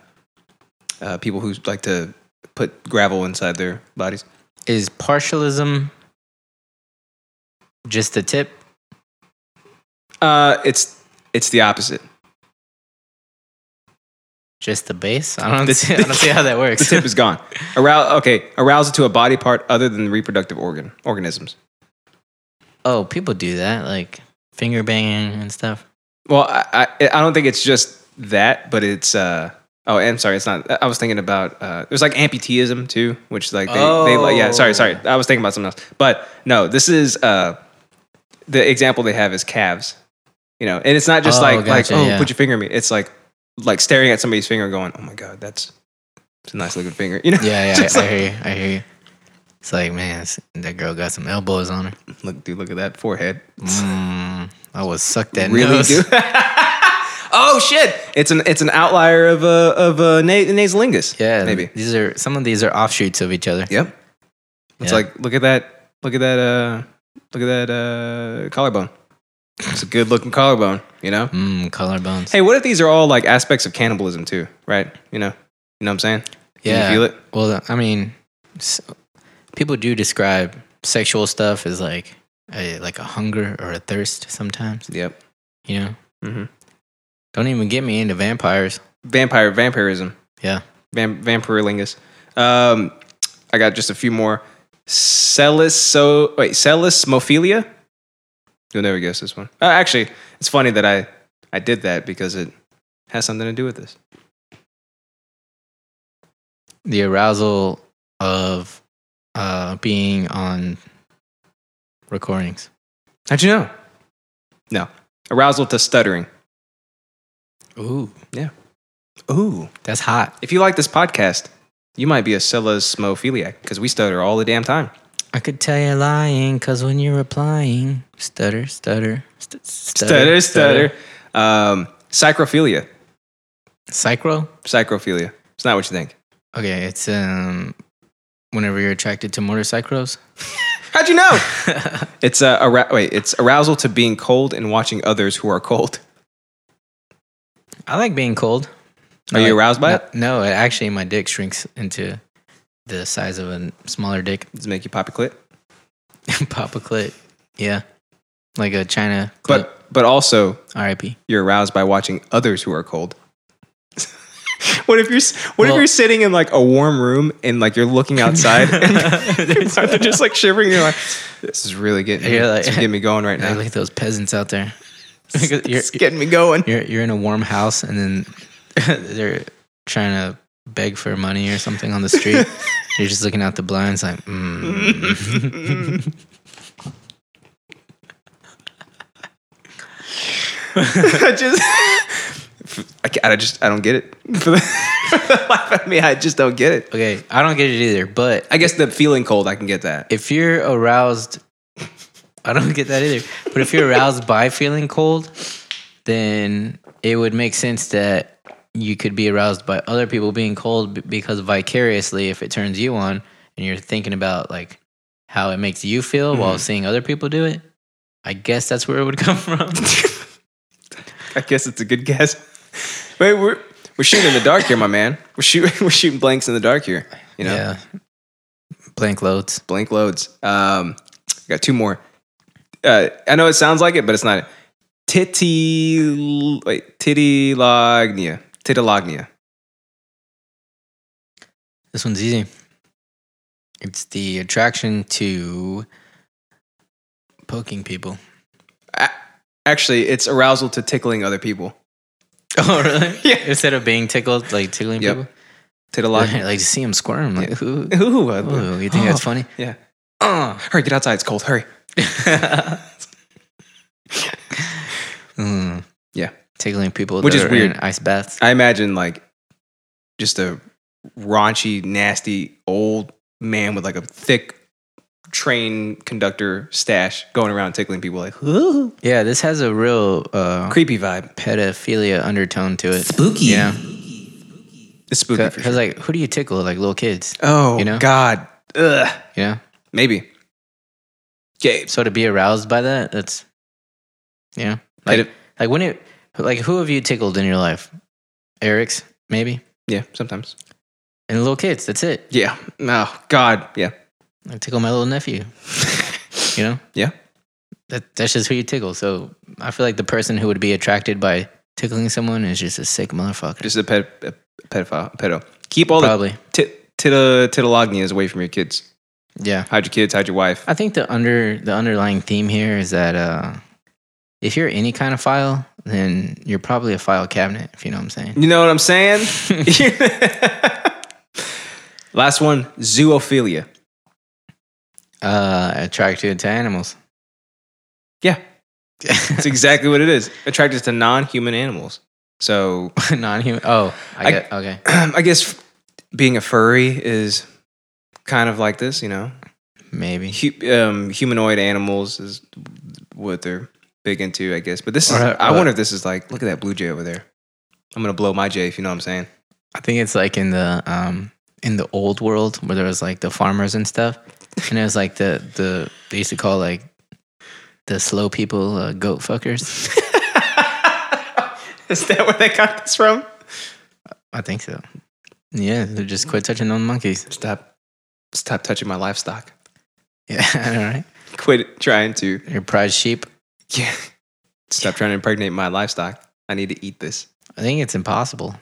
[SPEAKER 2] uh, people who like to put gravel inside their bodies.
[SPEAKER 1] Is partialism just the tip?
[SPEAKER 2] Uh, it's it's the opposite.
[SPEAKER 1] Just the base? I don't
[SPEAKER 2] The-
[SPEAKER 1] see, I don't see how that
[SPEAKER 2] The
[SPEAKER 1] works.
[SPEAKER 2] tip is gone. Arou- okay, arousal to a body part other than the reproductive organ organisms.
[SPEAKER 1] oh, people do that, like finger banging and stuff.
[SPEAKER 2] Well, I, I I don't think it's just that, but it's uh oh, I'm sorry, it's not. I- I was thinking about uh, there's like amputeeism too, which like they, they like yeah.
[SPEAKER 1] Oh.
[SPEAKER 2] Sorry, sorry, I was thinking about something else. But no, this is uh the example they have is calves, you know, and it's not just
[SPEAKER 1] Oh,
[SPEAKER 2] like
[SPEAKER 1] gotcha,
[SPEAKER 2] like oh,
[SPEAKER 1] yeah.
[SPEAKER 2] put your finger in me. It's like like staring at somebody's finger, and going, oh my god, that's it's a nice looking finger, you know.
[SPEAKER 1] Yeah, yeah,
[SPEAKER 2] Just
[SPEAKER 1] I,
[SPEAKER 2] like,
[SPEAKER 1] I hear you. I hear you. It's like, man, s- that girl got some elbows on her.
[SPEAKER 2] look, dude, look at that forehead.
[SPEAKER 1] Mm, I would suck that
[SPEAKER 2] really
[SPEAKER 1] nose.
[SPEAKER 2] do. oh shit! It's an it's an outlier of a of a na- nasolingus.
[SPEAKER 1] Yeah,
[SPEAKER 2] maybe.
[SPEAKER 1] These are some of these are offshoots of each other.
[SPEAKER 2] Yep. It's
[SPEAKER 1] Yeah.
[SPEAKER 2] like look at that, look at that, uh, look at that uh, collarbone. It's a good looking collarbone, you know.
[SPEAKER 1] Mm, collarbones.
[SPEAKER 2] Hey, what if these are all like aspects of cannibalism too? Right? You know, you know what I'm saying? Can
[SPEAKER 1] yeah.
[SPEAKER 2] You feel it?
[SPEAKER 1] Well, I mean, s people do describe sexual stuff as like a, like a hunger or a thirst sometimes.
[SPEAKER 2] Yep.
[SPEAKER 1] You know,
[SPEAKER 2] Mhm.
[SPEAKER 1] don't even get me into vampires.
[SPEAKER 2] Vampire, vampirism,
[SPEAKER 1] Yeah,
[SPEAKER 2] Vam- vampirilingus. Um, I got just a few more. Celiso, wait, celismophilia. You'll never guess this one. Uh, actually, it's funny that I I did that because it has something to do with this.
[SPEAKER 1] the arousal of uh, being on recordings.
[SPEAKER 2] How'd you know? No. Arousal to stuttering.
[SPEAKER 1] Ooh,
[SPEAKER 2] Ooh.
[SPEAKER 1] that's hot.
[SPEAKER 2] If you like this podcast, you might be a celasmophiliac because we stutter all the damn time.
[SPEAKER 1] I could tell you're lying because when you're replying, stutter, stutter, st-
[SPEAKER 2] Stutter, stutter. Um, psychrophilia.
[SPEAKER 1] Psychro?
[SPEAKER 2] Psychrophilia. It's not what you think.
[SPEAKER 1] Okay, it's um, whenever you're attracted to motorcycles.
[SPEAKER 2] How'd you know? it's uh, ara- wait. It's arousal to being cold and watching others who are cold.
[SPEAKER 1] I like being cold.
[SPEAKER 2] Are you aroused by it?
[SPEAKER 1] No, it actually, my dick shrinks into the size of a smaller dick.
[SPEAKER 2] Does it make you pop a clit?
[SPEAKER 1] Pop a clit. Yeah. Like a China clip.
[SPEAKER 2] But but also
[SPEAKER 1] RIP.
[SPEAKER 2] you're aroused by watching others who are cold. what if you're s- what if
[SPEAKER 1] Well-
[SPEAKER 2] you're sitting in like a warm room and like you're looking outside and they're just like shivering. You're like, this is really getting me,
[SPEAKER 1] You're like-
[SPEAKER 2] this is getting me going right
[SPEAKER 1] I
[SPEAKER 2] now.
[SPEAKER 1] like those peasants out there. Because you're,
[SPEAKER 2] it's getting me going.
[SPEAKER 1] you're, you're in a warm house and then they're trying to beg for money or something on the street. you're just looking out the blinds like, mm.
[SPEAKER 2] I just I, ca- I just I don't get it. For the, for the life of me, I just don't get it.
[SPEAKER 1] okay, I don't get it either, but
[SPEAKER 2] I guess the feeling cold, I can get that.
[SPEAKER 1] if you're aroused, I don't get that either. But if you're aroused by feeling cold, then it would make sense that you could be aroused by other people being cold b- because vicariously, if it turns you on and you're thinking about like how it makes you feel while seeing other people do it, I guess that's where it would come from.
[SPEAKER 2] I guess it's a good guess. Wait, we're we're shooting in the dark here, my man. We're shooting we're shooting blanks in the dark here. You know,
[SPEAKER 1] Yeah. Blank loads.
[SPEAKER 2] blank loads. Um, I got two more. Uh, I know it sounds like it, but it's not. Titty wait, titilagnia, titilagnia.
[SPEAKER 1] This one's easy. It's the attraction to poking people.
[SPEAKER 2] Actually, it's arousal to tickling other people.
[SPEAKER 1] Oh, really?
[SPEAKER 2] Yeah.
[SPEAKER 1] Instead of being tickled, like tickling
[SPEAKER 2] Yep.
[SPEAKER 1] people,
[SPEAKER 2] Titilagnia.
[SPEAKER 1] like to see him squirm, like, ooh,
[SPEAKER 2] Ooh, I-
[SPEAKER 1] ooh, you think
[SPEAKER 2] Oh.
[SPEAKER 1] that's funny?
[SPEAKER 2] Yeah. Uh, hurry, get outside. It's cold. Hurry.
[SPEAKER 1] Mm.
[SPEAKER 2] Yeah.
[SPEAKER 1] tickling people,
[SPEAKER 2] Which
[SPEAKER 1] that
[SPEAKER 2] is
[SPEAKER 1] are
[SPEAKER 2] weird.
[SPEAKER 1] in ice baths.
[SPEAKER 2] I imagine like just a raunchy, nasty old man with like a thick train conductor stash going around tickling people like "Ooh."
[SPEAKER 1] Yeah, this has a real uh,
[SPEAKER 2] creepy vibe.
[SPEAKER 1] pedophilia undertone to it.
[SPEAKER 3] Spooky.
[SPEAKER 1] Yeah,
[SPEAKER 2] It's spooky. for
[SPEAKER 1] because
[SPEAKER 2] sure.
[SPEAKER 1] like, who do you tickle? Like little kids,
[SPEAKER 2] oh
[SPEAKER 1] you know?
[SPEAKER 2] God, Ugh.
[SPEAKER 1] you know.
[SPEAKER 2] maybe. Yeah,
[SPEAKER 1] So to be aroused by that, that's yeah. Like,
[SPEAKER 2] Pedo-
[SPEAKER 1] like when it, like who have you tickled in your life? Eric's maybe,
[SPEAKER 2] yeah, sometimes.
[SPEAKER 1] and little kids. That's it.
[SPEAKER 2] Yeah. Oh God, yeah.
[SPEAKER 1] I tickle my little nephew. you know?
[SPEAKER 2] Yeah.
[SPEAKER 1] That that's just who you tickle. So I feel like the person who would be attracted by tickling someone is just a sick motherfucker.
[SPEAKER 2] Just a, ped- a pedophile, pedo. Keep all
[SPEAKER 1] Probably.
[SPEAKER 2] the tit- tita- titilagnias away from your kids.
[SPEAKER 1] yeah.
[SPEAKER 2] Hide your kids. Hide your wife.
[SPEAKER 1] I think the under the underlying theme here is that uh if you're any kind of file, then you're probably a file cabinet, if you know what I'm saying.
[SPEAKER 2] You know what I'm saying? Last one, zoophilia.
[SPEAKER 1] Uh attracted to animals.
[SPEAKER 2] Yeah, that's exactly what it is. Attracted to non-human animals. So
[SPEAKER 1] Non human oh, I,
[SPEAKER 2] I-
[SPEAKER 1] get okay.
[SPEAKER 2] I guess being a furry is kind of like this, you know.
[SPEAKER 1] Maybe.
[SPEAKER 2] Hu- um, humanoid animals is what they're big into, I guess. But this is,
[SPEAKER 1] Or, uh,
[SPEAKER 2] I wonder if this is like, look at that blue jay over there. I'm gonna blow my jay if you know what I'm saying.
[SPEAKER 1] I think it's like in the um in the old world where there was like the farmers and stuff, and it was like the the they used to call like the slow people uh, goat fuckers.
[SPEAKER 2] is that where they got this from?
[SPEAKER 1] I think so. Yeah, they just quit touching on monkeys.
[SPEAKER 2] Stop, stop touching my livestock.
[SPEAKER 1] Yeah, all right.
[SPEAKER 2] Quit trying to
[SPEAKER 1] Your prize sheep.
[SPEAKER 2] Yeah. Stop trying to impregnate my livestock. I need to eat this.
[SPEAKER 1] I think it's impossible.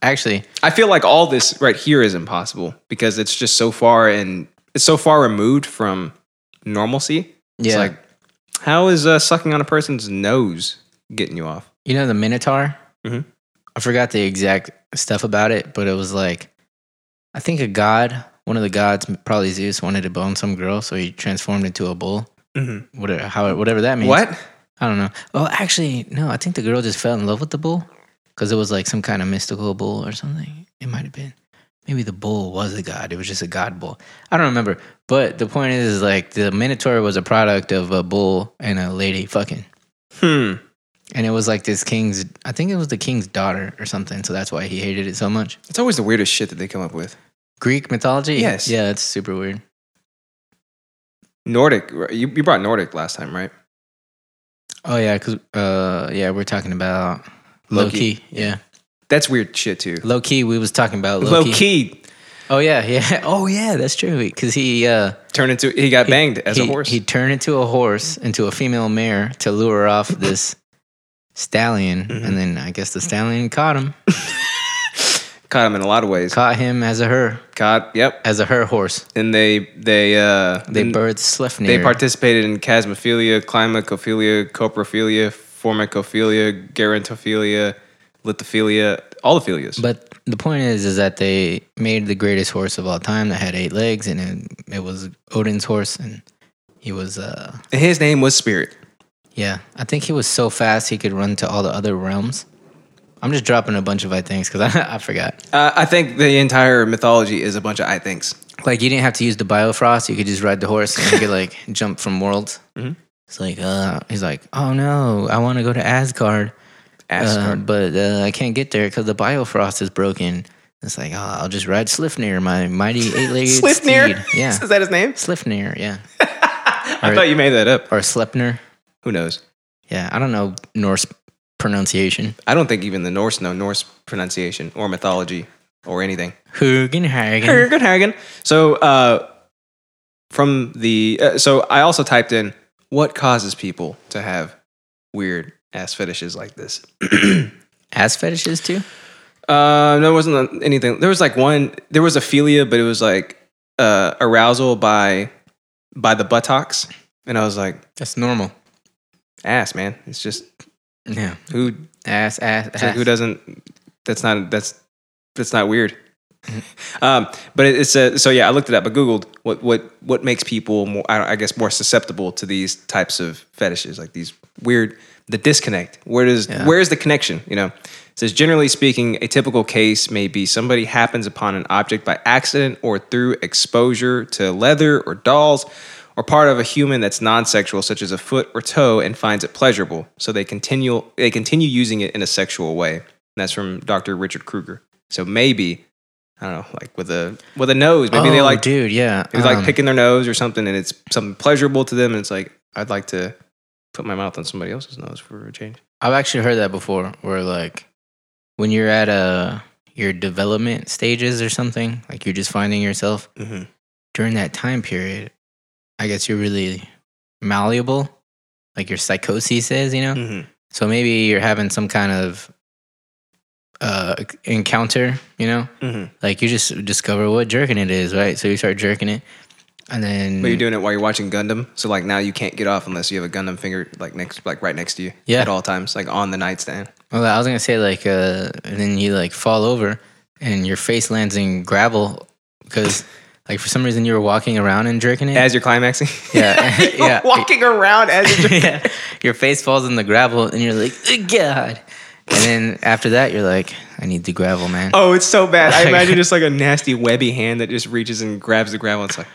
[SPEAKER 1] Actually,
[SPEAKER 2] I feel like all this right here is impossible because it's just so far and it's so far removed from normalcy.
[SPEAKER 1] yeah,
[SPEAKER 2] It's like, how is uh, sucking on a person's nose getting you off?
[SPEAKER 1] you know the Minotaur.
[SPEAKER 2] Mhm.
[SPEAKER 1] I forgot the exact stuff about it, but it was like I think a god, one of the gods, probably Zeus, wanted to bone some girl, so he transformed into a bull.
[SPEAKER 2] Mm-hmm.
[SPEAKER 1] whatever, how, whatever that means.
[SPEAKER 2] What?
[SPEAKER 1] I don't know. Oh, actually, no. I think the girl just fell in love with the bull because it was like some kind of mystical bull or something. It might have been. Maybe the bull was a god. It was just a god bull. I don't remember. But the point is, is like the Minotaur was a product of a bull and a lady fucking.
[SPEAKER 2] Hmm.
[SPEAKER 1] And it was like this king's, I think it was the king's daughter or something. So that's why he hated it so much.
[SPEAKER 2] It's always the weirdest shit that they come up with.
[SPEAKER 1] Greek mythology?
[SPEAKER 2] Yes.
[SPEAKER 1] Yeah, it's super weird.
[SPEAKER 2] Nordic. right? You, you brought Nordic last time, right?
[SPEAKER 1] Oh, yeah. Cause, uh, yeah, we're talking about
[SPEAKER 2] Loki.
[SPEAKER 1] Loki. Yeah.
[SPEAKER 2] That's weird shit too.
[SPEAKER 1] Low key, we was talking about
[SPEAKER 2] Low
[SPEAKER 1] Loki.
[SPEAKER 2] key
[SPEAKER 1] Oh yeah, yeah. Oh yeah, that's true. Because he uh,
[SPEAKER 2] turned into he got
[SPEAKER 1] he-
[SPEAKER 2] banged as
[SPEAKER 1] he-
[SPEAKER 2] a horse.
[SPEAKER 1] He turned into a horse, into a female mare to lure her off this stallion,
[SPEAKER 2] Mm-hmm.
[SPEAKER 1] and then I guess the stallion caught him,
[SPEAKER 2] Caught him in a lot of ways.
[SPEAKER 1] caught him as a her,
[SPEAKER 2] Caught. Yep.
[SPEAKER 1] as a her horse.
[SPEAKER 2] And they they uh
[SPEAKER 1] They
[SPEAKER 2] then-
[SPEAKER 1] birthed Slefnir.
[SPEAKER 2] They participated in chasmophilia, climacophilia, coprophilia, formicophilia, gerontophilia, lithophilia, all the philias.
[SPEAKER 1] but the point is, is that they made the greatest horse of all time that had eight legs, and it, it was Odin's horse, and he was uh,
[SPEAKER 2] and his name was Spirit.
[SPEAKER 1] Yeah, I think he was so fast he could run to all the other realms. I'm just dropping a bunch of I thinks because I, I forgot.
[SPEAKER 2] Uh, I think the entire mythology is a bunch of I thinks.
[SPEAKER 1] Like you didn't have to use the Biofrost; you could just ride the horse and you could like jump from worlds. It's like uh, he's like, oh no, I want to go to Asgard.
[SPEAKER 2] Ask
[SPEAKER 1] Uh,
[SPEAKER 2] her.
[SPEAKER 1] but uh, I can't get there because the Biofrost is broken. It's like, oh, I'll just ride Slifnir, my mighty eight-legged
[SPEAKER 2] Slipnir.
[SPEAKER 1] steed. Yeah,
[SPEAKER 2] Is that his name?
[SPEAKER 1] Slifnir. Yeah,
[SPEAKER 2] I thought you made that up.
[SPEAKER 1] or Slepner.
[SPEAKER 2] Who knows?
[SPEAKER 1] Yeah, I don't know Norse pronunciation.
[SPEAKER 2] I don't think even the Norse know Norse pronunciation or mythology or anything.
[SPEAKER 1] Hugenhagen.
[SPEAKER 2] Hagen. So uh, from the uh, so I also typed in what causes people to have weird ass fetishes like this.
[SPEAKER 1] Ass fetishes too.
[SPEAKER 2] Uh, no, it wasn't anything. There was like one. There was aphelia, but it was like uh, arousal by by the buttocks, and I was like,
[SPEAKER 1] That's normal.
[SPEAKER 2] ass, man. It's just
[SPEAKER 1] Yeah,
[SPEAKER 2] who
[SPEAKER 1] ass, ass,
[SPEAKER 2] it's
[SPEAKER 1] ass.
[SPEAKER 2] like, who doesn't. That's not that's that's not weird. um, but it, it's a, so yeah. I looked it up. I googled what what what makes people more. I, don't- I guess more susceptible to these types of fetishes, like these weird the disconnect. Where does
[SPEAKER 1] Yeah.
[SPEAKER 2] where is the connection? You know. It says generally speaking, a typical case may be somebody happens upon an object by accident or through exposure to leather or dolls or part of a human that's non-sexual, such as a foot or toe, and finds it pleasurable. So they continue they continue using it in a sexual way. And that's from Dr. Richard Kruger. So maybe I don't know, like with a with a nose, maybe they
[SPEAKER 1] Oh,
[SPEAKER 2] like
[SPEAKER 1] dude. Yeah,
[SPEAKER 2] maybe they like
[SPEAKER 1] um,
[SPEAKER 2] picking their nose or something, and it's something pleasurable to them, and it's like I'd like to put my mouth on somebody else's nose for a change.
[SPEAKER 1] I've actually heard that before, where like when you're at a your development stages or something, like you're just finding yourself
[SPEAKER 2] Mm-hmm.
[SPEAKER 1] during that time period. I guess you're really malleable, like your psychoses says, you know.
[SPEAKER 2] Mm-hmm.
[SPEAKER 1] So maybe you're having some kind of uh encounter, you know,
[SPEAKER 2] Mm-hmm.
[SPEAKER 1] like you just discover what jerking it is, right? So you start jerking it, and then
[SPEAKER 2] But you're doing it while you're watching Gundam, so like now you can't get off unless you have a Gundam finger like next, like right next to you,
[SPEAKER 1] Yeah.
[SPEAKER 2] at all times, like on the nightstand.
[SPEAKER 1] Well, I was gonna say like, uh, and then you like fall over, and your face lands in gravel because, like, for some reason you were walking around and jerking it.
[SPEAKER 2] As you're climaxing,
[SPEAKER 1] yeah,
[SPEAKER 2] You're
[SPEAKER 1] yeah,
[SPEAKER 2] walking around as you're
[SPEAKER 1] yeah. Your face falls in the gravel, and you're like, "Ugh, God. And then after that, you're like, I need the gravel, man.
[SPEAKER 2] Oh, it's so bad. I imagine just like a nasty webby hand that just reaches and grabs the gravel. It's like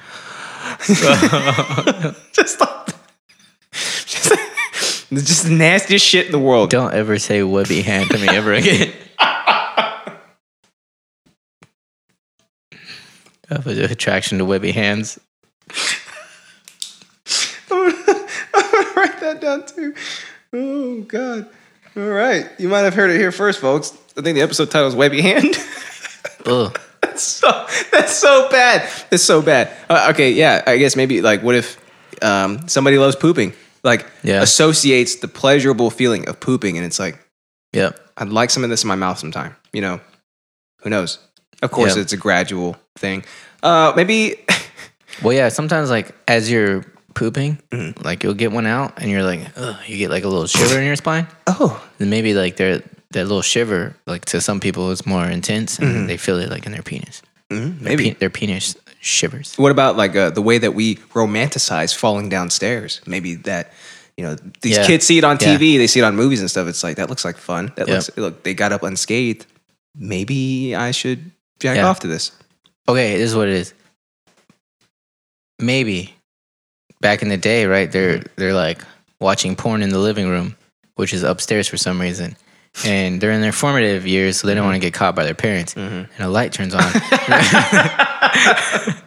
[SPEAKER 2] just like just, it's just the nastiest shit in the world.
[SPEAKER 1] Don't ever say webby hand to me ever again. I have an attraction to webby hands.
[SPEAKER 2] I'm gonna write that down too. Oh god. All right, you might have heard it here first, folks. I think the episode title is "Webby Hand."
[SPEAKER 1] Ugh.
[SPEAKER 2] that's so that's so bad. That's so bad. Uh, okay, yeah. I guess maybe like, what if um, somebody loves pooping? Like,
[SPEAKER 1] Yeah.
[SPEAKER 2] associates the pleasurable feeling of pooping, and it's like,
[SPEAKER 1] Yep.
[SPEAKER 2] I'd like some of this in my mouth sometime. You know, who knows? Of course,
[SPEAKER 1] Yeah.
[SPEAKER 2] it's a gradual thing. Uh, maybe
[SPEAKER 1] Well, yeah. Sometimes, like as you're pooping, like you'll get one out, and you're like, Ugh, you get like a little shiver in your spine.
[SPEAKER 2] oh,
[SPEAKER 1] Then maybe like their that little shiver, like to some people, it's more intense, and they feel it like in their penis.
[SPEAKER 2] maybe.
[SPEAKER 1] Pe- their penis shivers.
[SPEAKER 2] What about like uh, the way that we romanticize falling downstairs? Maybe that you know these
[SPEAKER 1] Yeah.
[SPEAKER 2] kids see it on
[SPEAKER 1] Yeah.
[SPEAKER 2] TV, they see it on movies and stuff. It's like that looks like fun. That
[SPEAKER 1] Yeah.
[SPEAKER 2] looks look they got up unscathed. Maybe I should jack
[SPEAKER 1] Yeah.
[SPEAKER 2] off to this.
[SPEAKER 1] Okay, this is what it is. Maybe back in the day, right? They're they're like watching porn in the living room, which is upstairs for some reason. And they're in their formative years, so they don't want to get caught by their parents. And a light turns on.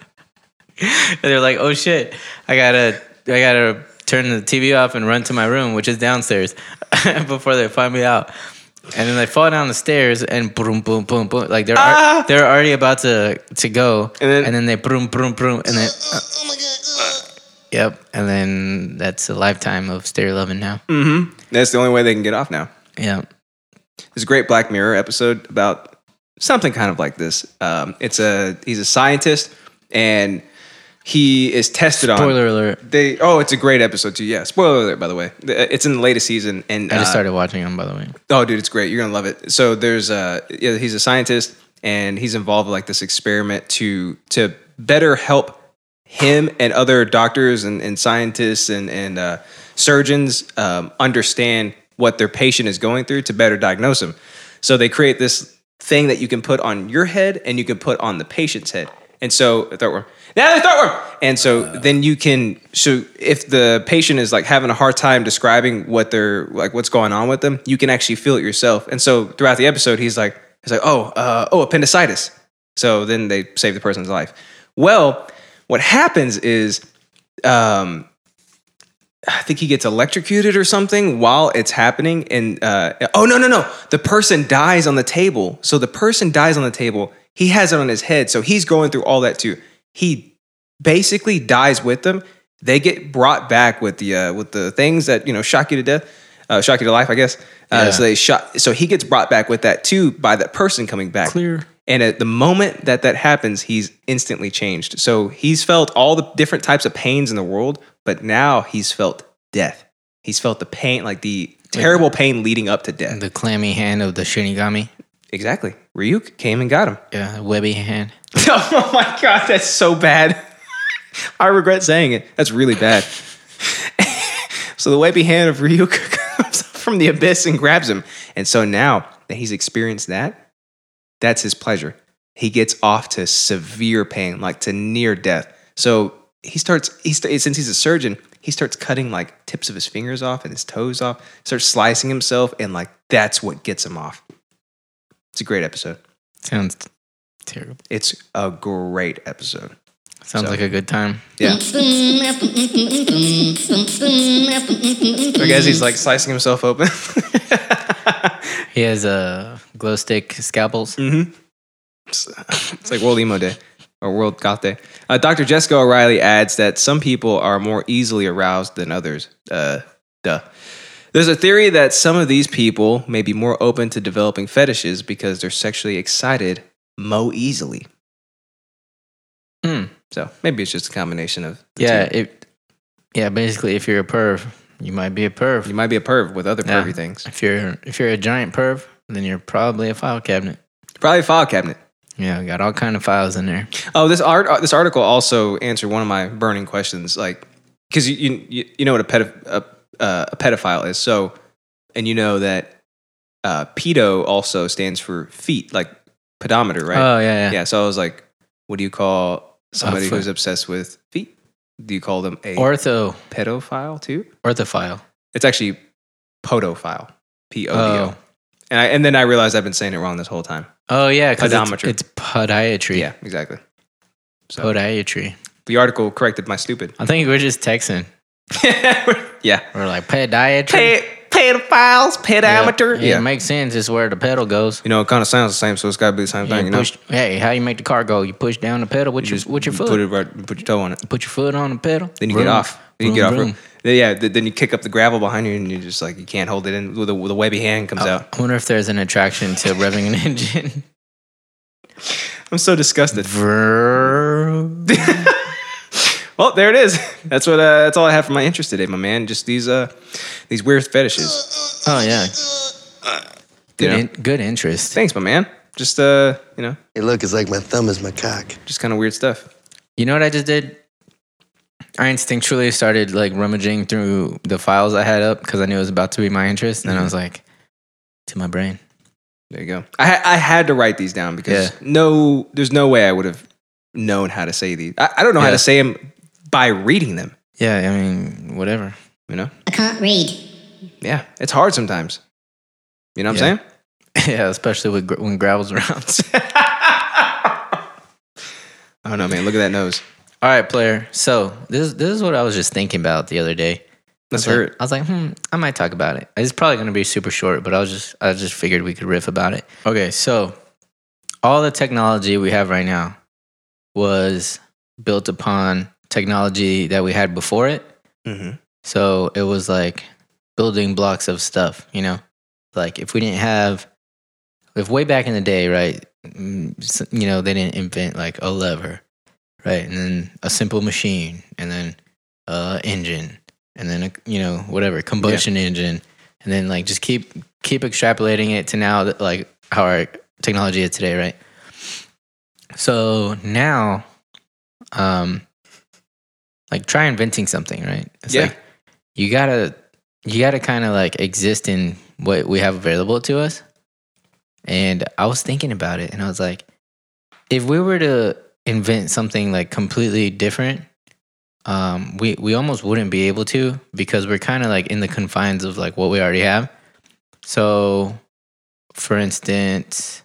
[SPEAKER 1] And they're like, "Oh shit! I gotta, I gotta turn the TV off and run to my room, which is downstairs, before they find me out." And then they fall down the stairs and boom, boom, boom, boom. Like they're al-
[SPEAKER 2] Ah!
[SPEAKER 1] they're already about to to go,
[SPEAKER 2] And
[SPEAKER 1] and
[SPEAKER 2] then-
[SPEAKER 1] then, they boom, boom, boom, and then
[SPEAKER 3] oh my god. Ugh.
[SPEAKER 1] yep, and then that's a lifetime of stair loving now.
[SPEAKER 3] Mm.
[SPEAKER 2] Mm-hmm. That's the only way they can get off now.
[SPEAKER 1] Yeah,
[SPEAKER 2] There's a great Black Mirror episode about something kind of like this. Um, it's a he's a scientist and he is tested on.
[SPEAKER 1] spoiler alert.
[SPEAKER 2] They oh, it's a great episode too. Yeah, spoiler alert by the way. It's in the latest season and
[SPEAKER 1] I just
[SPEAKER 2] uh,
[SPEAKER 1] started watching them, by the way.
[SPEAKER 2] Oh, dude, it's great. You're gonna love it. So there's uh, yeah, he's a scientist and he's involved with like this experiment to to better help him and other doctors and, and scientists and and uh, surgeons um, understand what their patient is going through to better diagnose them. So they create this thing that you can put on your head and you can put on the patient's head, And so a throat worm. Now the throat worm. And so then you can so if the patient is like having a hard time describing what they're like what's going on with them, you can actually feel it yourself. And so throughout the episode, he's like he's like oh uh, oh appendicitis. So then they save the person's life. Well, what happens is um, I think he gets electrocuted or something while it's happening. And uh, oh no no no, the person dies on the table. So the person dies on the table. He has it on his head, so he's going through all that too. He basically dies with them. They get brought back with the uh, with the things that you know shock you to death, uh, shock you to life, I guess. Uh,
[SPEAKER 1] Yeah.
[SPEAKER 2] So they shot. So he gets brought back with that too by that person coming back.
[SPEAKER 1] Clear.
[SPEAKER 2] And at the moment that that happens, he's instantly changed. So he's felt all the different types of pains in the world, but now he's felt death. He's felt the pain, like the terrible pain leading up to death.
[SPEAKER 1] The clammy hand of the Shinigami.
[SPEAKER 2] Exactly. Ryuk came and got him.
[SPEAKER 1] Yeah, the webby hand.
[SPEAKER 2] oh my God, that's so bad. I regret saying it. That's really bad. so the wavy hand of Ryuk comes up from the abyss and grabs him. And so now that he's experienced that, that's his pleasure. He gets off to severe pain, like to near death. So he starts, he st- since he's a surgeon, he starts cutting like tips of his fingers off and his toes off, starts slicing himself, and like that's what gets him off. It's a great episode.
[SPEAKER 1] Sounds terrible.
[SPEAKER 2] It's a great episode.
[SPEAKER 1] Sounds
[SPEAKER 2] So-
[SPEAKER 1] like a good time.
[SPEAKER 2] Yeah. I guess he's like slicing himself open.
[SPEAKER 1] He has uh, glow stick scalpels.
[SPEAKER 2] it's like World Emo Day or World Goth Day. Uh, Dr. Jessica O'Reilly adds that some people are more easily aroused than others. Uh, duh. There's a theory that some of these people may be more open to developing fetishes because they're sexually excited mo easily.
[SPEAKER 1] Hmm.
[SPEAKER 2] So maybe it's just a combination of the
[SPEAKER 1] Yeah,
[SPEAKER 2] two.
[SPEAKER 1] it, yeah. Basically, if you're a perv, you might be a perv.
[SPEAKER 2] You might be a perv with other
[SPEAKER 1] Yeah.
[SPEAKER 2] pervy things.
[SPEAKER 1] If you're if you're a giant perv, then you're probably a file cabinet.
[SPEAKER 2] Probably a file cabinet.
[SPEAKER 1] Yeah, got all kind of files in there.
[SPEAKER 2] Oh, this art, uh, this article also answered one of my burning questions, like because you, you- you you know what a pedoph- a, uh, a pedophile is, so and you know that uh, pedo also stands for feet, like pedometer, right?
[SPEAKER 1] Oh yeah, yeah.
[SPEAKER 2] yeah. So I was like, what do you call somebody
[SPEAKER 1] foot.
[SPEAKER 2] who's obsessed with feet? Do you call them a
[SPEAKER 1] Ortho,
[SPEAKER 2] pedophile too?
[SPEAKER 1] orthophile.
[SPEAKER 2] It's actually podophile, P O D O.
[SPEAKER 1] Oh,
[SPEAKER 2] And I and then I realized I've been saying it wrong this whole time.
[SPEAKER 1] oh yeah, because it's,
[SPEAKER 2] Pedometry.
[SPEAKER 1] it's podiatry.
[SPEAKER 2] Yeah, exactly. So
[SPEAKER 1] podiatry.
[SPEAKER 2] the article corrected my stupid.
[SPEAKER 1] I think we're just texting.
[SPEAKER 2] yeah.
[SPEAKER 1] We're like podiatry.
[SPEAKER 2] pedophiles,
[SPEAKER 1] yeah.
[SPEAKER 2] pedometer.
[SPEAKER 1] Yeah, it makes sense. It's where the pedal goes.
[SPEAKER 2] You know, it kind of sounds the same, so it's got to be the same thing.
[SPEAKER 1] You
[SPEAKER 2] You know,
[SPEAKER 1] push, hey, how you make the car go? You push down the pedal with your
[SPEAKER 2] Just
[SPEAKER 1] with your foot.
[SPEAKER 2] Put, it right, you put your toe on it.
[SPEAKER 1] Put your foot on the pedal.
[SPEAKER 2] Then you get
[SPEAKER 1] Vroom,
[SPEAKER 2] off. Then you
[SPEAKER 1] vroom,
[SPEAKER 2] get off.
[SPEAKER 1] vroom.
[SPEAKER 2] Then, yeah. th- Then you kick up the gravel behind you, and you're just like you can't hold it in. With a, with a webby hand comes out.
[SPEAKER 1] I wonder if there's an attraction to revving an engine.
[SPEAKER 2] I'm so disgusted.
[SPEAKER 1] Vroom.
[SPEAKER 2] well, there it is. That's what. Uh, that's all I have for my interest today, my man. Just these uh, these weird fetishes.
[SPEAKER 1] Oh yeah,
[SPEAKER 2] You
[SPEAKER 1] good,
[SPEAKER 2] know?
[SPEAKER 1] in, good interest.
[SPEAKER 2] Thanks, my man. Just uh, you know,
[SPEAKER 5] Hey, look, it's like my thumb is my cock.
[SPEAKER 2] just kind of weird stuff.
[SPEAKER 1] You know what I just did? I instinctually started like rummaging through the files I had up because I knew it was about to be my interest, and I
[SPEAKER 2] Mm-hmm.
[SPEAKER 1] was like, to my brain.
[SPEAKER 2] There you go. I ha- I had to write these down because
[SPEAKER 1] Yeah.
[SPEAKER 2] no, there's no way I would have known how to say these. I, I don't know how
[SPEAKER 1] Yeah.
[SPEAKER 2] to say them by reading them.
[SPEAKER 1] Yeah, I mean, whatever.
[SPEAKER 2] You know,
[SPEAKER 6] I can't read.
[SPEAKER 2] yeah, it's hard sometimes. You know what I'm
[SPEAKER 1] yeah, especially with gr- when gravel's around.
[SPEAKER 2] saying? I don't know, man. Look at that nose.
[SPEAKER 1] All right, player. So this this is what I was just thinking about the other day.
[SPEAKER 2] Let's
[SPEAKER 1] I was
[SPEAKER 2] hear
[SPEAKER 1] like-
[SPEAKER 2] it.
[SPEAKER 1] I was like, hmm, I might talk about it. It's probably gonna be super short, but I was just I just figured we could riff about it. Okay, so all the technology we have right now was built upon technology that we had before it. Mm-hmm.
[SPEAKER 2] Mhm.
[SPEAKER 1] So it was like building blocks of stuff, you know? Like if we didn't have, if way back in the day, right, mm, s- you know, they didn't invent like a lever, right? And then a simple machine and then a uh, engine and then, a, you know, whatever, combustion engine. And then like just keep, keep extrapolating it to now that like how our technology is today, right? So now, um, like try inventing something, right? It's
[SPEAKER 2] Yeah.
[SPEAKER 1] like you gotta you gotta kind of like exist in what we have available to us. And I was thinking about it, and I was like, if we were to invent something like completely different, um, we we almost wouldn't be able to because we're kind of like in the confines of like what we already have. So, for instance,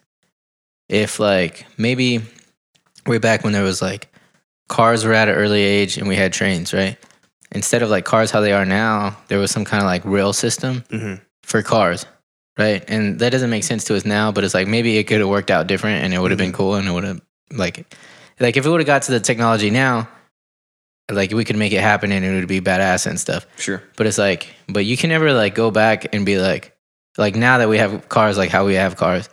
[SPEAKER 1] if like maybe way back when there was like cars were at an early age and we had trains, right? Instead of like cars how they are now, there was some kind of like rail system
[SPEAKER 2] Mhm.
[SPEAKER 1] for cars, right? And that doesn't make sense to us now, but it's like maybe it could have worked out different and it would have been cool and it would have like like if it would have got to the technology now, like we could make it happen and it would be badass and stuff
[SPEAKER 2] Sure.
[SPEAKER 1] but it's like but you can never like go back and be like like now that we have cars like how we have cars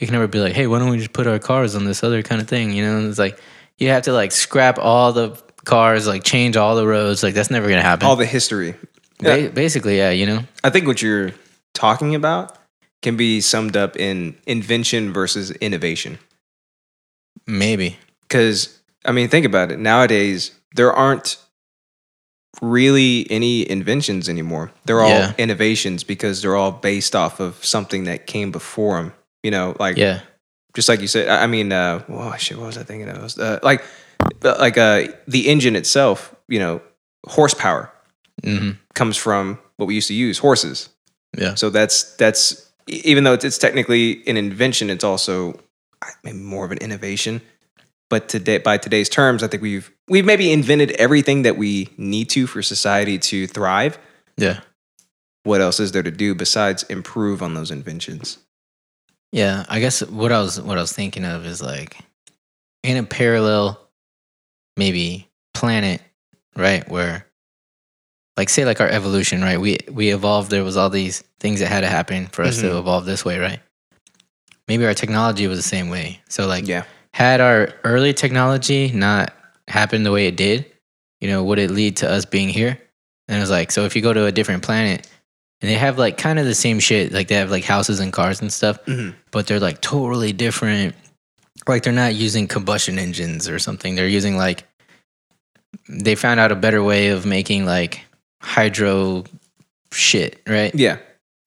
[SPEAKER 1] you can never be like hey why don't we just put our cars on this other kind of thing you know it's like you have to like scrap all the cars like change all the roads like that's never gonna happen
[SPEAKER 2] All the history.
[SPEAKER 1] Ba- basically yeah you know
[SPEAKER 2] I think what you're talking about can be summed up in invention versus innovation.
[SPEAKER 1] maybe
[SPEAKER 2] Because, I mean, think about it. Nowadays, there aren't really any inventions anymore. They're all
[SPEAKER 1] Yeah.
[SPEAKER 2] innovations because they're all based off of something that came before them. You know, like
[SPEAKER 1] yeah
[SPEAKER 2] just like you said. I I mean, uh, whoa, shit, what was I thinking of? It was, Uh, like, like uh, the engine itself. You know, horsepower
[SPEAKER 1] hmm
[SPEAKER 2] comes from what we used to use horses.
[SPEAKER 1] Yeah.
[SPEAKER 2] So that's that's e- even though it's, it's technically an invention, it's also I- maybe more of an innovation. But today, by today's terms, I think we've we've maybe invented everything that we need to for society to thrive.
[SPEAKER 1] yeah
[SPEAKER 2] What else is there to do besides improve on those inventions?
[SPEAKER 1] yeah i guess what i was what i was thinking of is like in a parallel maybe planet right where like say like our evolution right we we evolved there was all these things that had to happen for us to
[SPEAKER 2] Mhm.
[SPEAKER 1] evolve this way right maybe our technology was the same way so like
[SPEAKER 2] Yeah.
[SPEAKER 1] had our early technology not happened the way it did you know would it lead to us being here and it was like so if you go to a different planet and they have like kind of the same shit like they have like houses and cars and stuff
[SPEAKER 2] Mhm.
[SPEAKER 1] but they're like totally different like they're not using combustion engines or something they're using like they found out a better way of making like hydro shit right
[SPEAKER 2] Yeah.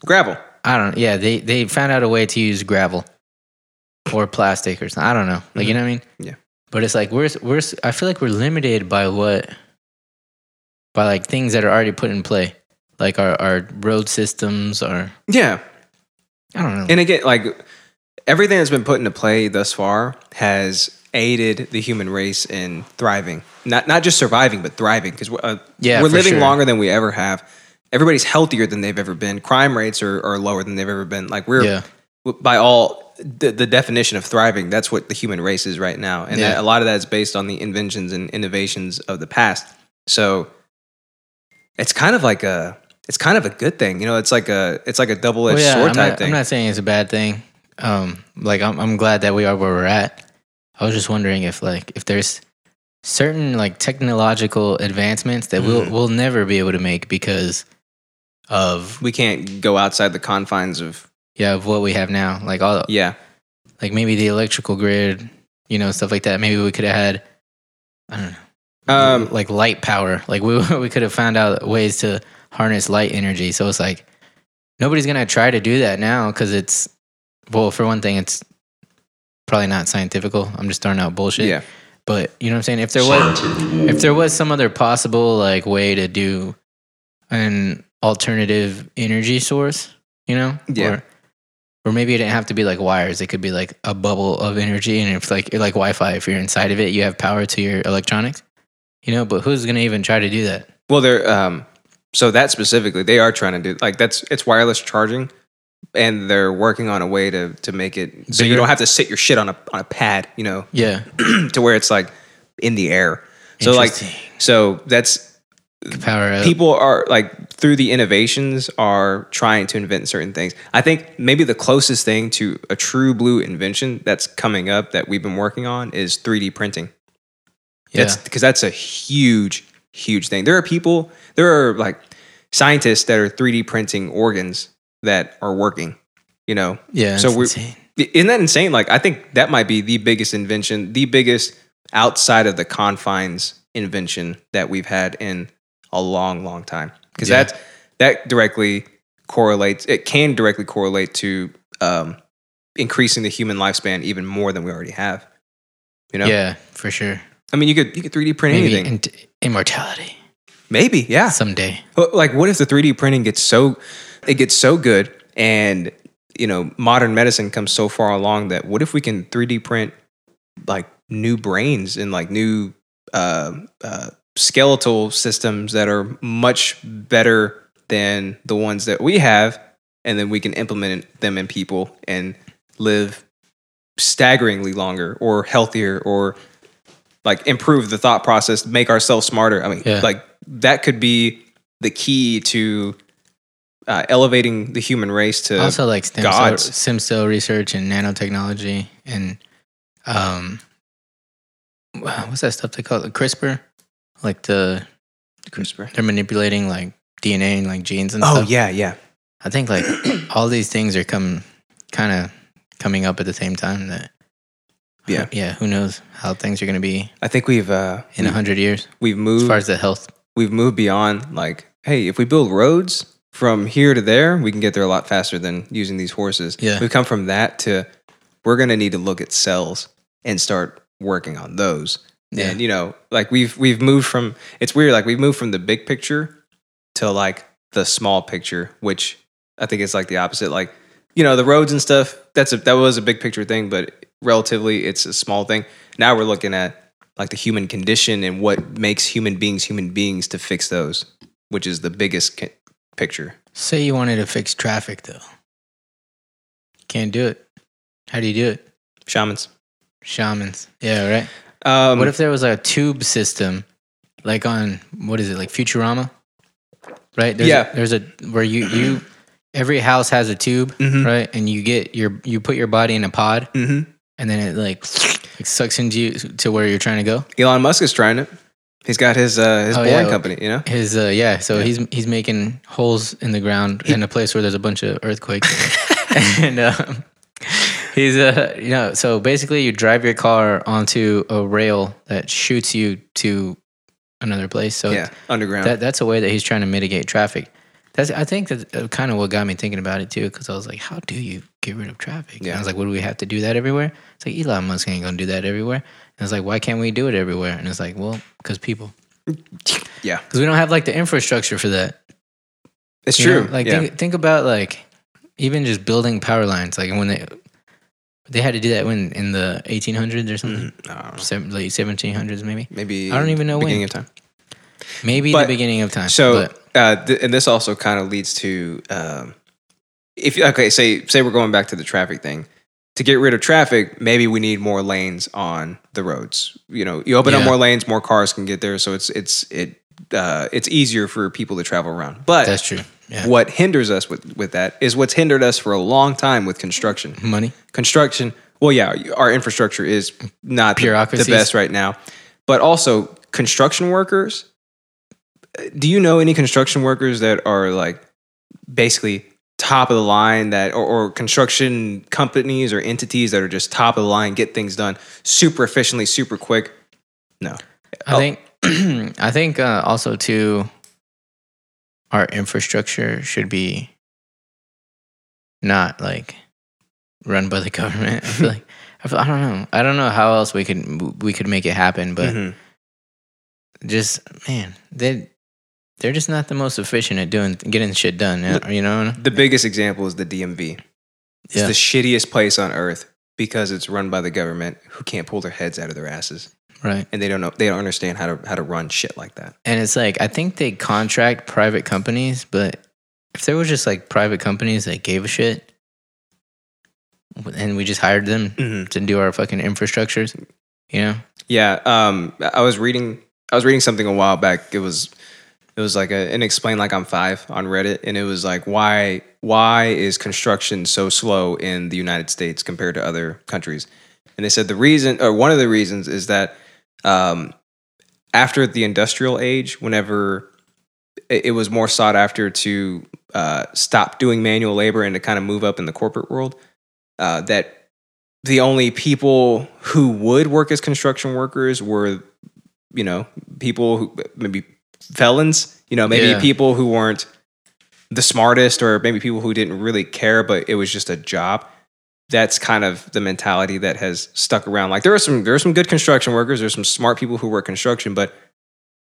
[SPEAKER 2] Gravel.
[SPEAKER 1] i don't yeah they they found out a way to use gravel or plastic or something i don't know like you know what i mean
[SPEAKER 2] Mm-hmm. Yeah.
[SPEAKER 1] but it's like we're we're i feel like we're limited by what by like things that are already put in play like our our road systems our
[SPEAKER 2] Yeah.
[SPEAKER 1] i don't know
[SPEAKER 2] And again, like everything that's been put into play thus far has aided the human race in thriving. Not not just surviving, but thriving because we're, uh,
[SPEAKER 1] Yeah,
[SPEAKER 2] we're
[SPEAKER 1] for
[SPEAKER 2] living
[SPEAKER 1] sure.
[SPEAKER 2] longer than we ever have. Everybody's healthier than they've ever been. Crime rates are, are lower than they've ever been. Like we're
[SPEAKER 1] Yeah.
[SPEAKER 2] w- by all the, the definition of thriving. That's what the human race is right now, and
[SPEAKER 1] Yeah.
[SPEAKER 2] that, a lot of that is based on the inventions and innovations of the past. So it's kind of like a it's kind of a good thing, you know. It's like a it's like a double edged
[SPEAKER 1] Well, yeah,
[SPEAKER 2] sword
[SPEAKER 1] I'm
[SPEAKER 2] type
[SPEAKER 1] not,
[SPEAKER 2] thing.
[SPEAKER 1] I'm not saying it's a bad thing. Um, like I'm, I'm glad that we are where we're at. I was just wondering if like if there's certain like technological advancements that we'll
[SPEAKER 2] Mm-hmm.
[SPEAKER 1] we'll never be able to make because of
[SPEAKER 2] we can't go outside the confines of
[SPEAKER 1] yeah of what we have now. Like all
[SPEAKER 2] yeah
[SPEAKER 1] like maybe the electrical grid, you know, stuff like that. Maybe we could have had I don't know
[SPEAKER 2] um
[SPEAKER 1] like light power. Like we we could have found out ways to harness light energy. So it's like nobody's gonna try to do that now because it's well, for one thing, it's probably not scientifical. I'm just throwing out bullshit.
[SPEAKER 2] yeah
[SPEAKER 1] But you know what I'm saying? If there was if there was some other possible like way to do an alternative energy source, you know?
[SPEAKER 2] Yeah.
[SPEAKER 1] Or, or maybe it didn't have to be like wires. It could be like a bubble of energy and if like like Wi Fi, if you're inside of it, you have power to your electronics. You know, but who's gonna even try to do that?
[SPEAKER 2] well they're um so that specifically they are trying to do like that's it's wireless charging and they're working on a way to to make it so you
[SPEAKER 1] Bigger?
[SPEAKER 2] don't have to sit your shit on a on a pad you know
[SPEAKER 1] Yeah.
[SPEAKER 2] to where it's like in the air so like
[SPEAKER 1] Interesting.
[SPEAKER 2] so that's
[SPEAKER 1] Power up.
[SPEAKER 2] people are like through the innovations are trying to invent certain things i think maybe the closest thing to a true blue invention that's coming up that we've been working on is 3d printing
[SPEAKER 1] yeah.
[SPEAKER 2] That's because that's a huge, huge thing. There are people, there are like scientists that are 3D printing organs that are working, you know.
[SPEAKER 1] yeah.
[SPEAKER 2] so
[SPEAKER 1] it's
[SPEAKER 2] we're-
[SPEAKER 1] insane.
[SPEAKER 2] Isn't that insane? Like, I think that might be the biggest invention, the biggest outside of the confines invention that we've had in a long, long time. Because
[SPEAKER 1] Yeah.
[SPEAKER 2] that's that directly correlates, it can directly correlate to um, increasing the human lifespan even more than we already have. You know?
[SPEAKER 1] Yeah, for sure.
[SPEAKER 2] I mean, you could you could 3D print
[SPEAKER 1] Maybe
[SPEAKER 2] anything. Ah.
[SPEAKER 1] in- immortality
[SPEAKER 2] Maybe, yeah.
[SPEAKER 1] someday.
[SPEAKER 2] But, like, what if the 3D printing gets so it gets so good, and you know, modern medicine comes so far along that what if we can 3D print like new brains and like new uh, uh, skeletal systems that are much better than the ones that we have, and then we can implement them in people and live staggeringly longer or healthier or like improve the thought process, make ourselves smarter. I mean,
[SPEAKER 1] Yeah.
[SPEAKER 2] like that could be the key to uh, elevating the human race to
[SPEAKER 1] also like stem cell,
[SPEAKER 2] Uh, gods.
[SPEAKER 1] stem cell research and nanotechnology and um wha- what's that stuff they call it crispr like the
[SPEAKER 2] CRISPR.
[SPEAKER 1] they're manipulating like dna and like genes and
[SPEAKER 2] Oh
[SPEAKER 1] stuff
[SPEAKER 2] yeah, yeah.
[SPEAKER 1] i think like all these things are coming kind of coming up at the same time that
[SPEAKER 2] Yeah.
[SPEAKER 1] yeah who knows how things are going to be
[SPEAKER 2] I think we've uh,
[SPEAKER 1] in a 100 years
[SPEAKER 2] we've
[SPEAKER 1] as
[SPEAKER 2] moved
[SPEAKER 1] far as the health
[SPEAKER 2] we've moved beyond like, hey, if we build roads from here to there, we can get there a lot faster than using these horses.
[SPEAKER 1] Yeah.
[SPEAKER 2] We've come from that to we're gonna need to look at cells and start working on those.
[SPEAKER 1] Yeah.
[SPEAKER 2] And you know, like we've we've moved from it's weird, like we've moved from the big picture to like the small picture, which I think is like the opposite. Like, you know, the roads and stuff, that's a that was a big picture thing, but relatively it's a small thing. Now we're looking at like the human condition and what makes human beings human beings to fix those, which is the biggest ca- picture.
[SPEAKER 1] say you wanted to fix traffic though can't do it how do you do it
[SPEAKER 2] Shamans.
[SPEAKER 1] shamans yeah right
[SPEAKER 2] Um,
[SPEAKER 1] what if there was a tube system, like on what is it, like Futurama, right? There's
[SPEAKER 2] Yeah.
[SPEAKER 1] A, there's a where you you every house has a tube,
[SPEAKER 2] Mhm.
[SPEAKER 1] right? And you get your you put your body in a pod,
[SPEAKER 2] Mhm.
[SPEAKER 1] and then it like, like sucks into you to where you're trying to go.
[SPEAKER 2] Elon Musk is trying it? He's got his uh, his
[SPEAKER 1] Oh,
[SPEAKER 2] boring
[SPEAKER 1] yeah.
[SPEAKER 2] company, you know.
[SPEAKER 1] His uh, yeah, so he's he's making holes in the ground in a place where there's a bunch of earthquakes, and um, he's uh you know so basically you drive your car onto a rail that shoots you to another place. So
[SPEAKER 2] yeah, underground.
[SPEAKER 1] that that's a way that he's trying to mitigate traffic. That's I think that's uh, kind of what got me thinking about it too, because I was like, how do you get rid of traffic? And
[SPEAKER 2] Yeah.
[SPEAKER 1] I was like, would we have to do that everywhere? It's like Elon Musk ain't gonna do that everywhere. And it's like, why can't we do it everywhere? And it's like, well, because people,
[SPEAKER 2] yeah,
[SPEAKER 1] because we don't have like the infrastructure for that.
[SPEAKER 2] it's
[SPEAKER 1] You know?
[SPEAKER 2] true.
[SPEAKER 1] Like
[SPEAKER 2] yeah.
[SPEAKER 1] think think about like even just building power lines. Like when they they had to do that when in the 1800s or
[SPEAKER 2] Mm-hmm.
[SPEAKER 1] something,
[SPEAKER 2] I don't know.
[SPEAKER 1] Seven- late 1700s maybe,
[SPEAKER 2] maybe
[SPEAKER 1] I don't even know when.
[SPEAKER 2] beginning of time.
[SPEAKER 1] maybe
[SPEAKER 2] But-
[SPEAKER 1] the beginning of time.
[SPEAKER 2] So,
[SPEAKER 1] but
[SPEAKER 2] uh, th- and this also kind of leads to um, if you- okay, say say we're going back to the traffic thing. To get rid of traffic, maybe we need more lanes on the roads. You know, you open up
[SPEAKER 1] Yeah.
[SPEAKER 2] more lanes, more cars can get there, so it's it's it uh, it's easier for people to travel around. But
[SPEAKER 1] that's true. Yeah,
[SPEAKER 2] what hinders us with with that is what's hindered us for a long time with construction.
[SPEAKER 1] money.
[SPEAKER 2] construction. Well, yeah, our infrastructure is not the, the
[SPEAKER 1] Bureaucracies.
[SPEAKER 2] best right now, but also construction workers. Do you know any construction workers that are like basically top of the line that, or, or construction companies or entities that are just top of the line, get things done super efficiently, super quick? No.
[SPEAKER 1] I
[SPEAKER 2] Oh.
[SPEAKER 1] think I think uh, also too our infrastructure should be not like run by the government. I feel like I, feel, I don't know. I don't know how else we could we could make it happen, but
[SPEAKER 2] Mhm.
[SPEAKER 1] just man, they they're just not the most efficient at doing getting shit done. You know, you know?
[SPEAKER 2] The biggest example is the DMV. It's
[SPEAKER 1] Yeah.
[SPEAKER 2] the shittiest place on earth because it's run by the government who can't pull their heads out of their asses.
[SPEAKER 1] right?
[SPEAKER 2] and they don't know they don't understand how to how to run shit like that.
[SPEAKER 1] And it's like I think they contract private companies, but if there was just like private companies that gave a shit, and we just hired them
[SPEAKER 2] Mm-hmm.
[SPEAKER 1] to do our fucking infrastructures. You know,
[SPEAKER 2] Yeah, um, I was reading I was reading something a while back. It was it was like a, an explain like I'm five on Reddit, and it was like why why is construction so slow in the United States compared to other countries? And they said the reason or one of the reasons is that um, after the industrial age, whenever it, it was more sought after to uh, stop doing manual labor and to kind of move up in the corporate world, uh, that the only people who would work as construction workers were, you know, people who maybe felons, you know, maybe
[SPEAKER 1] Yeah.
[SPEAKER 2] people who weren't the smartest or maybe people who didn't really care, but it was just a job. that's kind of the mentality that has stuck around. Like there are some there are some good construction workers, there's some smart people who work construction, but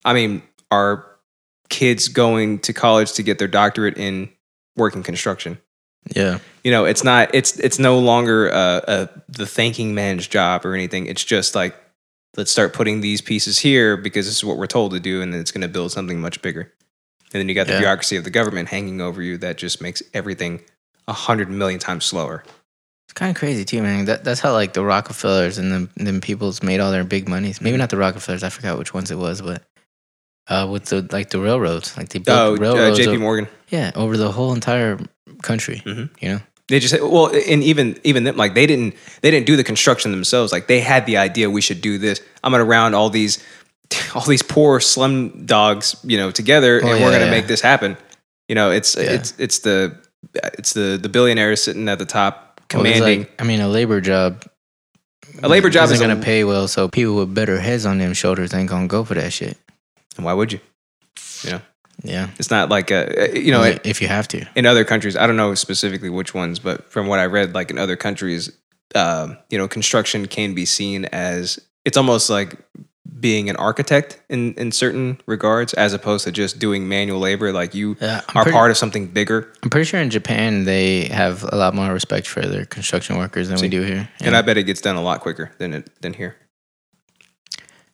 [SPEAKER 2] I mean, are kids going to college to get their doctorate in working construction?
[SPEAKER 1] Yeah.
[SPEAKER 2] you know it's not it's it's no longer uh, uh the thinking man's job or anything it's just like let's start putting these pieces here because this is what we're told to do and then it's going to build something much bigger and then you got the
[SPEAKER 1] Yeah.
[SPEAKER 2] bureaucracy of the government hanging over you that just makes everything a hundred million times slower
[SPEAKER 1] It's kind of crazy too, man. That, that's how like the Rockefellers and them, them people's made all their big monies. Maybe not the Rockefellers. I forgot which ones it was, but uh, with the like the railroads, like they built
[SPEAKER 2] oh uh,
[SPEAKER 1] railroads.
[SPEAKER 2] jp
[SPEAKER 1] o-
[SPEAKER 2] morgan
[SPEAKER 1] yeah, over the whole entire country.
[SPEAKER 2] Mhm.
[SPEAKER 1] You know,
[SPEAKER 2] they just well and even even them like they didn't they didn't do the construction themselves like they had the idea we should do this i'm gonna round all these all these poor slum dogs you know together
[SPEAKER 1] Oh,
[SPEAKER 2] and
[SPEAKER 1] yeah,
[SPEAKER 2] we're gonna
[SPEAKER 1] yeah.
[SPEAKER 2] make this happen you know it's
[SPEAKER 1] Yeah.
[SPEAKER 2] it's it's the it's the the billionaires sitting at the top
[SPEAKER 1] Well, it's
[SPEAKER 2] commanding
[SPEAKER 1] like, I mean, a labor job.
[SPEAKER 2] A labor job
[SPEAKER 1] isn't
[SPEAKER 2] is a-
[SPEAKER 1] gonna pay well, so people with better heads on them shoulders ain't gonna go for that shit.
[SPEAKER 2] And why would you
[SPEAKER 1] Yeah,
[SPEAKER 2] it's not like a you know
[SPEAKER 1] if, if you have to.
[SPEAKER 2] in other countries i don't know specifically which ones but from what i read like in other countries um, you know construction can be seen as it's almost like being an architect in in certain regards as opposed to just doing manual labor like you
[SPEAKER 1] Yeah, Uh, I'm
[SPEAKER 2] are
[SPEAKER 1] pretty-
[SPEAKER 2] part of something bigger
[SPEAKER 1] I'm pretty sure in Japan they have a lot more respect for their construction workers than we do here.
[SPEAKER 2] and i bet it gets done a lot quicker than it than here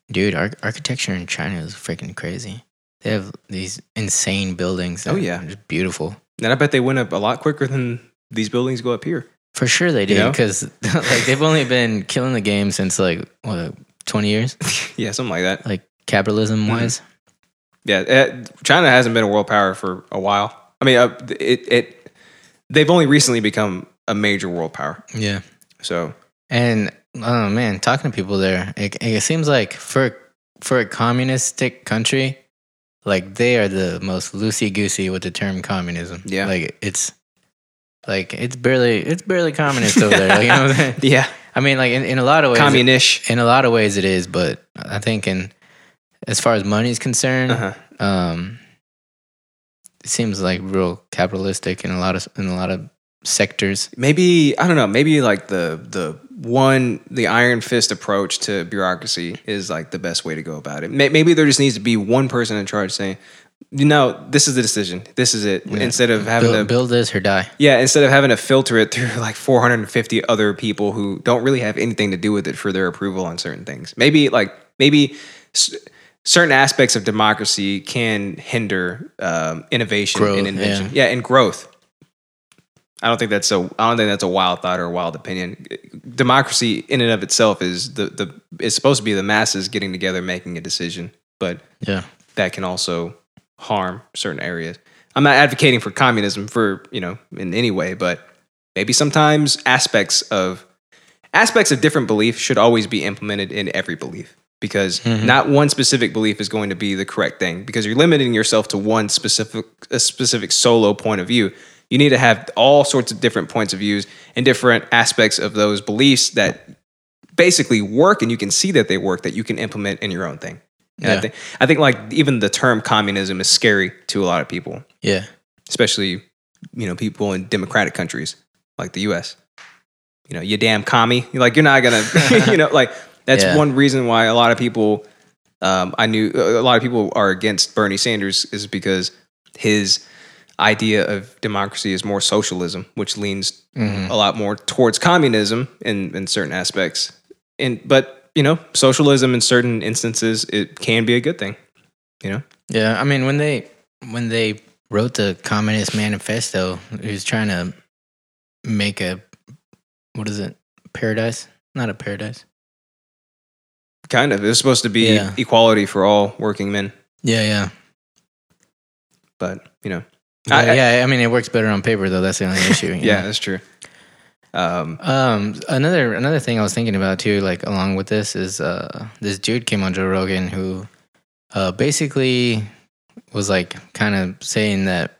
[SPEAKER 1] Dude, ar- architecture in China is freaking crazy. They have these insane buildings.
[SPEAKER 2] Oh, yeah.
[SPEAKER 1] are just beautiful.
[SPEAKER 2] and i bet they went up a lot quicker than these buildings go up here
[SPEAKER 1] For sure they
[SPEAKER 2] You
[SPEAKER 1] do
[SPEAKER 2] know?
[SPEAKER 1] because like they've only been killing the game since like what twenty years,
[SPEAKER 2] yeah something like that
[SPEAKER 1] like capitalism wise.
[SPEAKER 2] Yeah, eh, China hasn't been a world power for a while. I mean, uh, it it they've only recently become a major world power.
[SPEAKER 1] Yeah,
[SPEAKER 2] So
[SPEAKER 1] and oh man, talking to people there, it, it seems like for for a communistic country, like they are the most loosey goosey with the term communism.
[SPEAKER 2] Yeah.
[SPEAKER 1] like it's like it's barely it's barely communist over there. Like, you know what I'm saying?
[SPEAKER 2] yeah,
[SPEAKER 1] I mean, like in, in a lot of ways, it-
[SPEAKER 2] communish.
[SPEAKER 1] in a lot of ways it is but i think in as far as money is concerned
[SPEAKER 2] Uh-huh.
[SPEAKER 1] um it seems like real capitalistic in a lot of in a lot of sectors
[SPEAKER 2] Maybe I don't know. Maybe like the the one the iron fist approach to bureaucracy is like the best way to go about it. May- Maybe there just needs to be one person in charge saying, "No, this is the decision. This is it." Instead of having
[SPEAKER 1] build,
[SPEAKER 2] to
[SPEAKER 1] build this or die
[SPEAKER 2] Yeah, instead of having to filter it through like 450 other people who don't really have anything to do with it for their approval on certain things. Maybe like maybe s- certain aspects of democracy can hinder um, innovation
[SPEAKER 1] Growth,
[SPEAKER 2] and invention. Yeah. and growth. I don't think that's a I don't think that's a wild thought or a wild opinion. Democracy in and of itself is the the is supposed to be the masses getting together making a decision, but
[SPEAKER 1] yeah
[SPEAKER 2] that can also harm certain areas. I'm not advocating for communism for, you know, in any way, but maybe sometimes aspects of aspects of different belief should always be implemented in every belief because not one specific belief is going to be the correct thing because you're limiting yourself to one specific a specific solo point of view. You need to have all sorts of different points of views and different aspects of those beliefs that basically work and you can see that they work that you can implement in your own thing. And I
[SPEAKER 1] Yeah.
[SPEAKER 2] think I think like even the term communism is scary to a lot of people,
[SPEAKER 1] yeah
[SPEAKER 2] especially you know people in democratic countries like the U.S. You know, you damn commie. You're like you're not gonna, you know, like that's
[SPEAKER 1] Yeah.
[SPEAKER 2] one reason why a lot of people, um, I knew a lot of people are against Bernie Sanders is because his idea of democracy is more socialism, which leans
[SPEAKER 1] Mhm.
[SPEAKER 2] a lot more towards communism in, in certain aspects. And but you know, socialism in certain instances it can be a good thing. You know,
[SPEAKER 1] yeah i mean when they when they wrote the communist manifesto it was trying to make a what is it paradise not a paradise
[SPEAKER 2] kind of. It was supposed to be
[SPEAKER 1] Yeah.
[SPEAKER 2] equality for all working men,
[SPEAKER 1] yeah yeah
[SPEAKER 2] but you know, I-
[SPEAKER 1] I,
[SPEAKER 2] I-
[SPEAKER 1] yeah i mean it works better on paper though that's the only issue you know?
[SPEAKER 2] yeah, that's true. Um,
[SPEAKER 1] Um, another another thing I was thinking about too, like along with this, is uh, this dude came on Joe Rogan who, uh, basically was like kind of saying that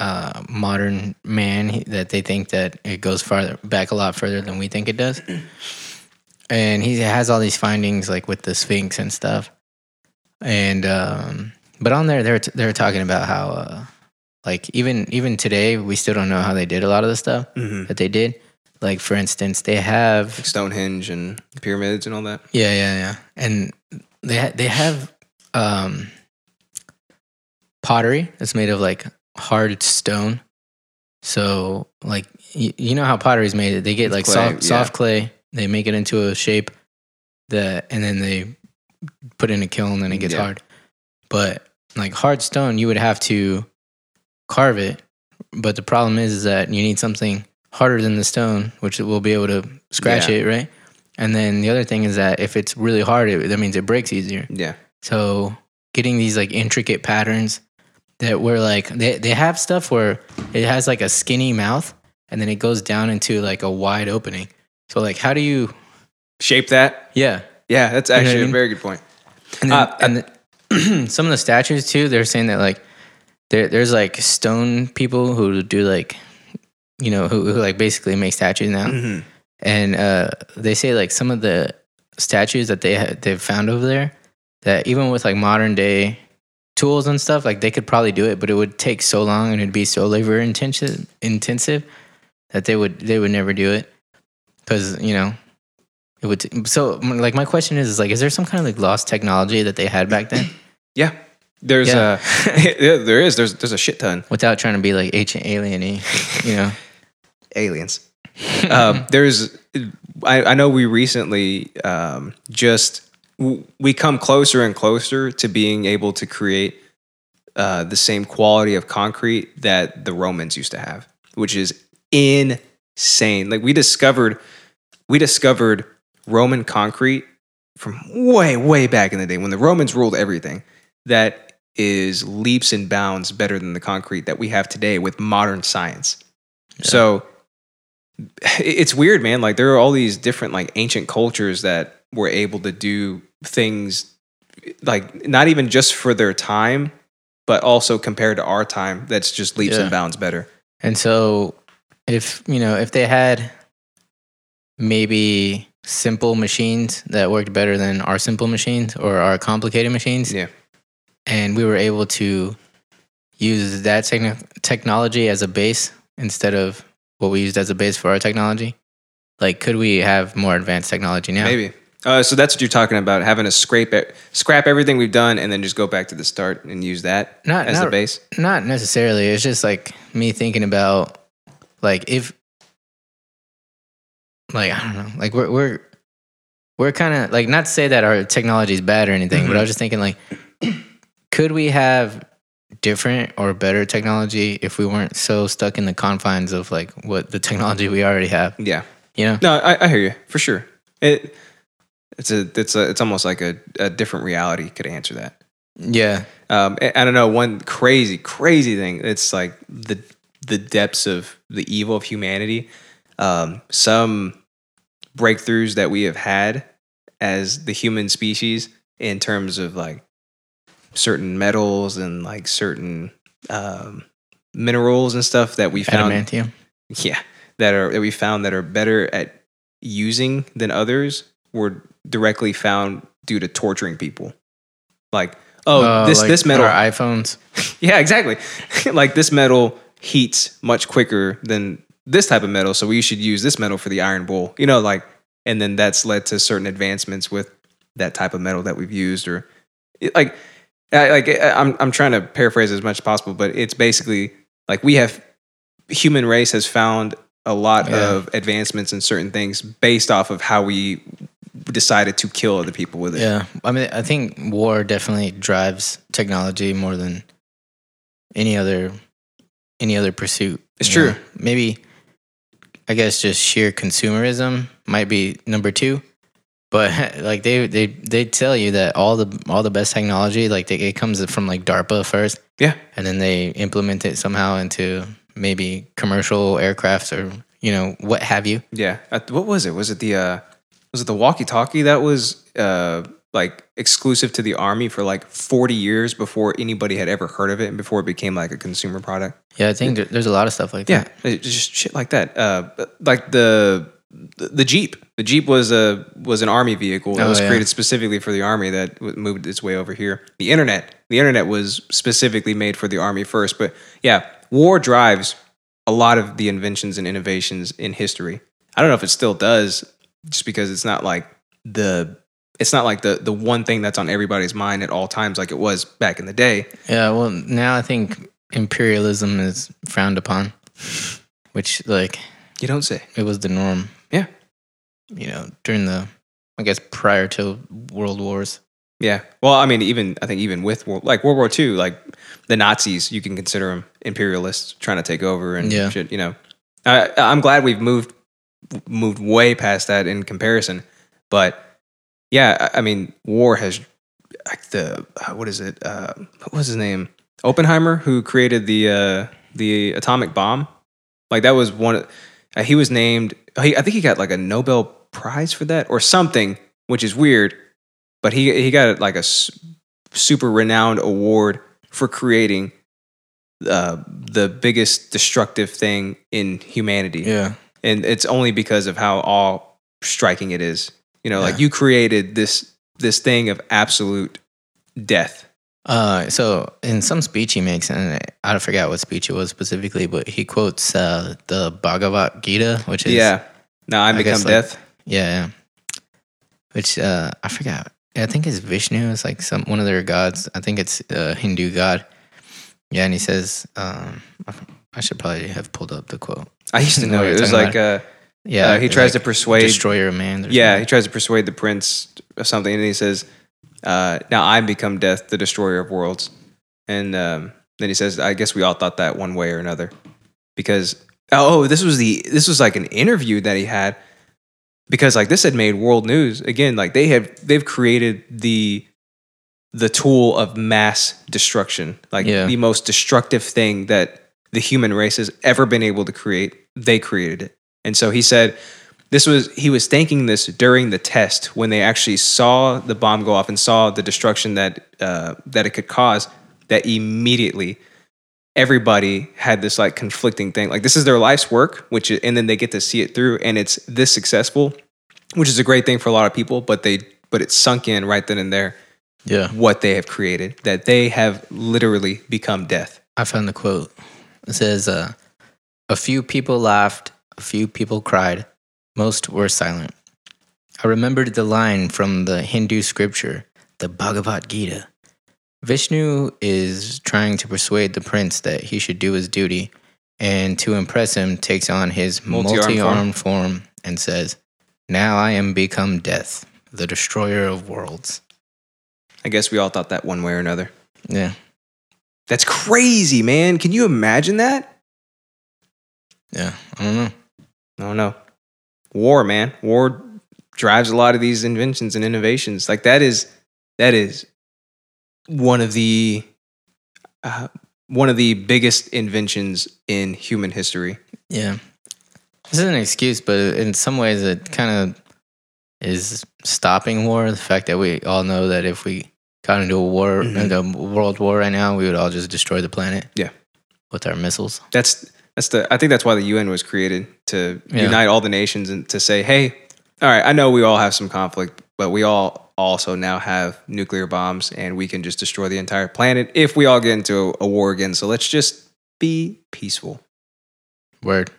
[SPEAKER 1] uh, modern man he- that they think that it goes farther back a lot further than we think it does, and he has all these findings like with the Sphinx and stuff, and um, but on there they're they're talking about how uh, like even even today we still don't know how they did a lot of the stuff that they did Like for instance, they have
[SPEAKER 2] Stonehenge and pyramids and all that.
[SPEAKER 1] yeah, yeah, yeah, and they ha- they have um, pottery that's made of like hard stone. So like you, you know how pottery is made, they get like
[SPEAKER 2] Clay,
[SPEAKER 1] soft
[SPEAKER 2] yeah.
[SPEAKER 1] soft clay. They make it into a shape that, and then they put it in a kiln, and it gets
[SPEAKER 2] Yeah.
[SPEAKER 1] hard. But like hard stone, you would have to carve it. But the problem is, is that you need something harder than the stone, which will be able to scratch
[SPEAKER 2] Yeah.
[SPEAKER 1] it, right? And then the other thing is that if it's really hard, it, that means it breaks easier.
[SPEAKER 2] Yeah.
[SPEAKER 1] So getting these like intricate patterns that were like they, they have stuff where it has like a skinny mouth and then it goes down into like a wide opening. So like how do you
[SPEAKER 2] Shape that.
[SPEAKER 1] yeah.
[SPEAKER 2] Yeah, that's
[SPEAKER 1] know what I
[SPEAKER 2] actually
[SPEAKER 1] mean?
[SPEAKER 2] a very good point.
[SPEAKER 1] And then,
[SPEAKER 2] Uh,
[SPEAKER 1] and the- some of the statues too, they're saying that like there there's like stone people who do like you know, who, who like basically make statues now.
[SPEAKER 2] Mm-hmm.
[SPEAKER 1] and uh, they say like some of the statues that they ha- they've found over there that even with like modern day tools and stuff like they could probably do it but it would take so long and it'd be so labor intensive intensive that they would they would never do it because you know it would t- so m- like my question is, is like is there some kind of like lost technology that they had back then
[SPEAKER 2] Yeah. There's
[SPEAKER 1] Yeah.
[SPEAKER 2] uh yeah, there is there's there's a shit ton
[SPEAKER 1] without trying to be like ancient alieny you know
[SPEAKER 2] aliens. uh, there's I, I know we recently um, just w- we come closer and closer to being able to create uh, the same quality of concrete that the Romans used to have, which is insane. Like we discovered we discovered Roman concrete from way way back in the day when the Romans ruled everything. That is leaps and bounds better than the concrete that we have today with modern science. So it's weird, man. Like there are all these different like ancient cultures that were able to do things like not even just for their time, but also compared to our time, that's just leaps
[SPEAKER 1] Yeah.
[SPEAKER 2] and bounds better.
[SPEAKER 1] And so, if you know, if they had maybe simple machines that worked better than our simple machines or our complicated machines,
[SPEAKER 2] Yeah.
[SPEAKER 1] and we were able to use that techno technology as a base instead of what we used as a base for our technology, like could we have more advanced technology now?
[SPEAKER 2] Maybe. Uh, so that's what you're talking about, having to scrape it, scrap everything we've done, and then just go back to the start and use that
[SPEAKER 1] Not-
[SPEAKER 2] as the
[SPEAKER 1] not-
[SPEAKER 2] base.
[SPEAKER 1] Not necessarily. It's just like me thinking about like if like I don't know. Like we're we're we're kind of like not to say that our technology is bad or anything,
[SPEAKER 2] Mm-hmm.
[SPEAKER 1] but I was just thinking like could we have different or better technology if we weren't so stuck in the confines of like what the technology we already have,
[SPEAKER 2] Yeah.
[SPEAKER 1] you know?
[SPEAKER 2] No, I, I hear you for sure. It, it's a, it's a, it's almost like a, a different reality could answer that.
[SPEAKER 1] Yeah.
[SPEAKER 2] Um, I I don't know. One crazy, crazy thing. It's like the the depths of the evil of humanity. Um, some breakthroughs that we have had as the human species in terms of like certain metals and like certain um, minerals and stuff that we found.
[SPEAKER 1] Adamantium.
[SPEAKER 2] Yeah, that are that we found that are better at using than others were directly found due to torturing people. Like, oh,
[SPEAKER 1] Uh,
[SPEAKER 2] this
[SPEAKER 1] like
[SPEAKER 2] this metal
[SPEAKER 1] our iPhones.
[SPEAKER 2] yeah, exactly. like this metal heats much quicker than this type of metal, so we should use this metal for the iron bowl. You know, like, and then that's led to certain advancements with that type of metal that we've used, or it- like, I, like I- I'm I'm trying to paraphrase as much as possible, but it's basically like we have human race has found a lot
[SPEAKER 1] Yeah.
[SPEAKER 2] of advancements in certain things based off of how we decided to kill other people with it.
[SPEAKER 1] Yeah, I mean, I think war definitely drives technology more than any other any other pursuit.
[SPEAKER 2] It's
[SPEAKER 1] you know?
[SPEAKER 2] true.
[SPEAKER 1] Maybe I guess just sheer consumerism might be number two, but like they they they tell you that all the all the best technology like they, it comes from like DARPA first,
[SPEAKER 2] Yeah.
[SPEAKER 1] and then they implement it somehow into maybe commercial aircrafts or you know what have you.
[SPEAKER 2] Yeah. Uh, What was it? Was it the uh was it the walkie-talkie that was uh like exclusive to the army for like 40 years before anybody had ever heard of it and before it became like a consumer product?
[SPEAKER 1] Yeah, I think there- there's a lot of stuff like
[SPEAKER 2] Yeah,
[SPEAKER 1] that.
[SPEAKER 2] it's just shit like that. Uh like the the Jeep. The Jeep was a was an army vehicle that
[SPEAKER 1] Oh,
[SPEAKER 2] was
[SPEAKER 1] yeah.
[SPEAKER 2] created specifically for the army that w- moved its way over here. The internet. The internet was specifically made for the army first, but yeah, war drives a lot of the inventions and innovations in history. I don't know if it still does, just because it's not like the it's not like the the one thing that's on everybody's mind at all times like it was back in the day.
[SPEAKER 1] Yeah, well, now I think imperialism is frowned upon, which like
[SPEAKER 2] You don't say.
[SPEAKER 1] it was the norm.
[SPEAKER 2] Yeah.
[SPEAKER 1] You know, during the I guess prior to world wars.
[SPEAKER 2] Yeah. Well, I mean, even I think even with wor- like World War II, like the Nazis, you can consider them imperialists trying to take over and
[SPEAKER 1] Yeah.
[SPEAKER 2] shit. You know, I, I'm glad we've moved moved way past that in comparison. But yeah, I, I mean, war has like the uh, what is it? Uh, what was his name? Oppenheimer, who created the uh, the atomic bomb. Like that was one. of- Uh, he was named. He, I think he got like a Nobel Prize for that or something, which is weird. But he he got like a s- super renowned award for creating uh, the biggest destructive thing in humanity
[SPEAKER 1] Yeah.
[SPEAKER 2] and it's only because of how awe striking it is. You know, like
[SPEAKER 1] Yeah.
[SPEAKER 2] you created this this thing of absolute death.
[SPEAKER 1] Uh, so in some speech he makes, and I, I forgot what speech it was specifically, but he quotes uh, the Bhagavad Gita, which is
[SPEAKER 2] yeah. Now I,
[SPEAKER 1] I
[SPEAKER 2] become
[SPEAKER 1] guess, like-
[SPEAKER 2] death.
[SPEAKER 1] yeah, yeah. which uh, I forgot. I think it's Vishnu. It's like some one of their gods. I think it's uh, Hindu god. Yeah, and he says, um, I should probably have pulled up the quote.
[SPEAKER 2] I used to
[SPEAKER 1] No,
[SPEAKER 2] know it.
[SPEAKER 1] you're
[SPEAKER 2] It was
[SPEAKER 1] talking
[SPEAKER 2] like uh,
[SPEAKER 1] Yeah,
[SPEAKER 2] uh, he
[SPEAKER 1] it's
[SPEAKER 2] tries
[SPEAKER 1] like
[SPEAKER 2] to persuade.
[SPEAKER 1] destroyer of man. or
[SPEAKER 2] Yeah, he
[SPEAKER 1] something.
[SPEAKER 2] tries to persuade the prince of something, and he says, uh, "Now I become death, the destroyer of worlds." And um, then he says, "I guess we all thought that one way or another." because oh this was the this was like an interview that he had because like this had made world news again like they have they've created the the tool of mass destruction like
[SPEAKER 1] Yeah.
[SPEAKER 2] the most destructive thing that the human race has ever been able to create they created it and so he said this was he was thinking this during the test when they actually saw the bomb go off and saw the destruction that uh, that it could cause that immediately everybody had this like conflicting thing. Like this is their life's work, which and then they get to see it through, and it's this successful, which is a great thing for a lot of people. But they but it sunk in right then and there
[SPEAKER 1] yeah.
[SPEAKER 2] what they have created that they have literally become death.
[SPEAKER 1] I found the quote. It says, uh, "A few people laughed, a few people cried, most were silent." I remembered the line from the Hindu scripture, the Bhagavad Gita. Vishnu is trying to persuade the prince that he should do his duty, and to impress him, takes on his
[SPEAKER 2] Multi-armed form.
[SPEAKER 1] multi-armed form and says, "Now I am become death, the destroyer of worlds."
[SPEAKER 2] I guess we all thought that one way or another.
[SPEAKER 1] Yeah.
[SPEAKER 2] That's crazy, man. Can you imagine that?
[SPEAKER 1] Yeah, I don't know.
[SPEAKER 2] I don't know. War, man. War drives a lot of these inventions and innovations. Like that is that is one of the uh, one of the biggest inventions in human history.
[SPEAKER 1] Yeah. This is an excuse, but in some ways it kind of is stopping war. The fact that we all know that if we got into a war,
[SPEAKER 2] Mhm.
[SPEAKER 1] into a world war right now, we would all just destroy the planet.
[SPEAKER 2] Yeah.
[SPEAKER 1] With our missiles.
[SPEAKER 2] That's that's the I think that's why the UN was created to
[SPEAKER 1] Yeah.
[SPEAKER 2] unite all the nations and to say, "Hey, all right, I know we all have some conflict, but we all also now have nuclear bombs and we can just destroy the entire planet if we all get into a, a war again. So let's just be peaceful."
[SPEAKER 1] Word.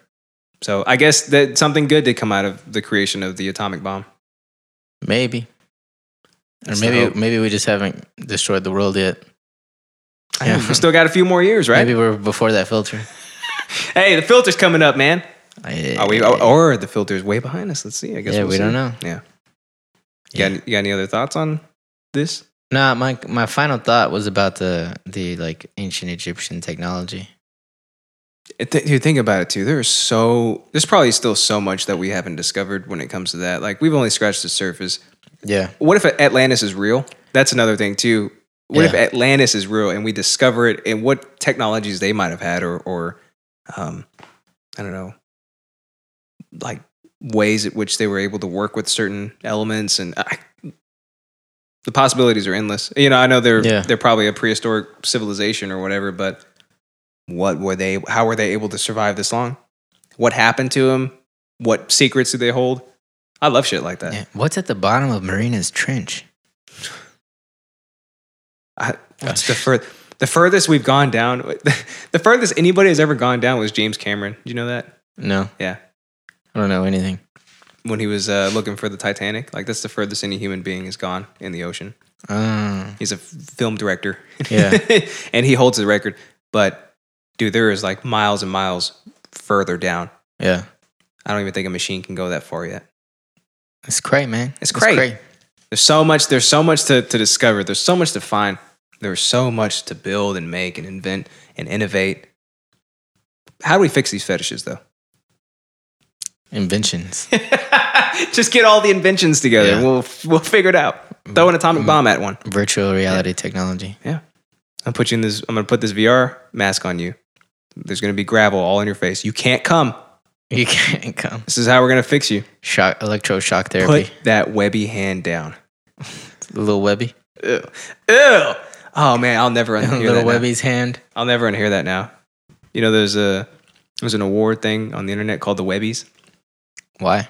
[SPEAKER 2] So I guess that something good did come out of the creation of the atomic bomb.
[SPEAKER 1] Maybe.
[SPEAKER 2] That's
[SPEAKER 1] or
[SPEAKER 2] the hope.
[SPEAKER 1] maybe maybe we just haven't destroyed the world yet. Yeah.
[SPEAKER 2] We still got a few more years, right?
[SPEAKER 1] Maybe we're before that filter.
[SPEAKER 2] Hey, the filter's coming up, man. Are we,
[SPEAKER 1] Yeah.
[SPEAKER 2] or the filter's way behind us. Let's see. I guess
[SPEAKER 1] yeah,
[SPEAKER 2] we'll
[SPEAKER 1] we
[SPEAKER 2] see.
[SPEAKER 1] don't know.
[SPEAKER 2] Yeah. You,
[SPEAKER 1] Yeah.
[SPEAKER 2] Got, you got any other thoughts on this?
[SPEAKER 1] Nah, my my final thought was about the the like ancient Egyptian technology.
[SPEAKER 2] It- th- dude, think about it too. There's so there's probably still so much that we haven't discovered when it comes to that. Like we've only scratched the surface.
[SPEAKER 1] Yeah.
[SPEAKER 2] What if Atlantis is real? That's another thing too. What if
[SPEAKER 1] Yeah.
[SPEAKER 2] Atlantis is real and we discover it and what technologies they might have had or or um I don't know like ways at which they were able to work with certain elements and I, the possibilities are endless. You know, I know they're
[SPEAKER 1] Yeah.
[SPEAKER 2] they're probably a prehistoric civilization or whatever, but what were they how were they able to survive this long? What happened to them? What secrets do they hold? I love shit like that.
[SPEAKER 1] Yeah. What's at the bottom of Marina's Trench?
[SPEAKER 2] I, that's the fur- the furthest we've gone down. The furthest anybody has ever gone down was James Cameron. Do you know that?
[SPEAKER 1] No,
[SPEAKER 2] Yeah,
[SPEAKER 1] I don't know anything.
[SPEAKER 2] when he was uh, looking for the Titanic. Like that's the furthest any human being has gone in the ocean.
[SPEAKER 1] Mm.
[SPEAKER 2] He's a f- film director.
[SPEAKER 1] Yeah.
[SPEAKER 2] and he holds the record. But dude, there is like miles and miles further down.
[SPEAKER 1] yeah.
[SPEAKER 2] I don't even think a machine can go that far yet.
[SPEAKER 1] It's great, man.
[SPEAKER 2] It's great. There's so much. There's so much to, to discover. There's so much to find. There's so much to build and make and invent and innovate. How do we fix these fetishes, though?
[SPEAKER 1] Inventions.
[SPEAKER 2] Just get all the inventions together.
[SPEAKER 1] Yeah. Mm-hmm.
[SPEAKER 2] And we'll we'll figure it out. Throw an atomic bomb at one.
[SPEAKER 1] Virtual reality technology.
[SPEAKER 2] I'm put you in this. I'm gonna put this VR mask on you. There's gonna be gravel all in your face. You can't come.
[SPEAKER 1] You can't come.
[SPEAKER 2] This is how we're gonna fix you.
[SPEAKER 1] Shock, electroshock therapy.
[SPEAKER 2] Put that webby hand down.
[SPEAKER 1] Little Webby.
[SPEAKER 2] Ew. Ew. Oh man, I'll never unhear
[SPEAKER 1] Little
[SPEAKER 2] that. now.
[SPEAKER 1] Webby's hand.
[SPEAKER 2] I'll never unhear that now. You know, there's a there's an award thing on the internet called the Webbies.
[SPEAKER 1] Why?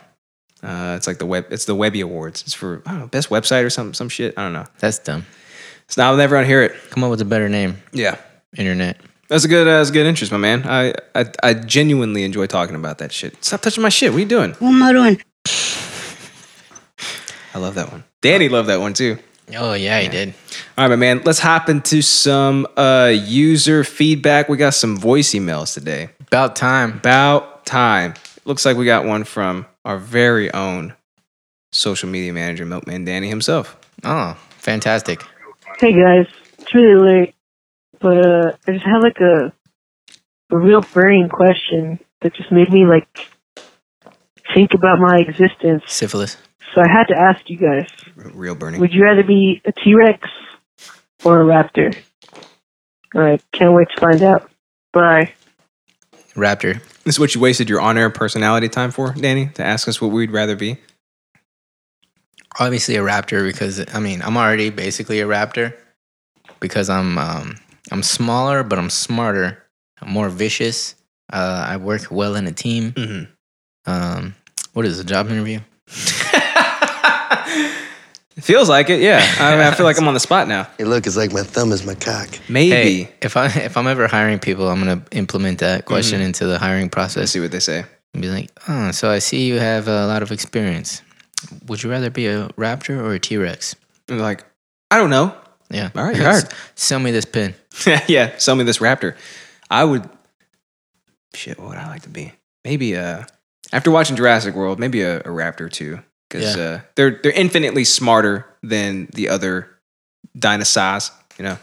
[SPEAKER 2] Uh, it's like the web. It's the Webby Awards. It's for I don't know best website or some some shit. I don't know.
[SPEAKER 1] That's dumb.
[SPEAKER 2] It's not. I'll never unhear it.
[SPEAKER 1] Come up with a better name.
[SPEAKER 2] Yeah,
[SPEAKER 1] Internet.
[SPEAKER 2] that's a good. Uh, that's a good interest, my man. I, I I genuinely enjoy talking about that shit. Stop touching my shit. What are you doing?
[SPEAKER 6] What am I doing?
[SPEAKER 2] I love that one. Danny loved that one too.
[SPEAKER 1] Oh yeah, he did.
[SPEAKER 2] All right, my man. Let's hop into some uh, user feedback. We got some voice emails today.
[SPEAKER 1] About time.
[SPEAKER 2] About time. Looks like we got one from our very own social media manager, Milkman Danny himself.
[SPEAKER 1] Oh, fantastic.
[SPEAKER 6] Hey guys, it's really late, but uh, I just have like a a real burning question that just made me like think about my existence.
[SPEAKER 1] Syphilis.
[SPEAKER 6] So I had to ask you guys:
[SPEAKER 2] R- Real Bernie.
[SPEAKER 6] Would you rather be a T Rex or a raptor? All right, can't wait to find out. Bye.
[SPEAKER 1] Raptor.
[SPEAKER 2] This is what you wasted your on air personality time for, Danny, to ask us what we'd rather be.
[SPEAKER 1] Obviously a raptor because I mean I'm already basically a raptor because I'm um, I'm smaller but I'm smarter. I'm more vicious. Uh, I work well in a team.
[SPEAKER 2] Mm-hmm.
[SPEAKER 1] Um, what is a job interview?
[SPEAKER 2] It feels like it, yeah. I, mean, I feel like I'm on the spot now.
[SPEAKER 5] Hey, look, it's like my thumb is my cock.
[SPEAKER 2] Maybe. Mm-hmm.
[SPEAKER 1] Hey, if I if I'm ever hiring people, I'm gonna implement that question into the hiring
[SPEAKER 2] Let's
[SPEAKER 1] process
[SPEAKER 2] see what they say.
[SPEAKER 1] and be like, "Oh, so I see you have a lot of experience. Would you rather be a raptor or a T-Rex?"
[SPEAKER 2] And they're like, I don't know.
[SPEAKER 1] Yeah.
[SPEAKER 2] All right, you're hired.
[SPEAKER 1] Sell me this pin.
[SPEAKER 2] yeah, sell me this raptor. I would. Shit, what would I like to be? Maybe uh, after watching Jurassic World, maybe a, a raptor too, because
[SPEAKER 1] Yeah.
[SPEAKER 2] uh, they're they're infinitely smarter than the other dinosaurs. You know,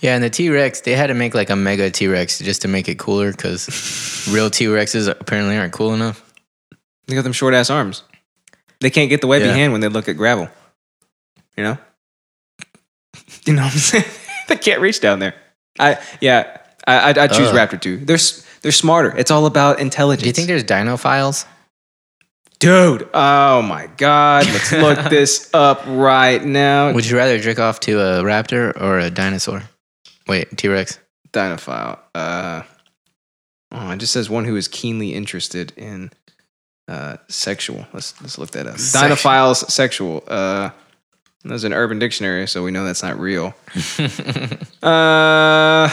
[SPEAKER 1] Yeah, and the T Rex, they had to make like a mega T Rex just to make it cooler because real T Rexes apparently aren't cool enough.
[SPEAKER 2] they got them short ass arms. They can't get the webby
[SPEAKER 1] Yeah.
[SPEAKER 2] hand when they look at gravel. You know, you know what I'm saying? they can't reach down there. I yeah, I I, I choose
[SPEAKER 1] Ugh.
[SPEAKER 2] raptor too. They're s- they're smarter. It's all about intelligence.
[SPEAKER 1] Do you think there's dinophiles?
[SPEAKER 2] Dude, oh my God. Let's look this up right now.
[SPEAKER 1] Would you rather jerk off to a raptor or a dinosaur? Wait, T Rex.
[SPEAKER 2] Dinophile. Uh, oh, it just says one who is keenly interested in uh, sexual. Let's, let's look that up.
[SPEAKER 1] Sexual.
[SPEAKER 2] Dinophiles sexual. Uh, there's an urban dictionary, so we know that's not real. Uh,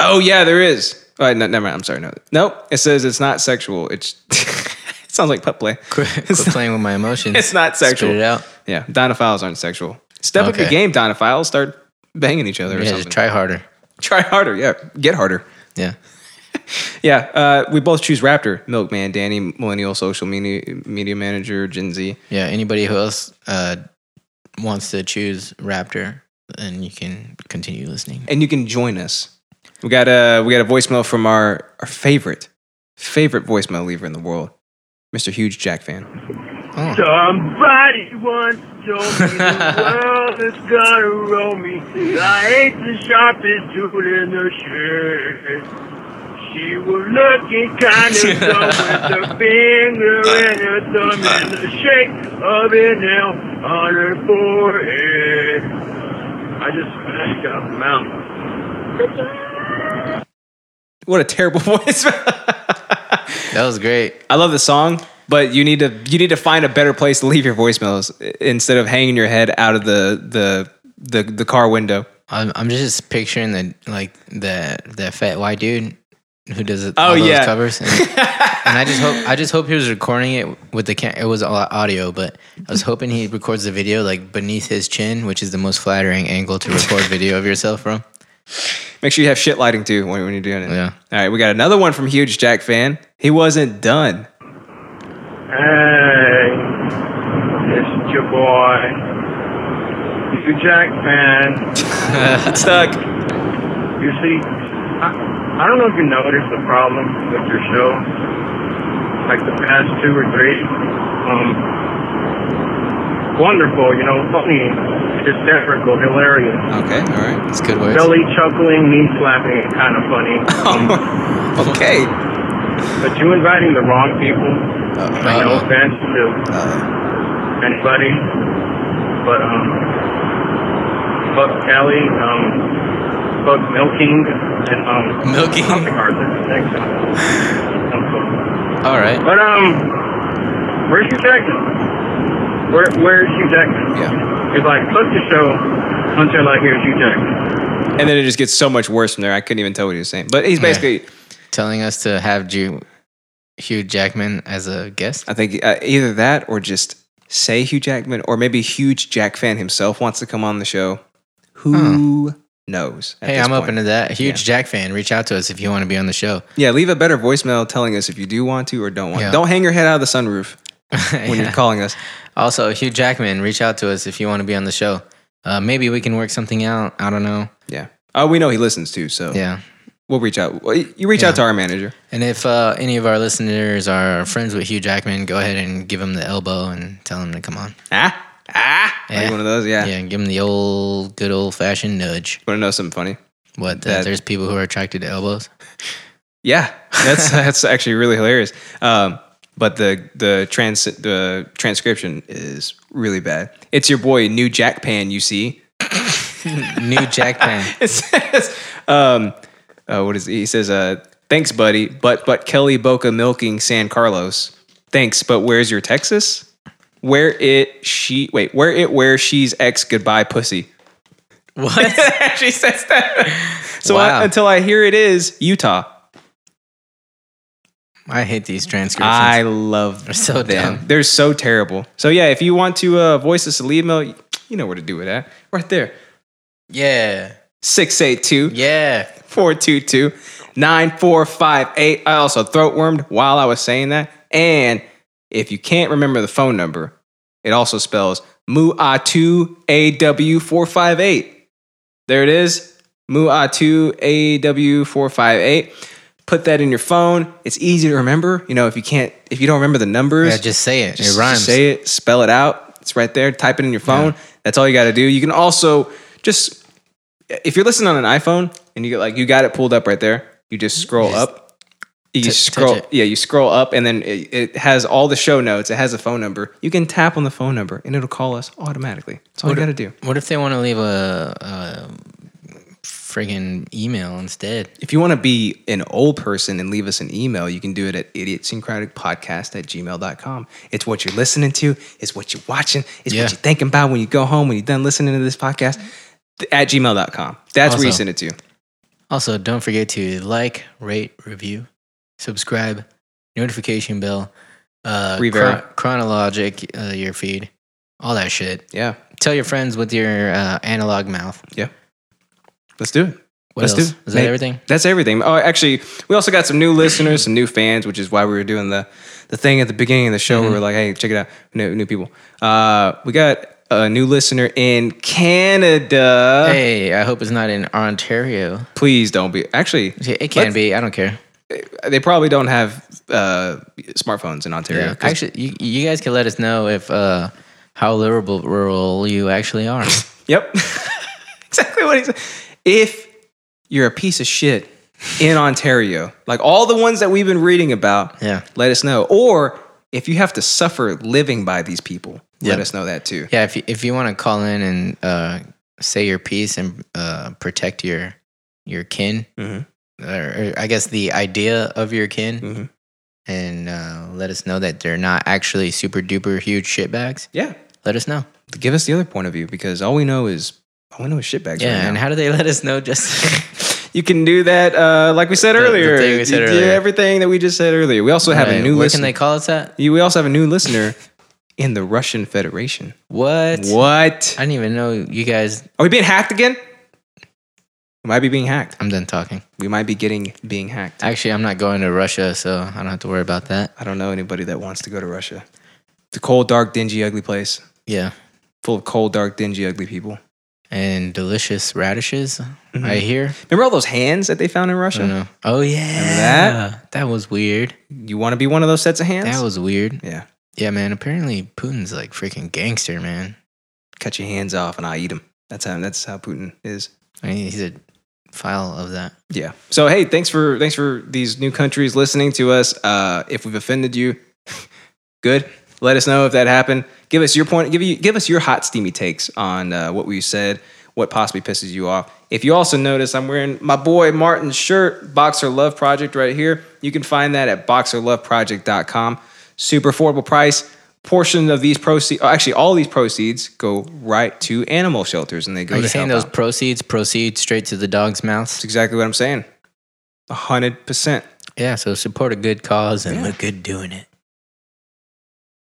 [SPEAKER 2] oh, yeah, there is. All right, no, never mind. I'm sorry. No, nope. It says it's not sexual. It's, it sounds like pup play.
[SPEAKER 1] Quit, quit playing with my emotions.
[SPEAKER 2] it's not sexual.
[SPEAKER 1] Spit it out.
[SPEAKER 2] Yeah, dinophiles aren't sexual. Step up your
[SPEAKER 1] Okay.
[SPEAKER 2] game, dinophiles. Start banging each other or
[SPEAKER 1] Yeah,
[SPEAKER 2] something.
[SPEAKER 1] just try harder.
[SPEAKER 2] Try harder. Yeah, get harder.
[SPEAKER 1] Yeah.
[SPEAKER 2] Yeah, uh, we both choose Raptor. Milkman, Danny, millennial social media media manager, Gen Z.
[SPEAKER 1] Yeah. Anybody who else uh, wants to choose raptor, then you can continue listening.
[SPEAKER 2] and you can join us. We got a we got a voicemail from our our favorite favorite voicemail leaver in the world, Mr. Huge Jack fan.
[SPEAKER 7] Somebody once told me the world is gonna roll me. I ain't the sharpest tool in the shed. She was looking kind of dumb with her finger and her thumb in the shape of an L on her forehead. I just smashed up a mountain.
[SPEAKER 2] What a terrible voicemail.
[SPEAKER 1] That was great.
[SPEAKER 2] I love the song, but you need to you need to find a better place to leave your voicemails i- instead of hanging your head out of the the the, the car window.
[SPEAKER 1] I'm, I'm just picturing the like that that fat white dude who does it?
[SPEAKER 2] Oh,
[SPEAKER 1] all those
[SPEAKER 2] yeah.
[SPEAKER 1] covers. And, and I just hope I just hope he was recording it with the cam- it was all audio, but I was hoping he records the video like beneath his chin, which is the most flattering angle to record video of yourself from.
[SPEAKER 2] Make sure you have shit lighting too when, when you're doing it.
[SPEAKER 1] Yeah.
[SPEAKER 2] All right, we got another one from huge Jack fan. He wasn't done.
[SPEAKER 7] Hey, it's your boy. You Jack fan.
[SPEAKER 2] Stuck.
[SPEAKER 7] You see, I, I don't know if you noticed the problem with your show, like the past two or three. Um, wonderful, you know, funny, hysterical, hilarious,
[SPEAKER 2] Okay. All right.
[SPEAKER 1] It's good words.
[SPEAKER 7] belly chuckling, knee slapping, kind of funny. Um,
[SPEAKER 2] okay.
[SPEAKER 7] but you inviting the wrong people.
[SPEAKER 1] Oh,
[SPEAKER 7] Like, no
[SPEAKER 1] Uh-oh.
[SPEAKER 2] Oh,
[SPEAKER 7] offense to anybody, but um, fuck Kelly, um, fuck milking, and um,
[SPEAKER 1] Milking?
[SPEAKER 7] I'll pick Arthur. Thanks. Um,
[SPEAKER 1] All right.
[SPEAKER 7] But um, where's Hugh Jackman? Where where's Hugh Jackman?
[SPEAKER 2] Yeah.
[SPEAKER 7] He's like, fuck the show until I hear Hugh Jackman.
[SPEAKER 2] And then it just gets so much worse from there. I couldn't even tell what he was saying. But he's
[SPEAKER 1] Yeah.
[SPEAKER 2] basically,
[SPEAKER 1] Telling us to have Ju- Hugh Jackman as a guest.
[SPEAKER 2] I think uh, either that or just say Hugh Jackman or maybe huge Jack fan himself wants to come on the show. Who knows? at
[SPEAKER 1] Hmm. Hey,
[SPEAKER 2] this
[SPEAKER 1] I'm
[SPEAKER 2] point?
[SPEAKER 1] open to that. Huge Jack fan. Reach out to us if you want to be on the show.
[SPEAKER 2] Yeah, leave a better voicemail telling us if you do want to or don't want.
[SPEAKER 1] Yeah.
[SPEAKER 2] to. Don't hang your head out of the sunroof when
[SPEAKER 1] Yeah.
[SPEAKER 2] you're calling us.
[SPEAKER 1] Also, Hugh Jackman, reach out to us if you want to be on the show. Uh, maybe we can work something out. I don't know.
[SPEAKER 2] Yeah. Oh, we know he listens too, so
[SPEAKER 1] Yeah.
[SPEAKER 2] we'll reach out. Well, You reach out to our manager.
[SPEAKER 1] And if uh, any of our listeners are friends with Hugh Jackman, go ahead and give him the elbow and tell him to come on.
[SPEAKER 2] Ah, ah. Like
[SPEAKER 1] Yeah.
[SPEAKER 2] one of those. Yeah.
[SPEAKER 1] Yeah, and give him the old, good old fashioned nudge.
[SPEAKER 2] Want to know something funny?
[SPEAKER 1] What? That,
[SPEAKER 2] That-
[SPEAKER 1] there's people who are attracted to elbows.
[SPEAKER 2] Yeah, that's that's actually really hilarious. Um, but the the trans the transcription is really bad. It's your boy New Jack Pan. You see,
[SPEAKER 1] New Jackman.
[SPEAKER 2] it says, um, uh, what is he says? Uh, thanks, buddy. But but Kelly Boca milking San Carlos. Thanks, but where's your Texas? Where it she wait? Where it where she's ex goodbye pussy.
[SPEAKER 1] What?
[SPEAKER 2] she says that. So
[SPEAKER 1] Wow.
[SPEAKER 2] I, until I hear it is Utah.
[SPEAKER 1] I hate these transcriptions.
[SPEAKER 2] I love
[SPEAKER 1] They're so
[SPEAKER 2] them.
[SPEAKER 1] dumb.
[SPEAKER 2] They're so terrible. So yeah, if you want to uh, voice us a lead mail, you know where to do it at. Right there.
[SPEAKER 1] yeah.
[SPEAKER 2] 682
[SPEAKER 1] Yeah.
[SPEAKER 2] 422 9458. I also throat wormed while I was saying that. And if you can't remember the phone number, it also spells MUA2AW458. There it is. MUA2AW458. Put that in your phone. It's easy to remember. You know, if you can't, if you don't remember the numbers,
[SPEAKER 1] Yeah, just say it.
[SPEAKER 2] just
[SPEAKER 1] it rhymes.
[SPEAKER 2] Say it, spell it out. It's right there. Type it in your phone. That's all you got to do. You can also just if you're listening on an iPhone and you get like you got it pulled up right there. You just scroll
[SPEAKER 1] Just
[SPEAKER 2] up. You
[SPEAKER 1] t-
[SPEAKER 2] scroll,
[SPEAKER 1] touch it.
[SPEAKER 2] yeah. You scroll up, and then it, it has all the show notes. It has a phone number. You can tap on the phone number, and it'll call us automatically. That's all you got to do.
[SPEAKER 1] What if they want to leave a, a friggin' email instead?
[SPEAKER 2] If you want to be an old person and leave us an email, you can do it at idiotsyncraticpodcast at gmail.com. It's what you're listening to, it's what you're watching, it's
[SPEAKER 1] Yeah.
[SPEAKER 2] what you're thinking about when you go home, when you're done listening to this podcast, th- at gmail.com. That's where you
[SPEAKER 1] Also-
[SPEAKER 2] send it to.
[SPEAKER 1] Also, don't forget to like, rate, review, subscribe, notification bell, uh,
[SPEAKER 2] Revera.
[SPEAKER 1] chronologic uh, your feed, all that shit.
[SPEAKER 2] Yeah,
[SPEAKER 1] Tell your friends with your uh, analog mouth.
[SPEAKER 2] let's do it.
[SPEAKER 1] What
[SPEAKER 2] Let's
[SPEAKER 1] else?
[SPEAKER 2] do it.
[SPEAKER 1] Is that
[SPEAKER 2] Make-
[SPEAKER 1] everything?
[SPEAKER 2] That's everything. Oh, actually, we also got some new listeners, some new fans, which is why we were doing the, the thing at the beginning of the show
[SPEAKER 1] Mm-hmm.
[SPEAKER 2] where we're like, hey, check it out, new, new people. Uh, we got a new listener in Canada.
[SPEAKER 1] Hey, I hope it's not in Ontario.
[SPEAKER 2] Please don't be. Actually,
[SPEAKER 1] It can
[SPEAKER 2] Let's-
[SPEAKER 1] be. I don't care.
[SPEAKER 2] they probably don't have uh, smartphones in Ontario. 'cause-
[SPEAKER 1] Actually, you, you guys can let us know if uh, how liberal rural you actually are.
[SPEAKER 2] yep, exactly what he said. If you're a piece of shit in Ontario, like all the ones that we've been reading about,
[SPEAKER 1] Yeah.
[SPEAKER 2] let us know. Or if you have to suffer living by these people, let
[SPEAKER 1] Yeah.
[SPEAKER 2] us know that too.
[SPEAKER 1] Yeah, if you, if you want to call in and uh, say your piece and uh, protect your your kin,
[SPEAKER 2] Mhm.
[SPEAKER 1] or, or I guess the idea of your kin,
[SPEAKER 2] Mhm.
[SPEAKER 1] and uh, let us know that they're not actually super duper huge shitbags,
[SPEAKER 2] Yeah,
[SPEAKER 1] let us know.
[SPEAKER 2] give us the other point of view because all we know is all we know is shitbags.
[SPEAKER 1] Yeah,
[SPEAKER 2] right
[SPEAKER 1] and
[SPEAKER 2] now.
[SPEAKER 1] how do they let us know? Just
[SPEAKER 2] You can do that, uh, like we said
[SPEAKER 1] The- the
[SPEAKER 2] earlier.
[SPEAKER 1] thing we said
[SPEAKER 2] You do
[SPEAKER 1] earlier.
[SPEAKER 2] everything that we just said earlier. We also have a
[SPEAKER 1] Right,
[SPEAKER 2] new
[SPEAKER 1] Where
[SPEAKER 2] listener.
[SPEAKER 1] can they call us at?
[SPEAKER 2] You- we also have a new listener in the Russian Federation.
[SPEAKER 1] What?
[SPEAKER 2] What?
[SPEAKER 1] I didn't even know you guys.
[SPEAKER 2] Are we being hacked again? We might be being hacked.
[SPEAKER 1] I'm done talking.
[SPEAKER 2] We might be getting being hacked.
[SPEAKER 1] Actually, I'm not going to Russia, so I don't have to worry about that.
[SPEAKER 2] I don't know anybody that wants to go to Russia. It's a cold, dark, dingy, ugly place
[SPEAKER 1] Yeah.
[SPEAKER 2] full of cold, dark, dingy, ugly people.
[SPEAKER 1] And delicious radishes,
[SPEAKER 2] Mhm.
[SPEAKER 1] I hear.
[SPEAKER 2] Remember all those hands that they found in
[SPEAKER 1] I
[SPEAKER 2] Russia?
[SPEAKER 1] don't know. Oh, yeah.
[SPEAKER 2] that?
[SPEAKER 1] That was weird.
[SPEAKER 2] You want to be one of those sets of hands?
[SPEAKER 1] That was weird.
[SPEAKER 2] yeah.
[SPEAKER 1] Yeah, man. Apparently, Putin's like freaking gangster, man.
[SPEAKER 2] Cut your hands off, and I eat them. That's how. That's how Putin is.
[SPEAKER 1] I mean, he's a file of that.
[SPEAKER 2] Yeah. So hey, thanks for thanks for these new countries listening to us. Uh, if we've offended you, good. Let us know if that happened. Give us your point. Give you give us your hot steamy takes on uh, what we said. What possibly pisses you off? If you also notice, I'm wearing my boy Martin's shirt, Boxer Love Project, right here. You can find that at boxerloveproject.com. Super affordable price. Portion of these proceeds, actually, all these proceeds go right to animal shelters, and they go
[SPEAKER 1] Are
[SPEAKER 2] to
[SPEAKER 1] you saying
[SPEAKER 2] help
[SPEAKER 1] those
[SPEAKER 2] out.
[SPEAKER 1] proceeds proceed straight to the dog's mouth?
[SPEAKER 2] That's exactly what I'm saying. hundred percent.
[SPEAKER 1] Yeah, so support a good cause and
[SPEAKER 2] Yeah.
[SPEAKER 1] look good doing it.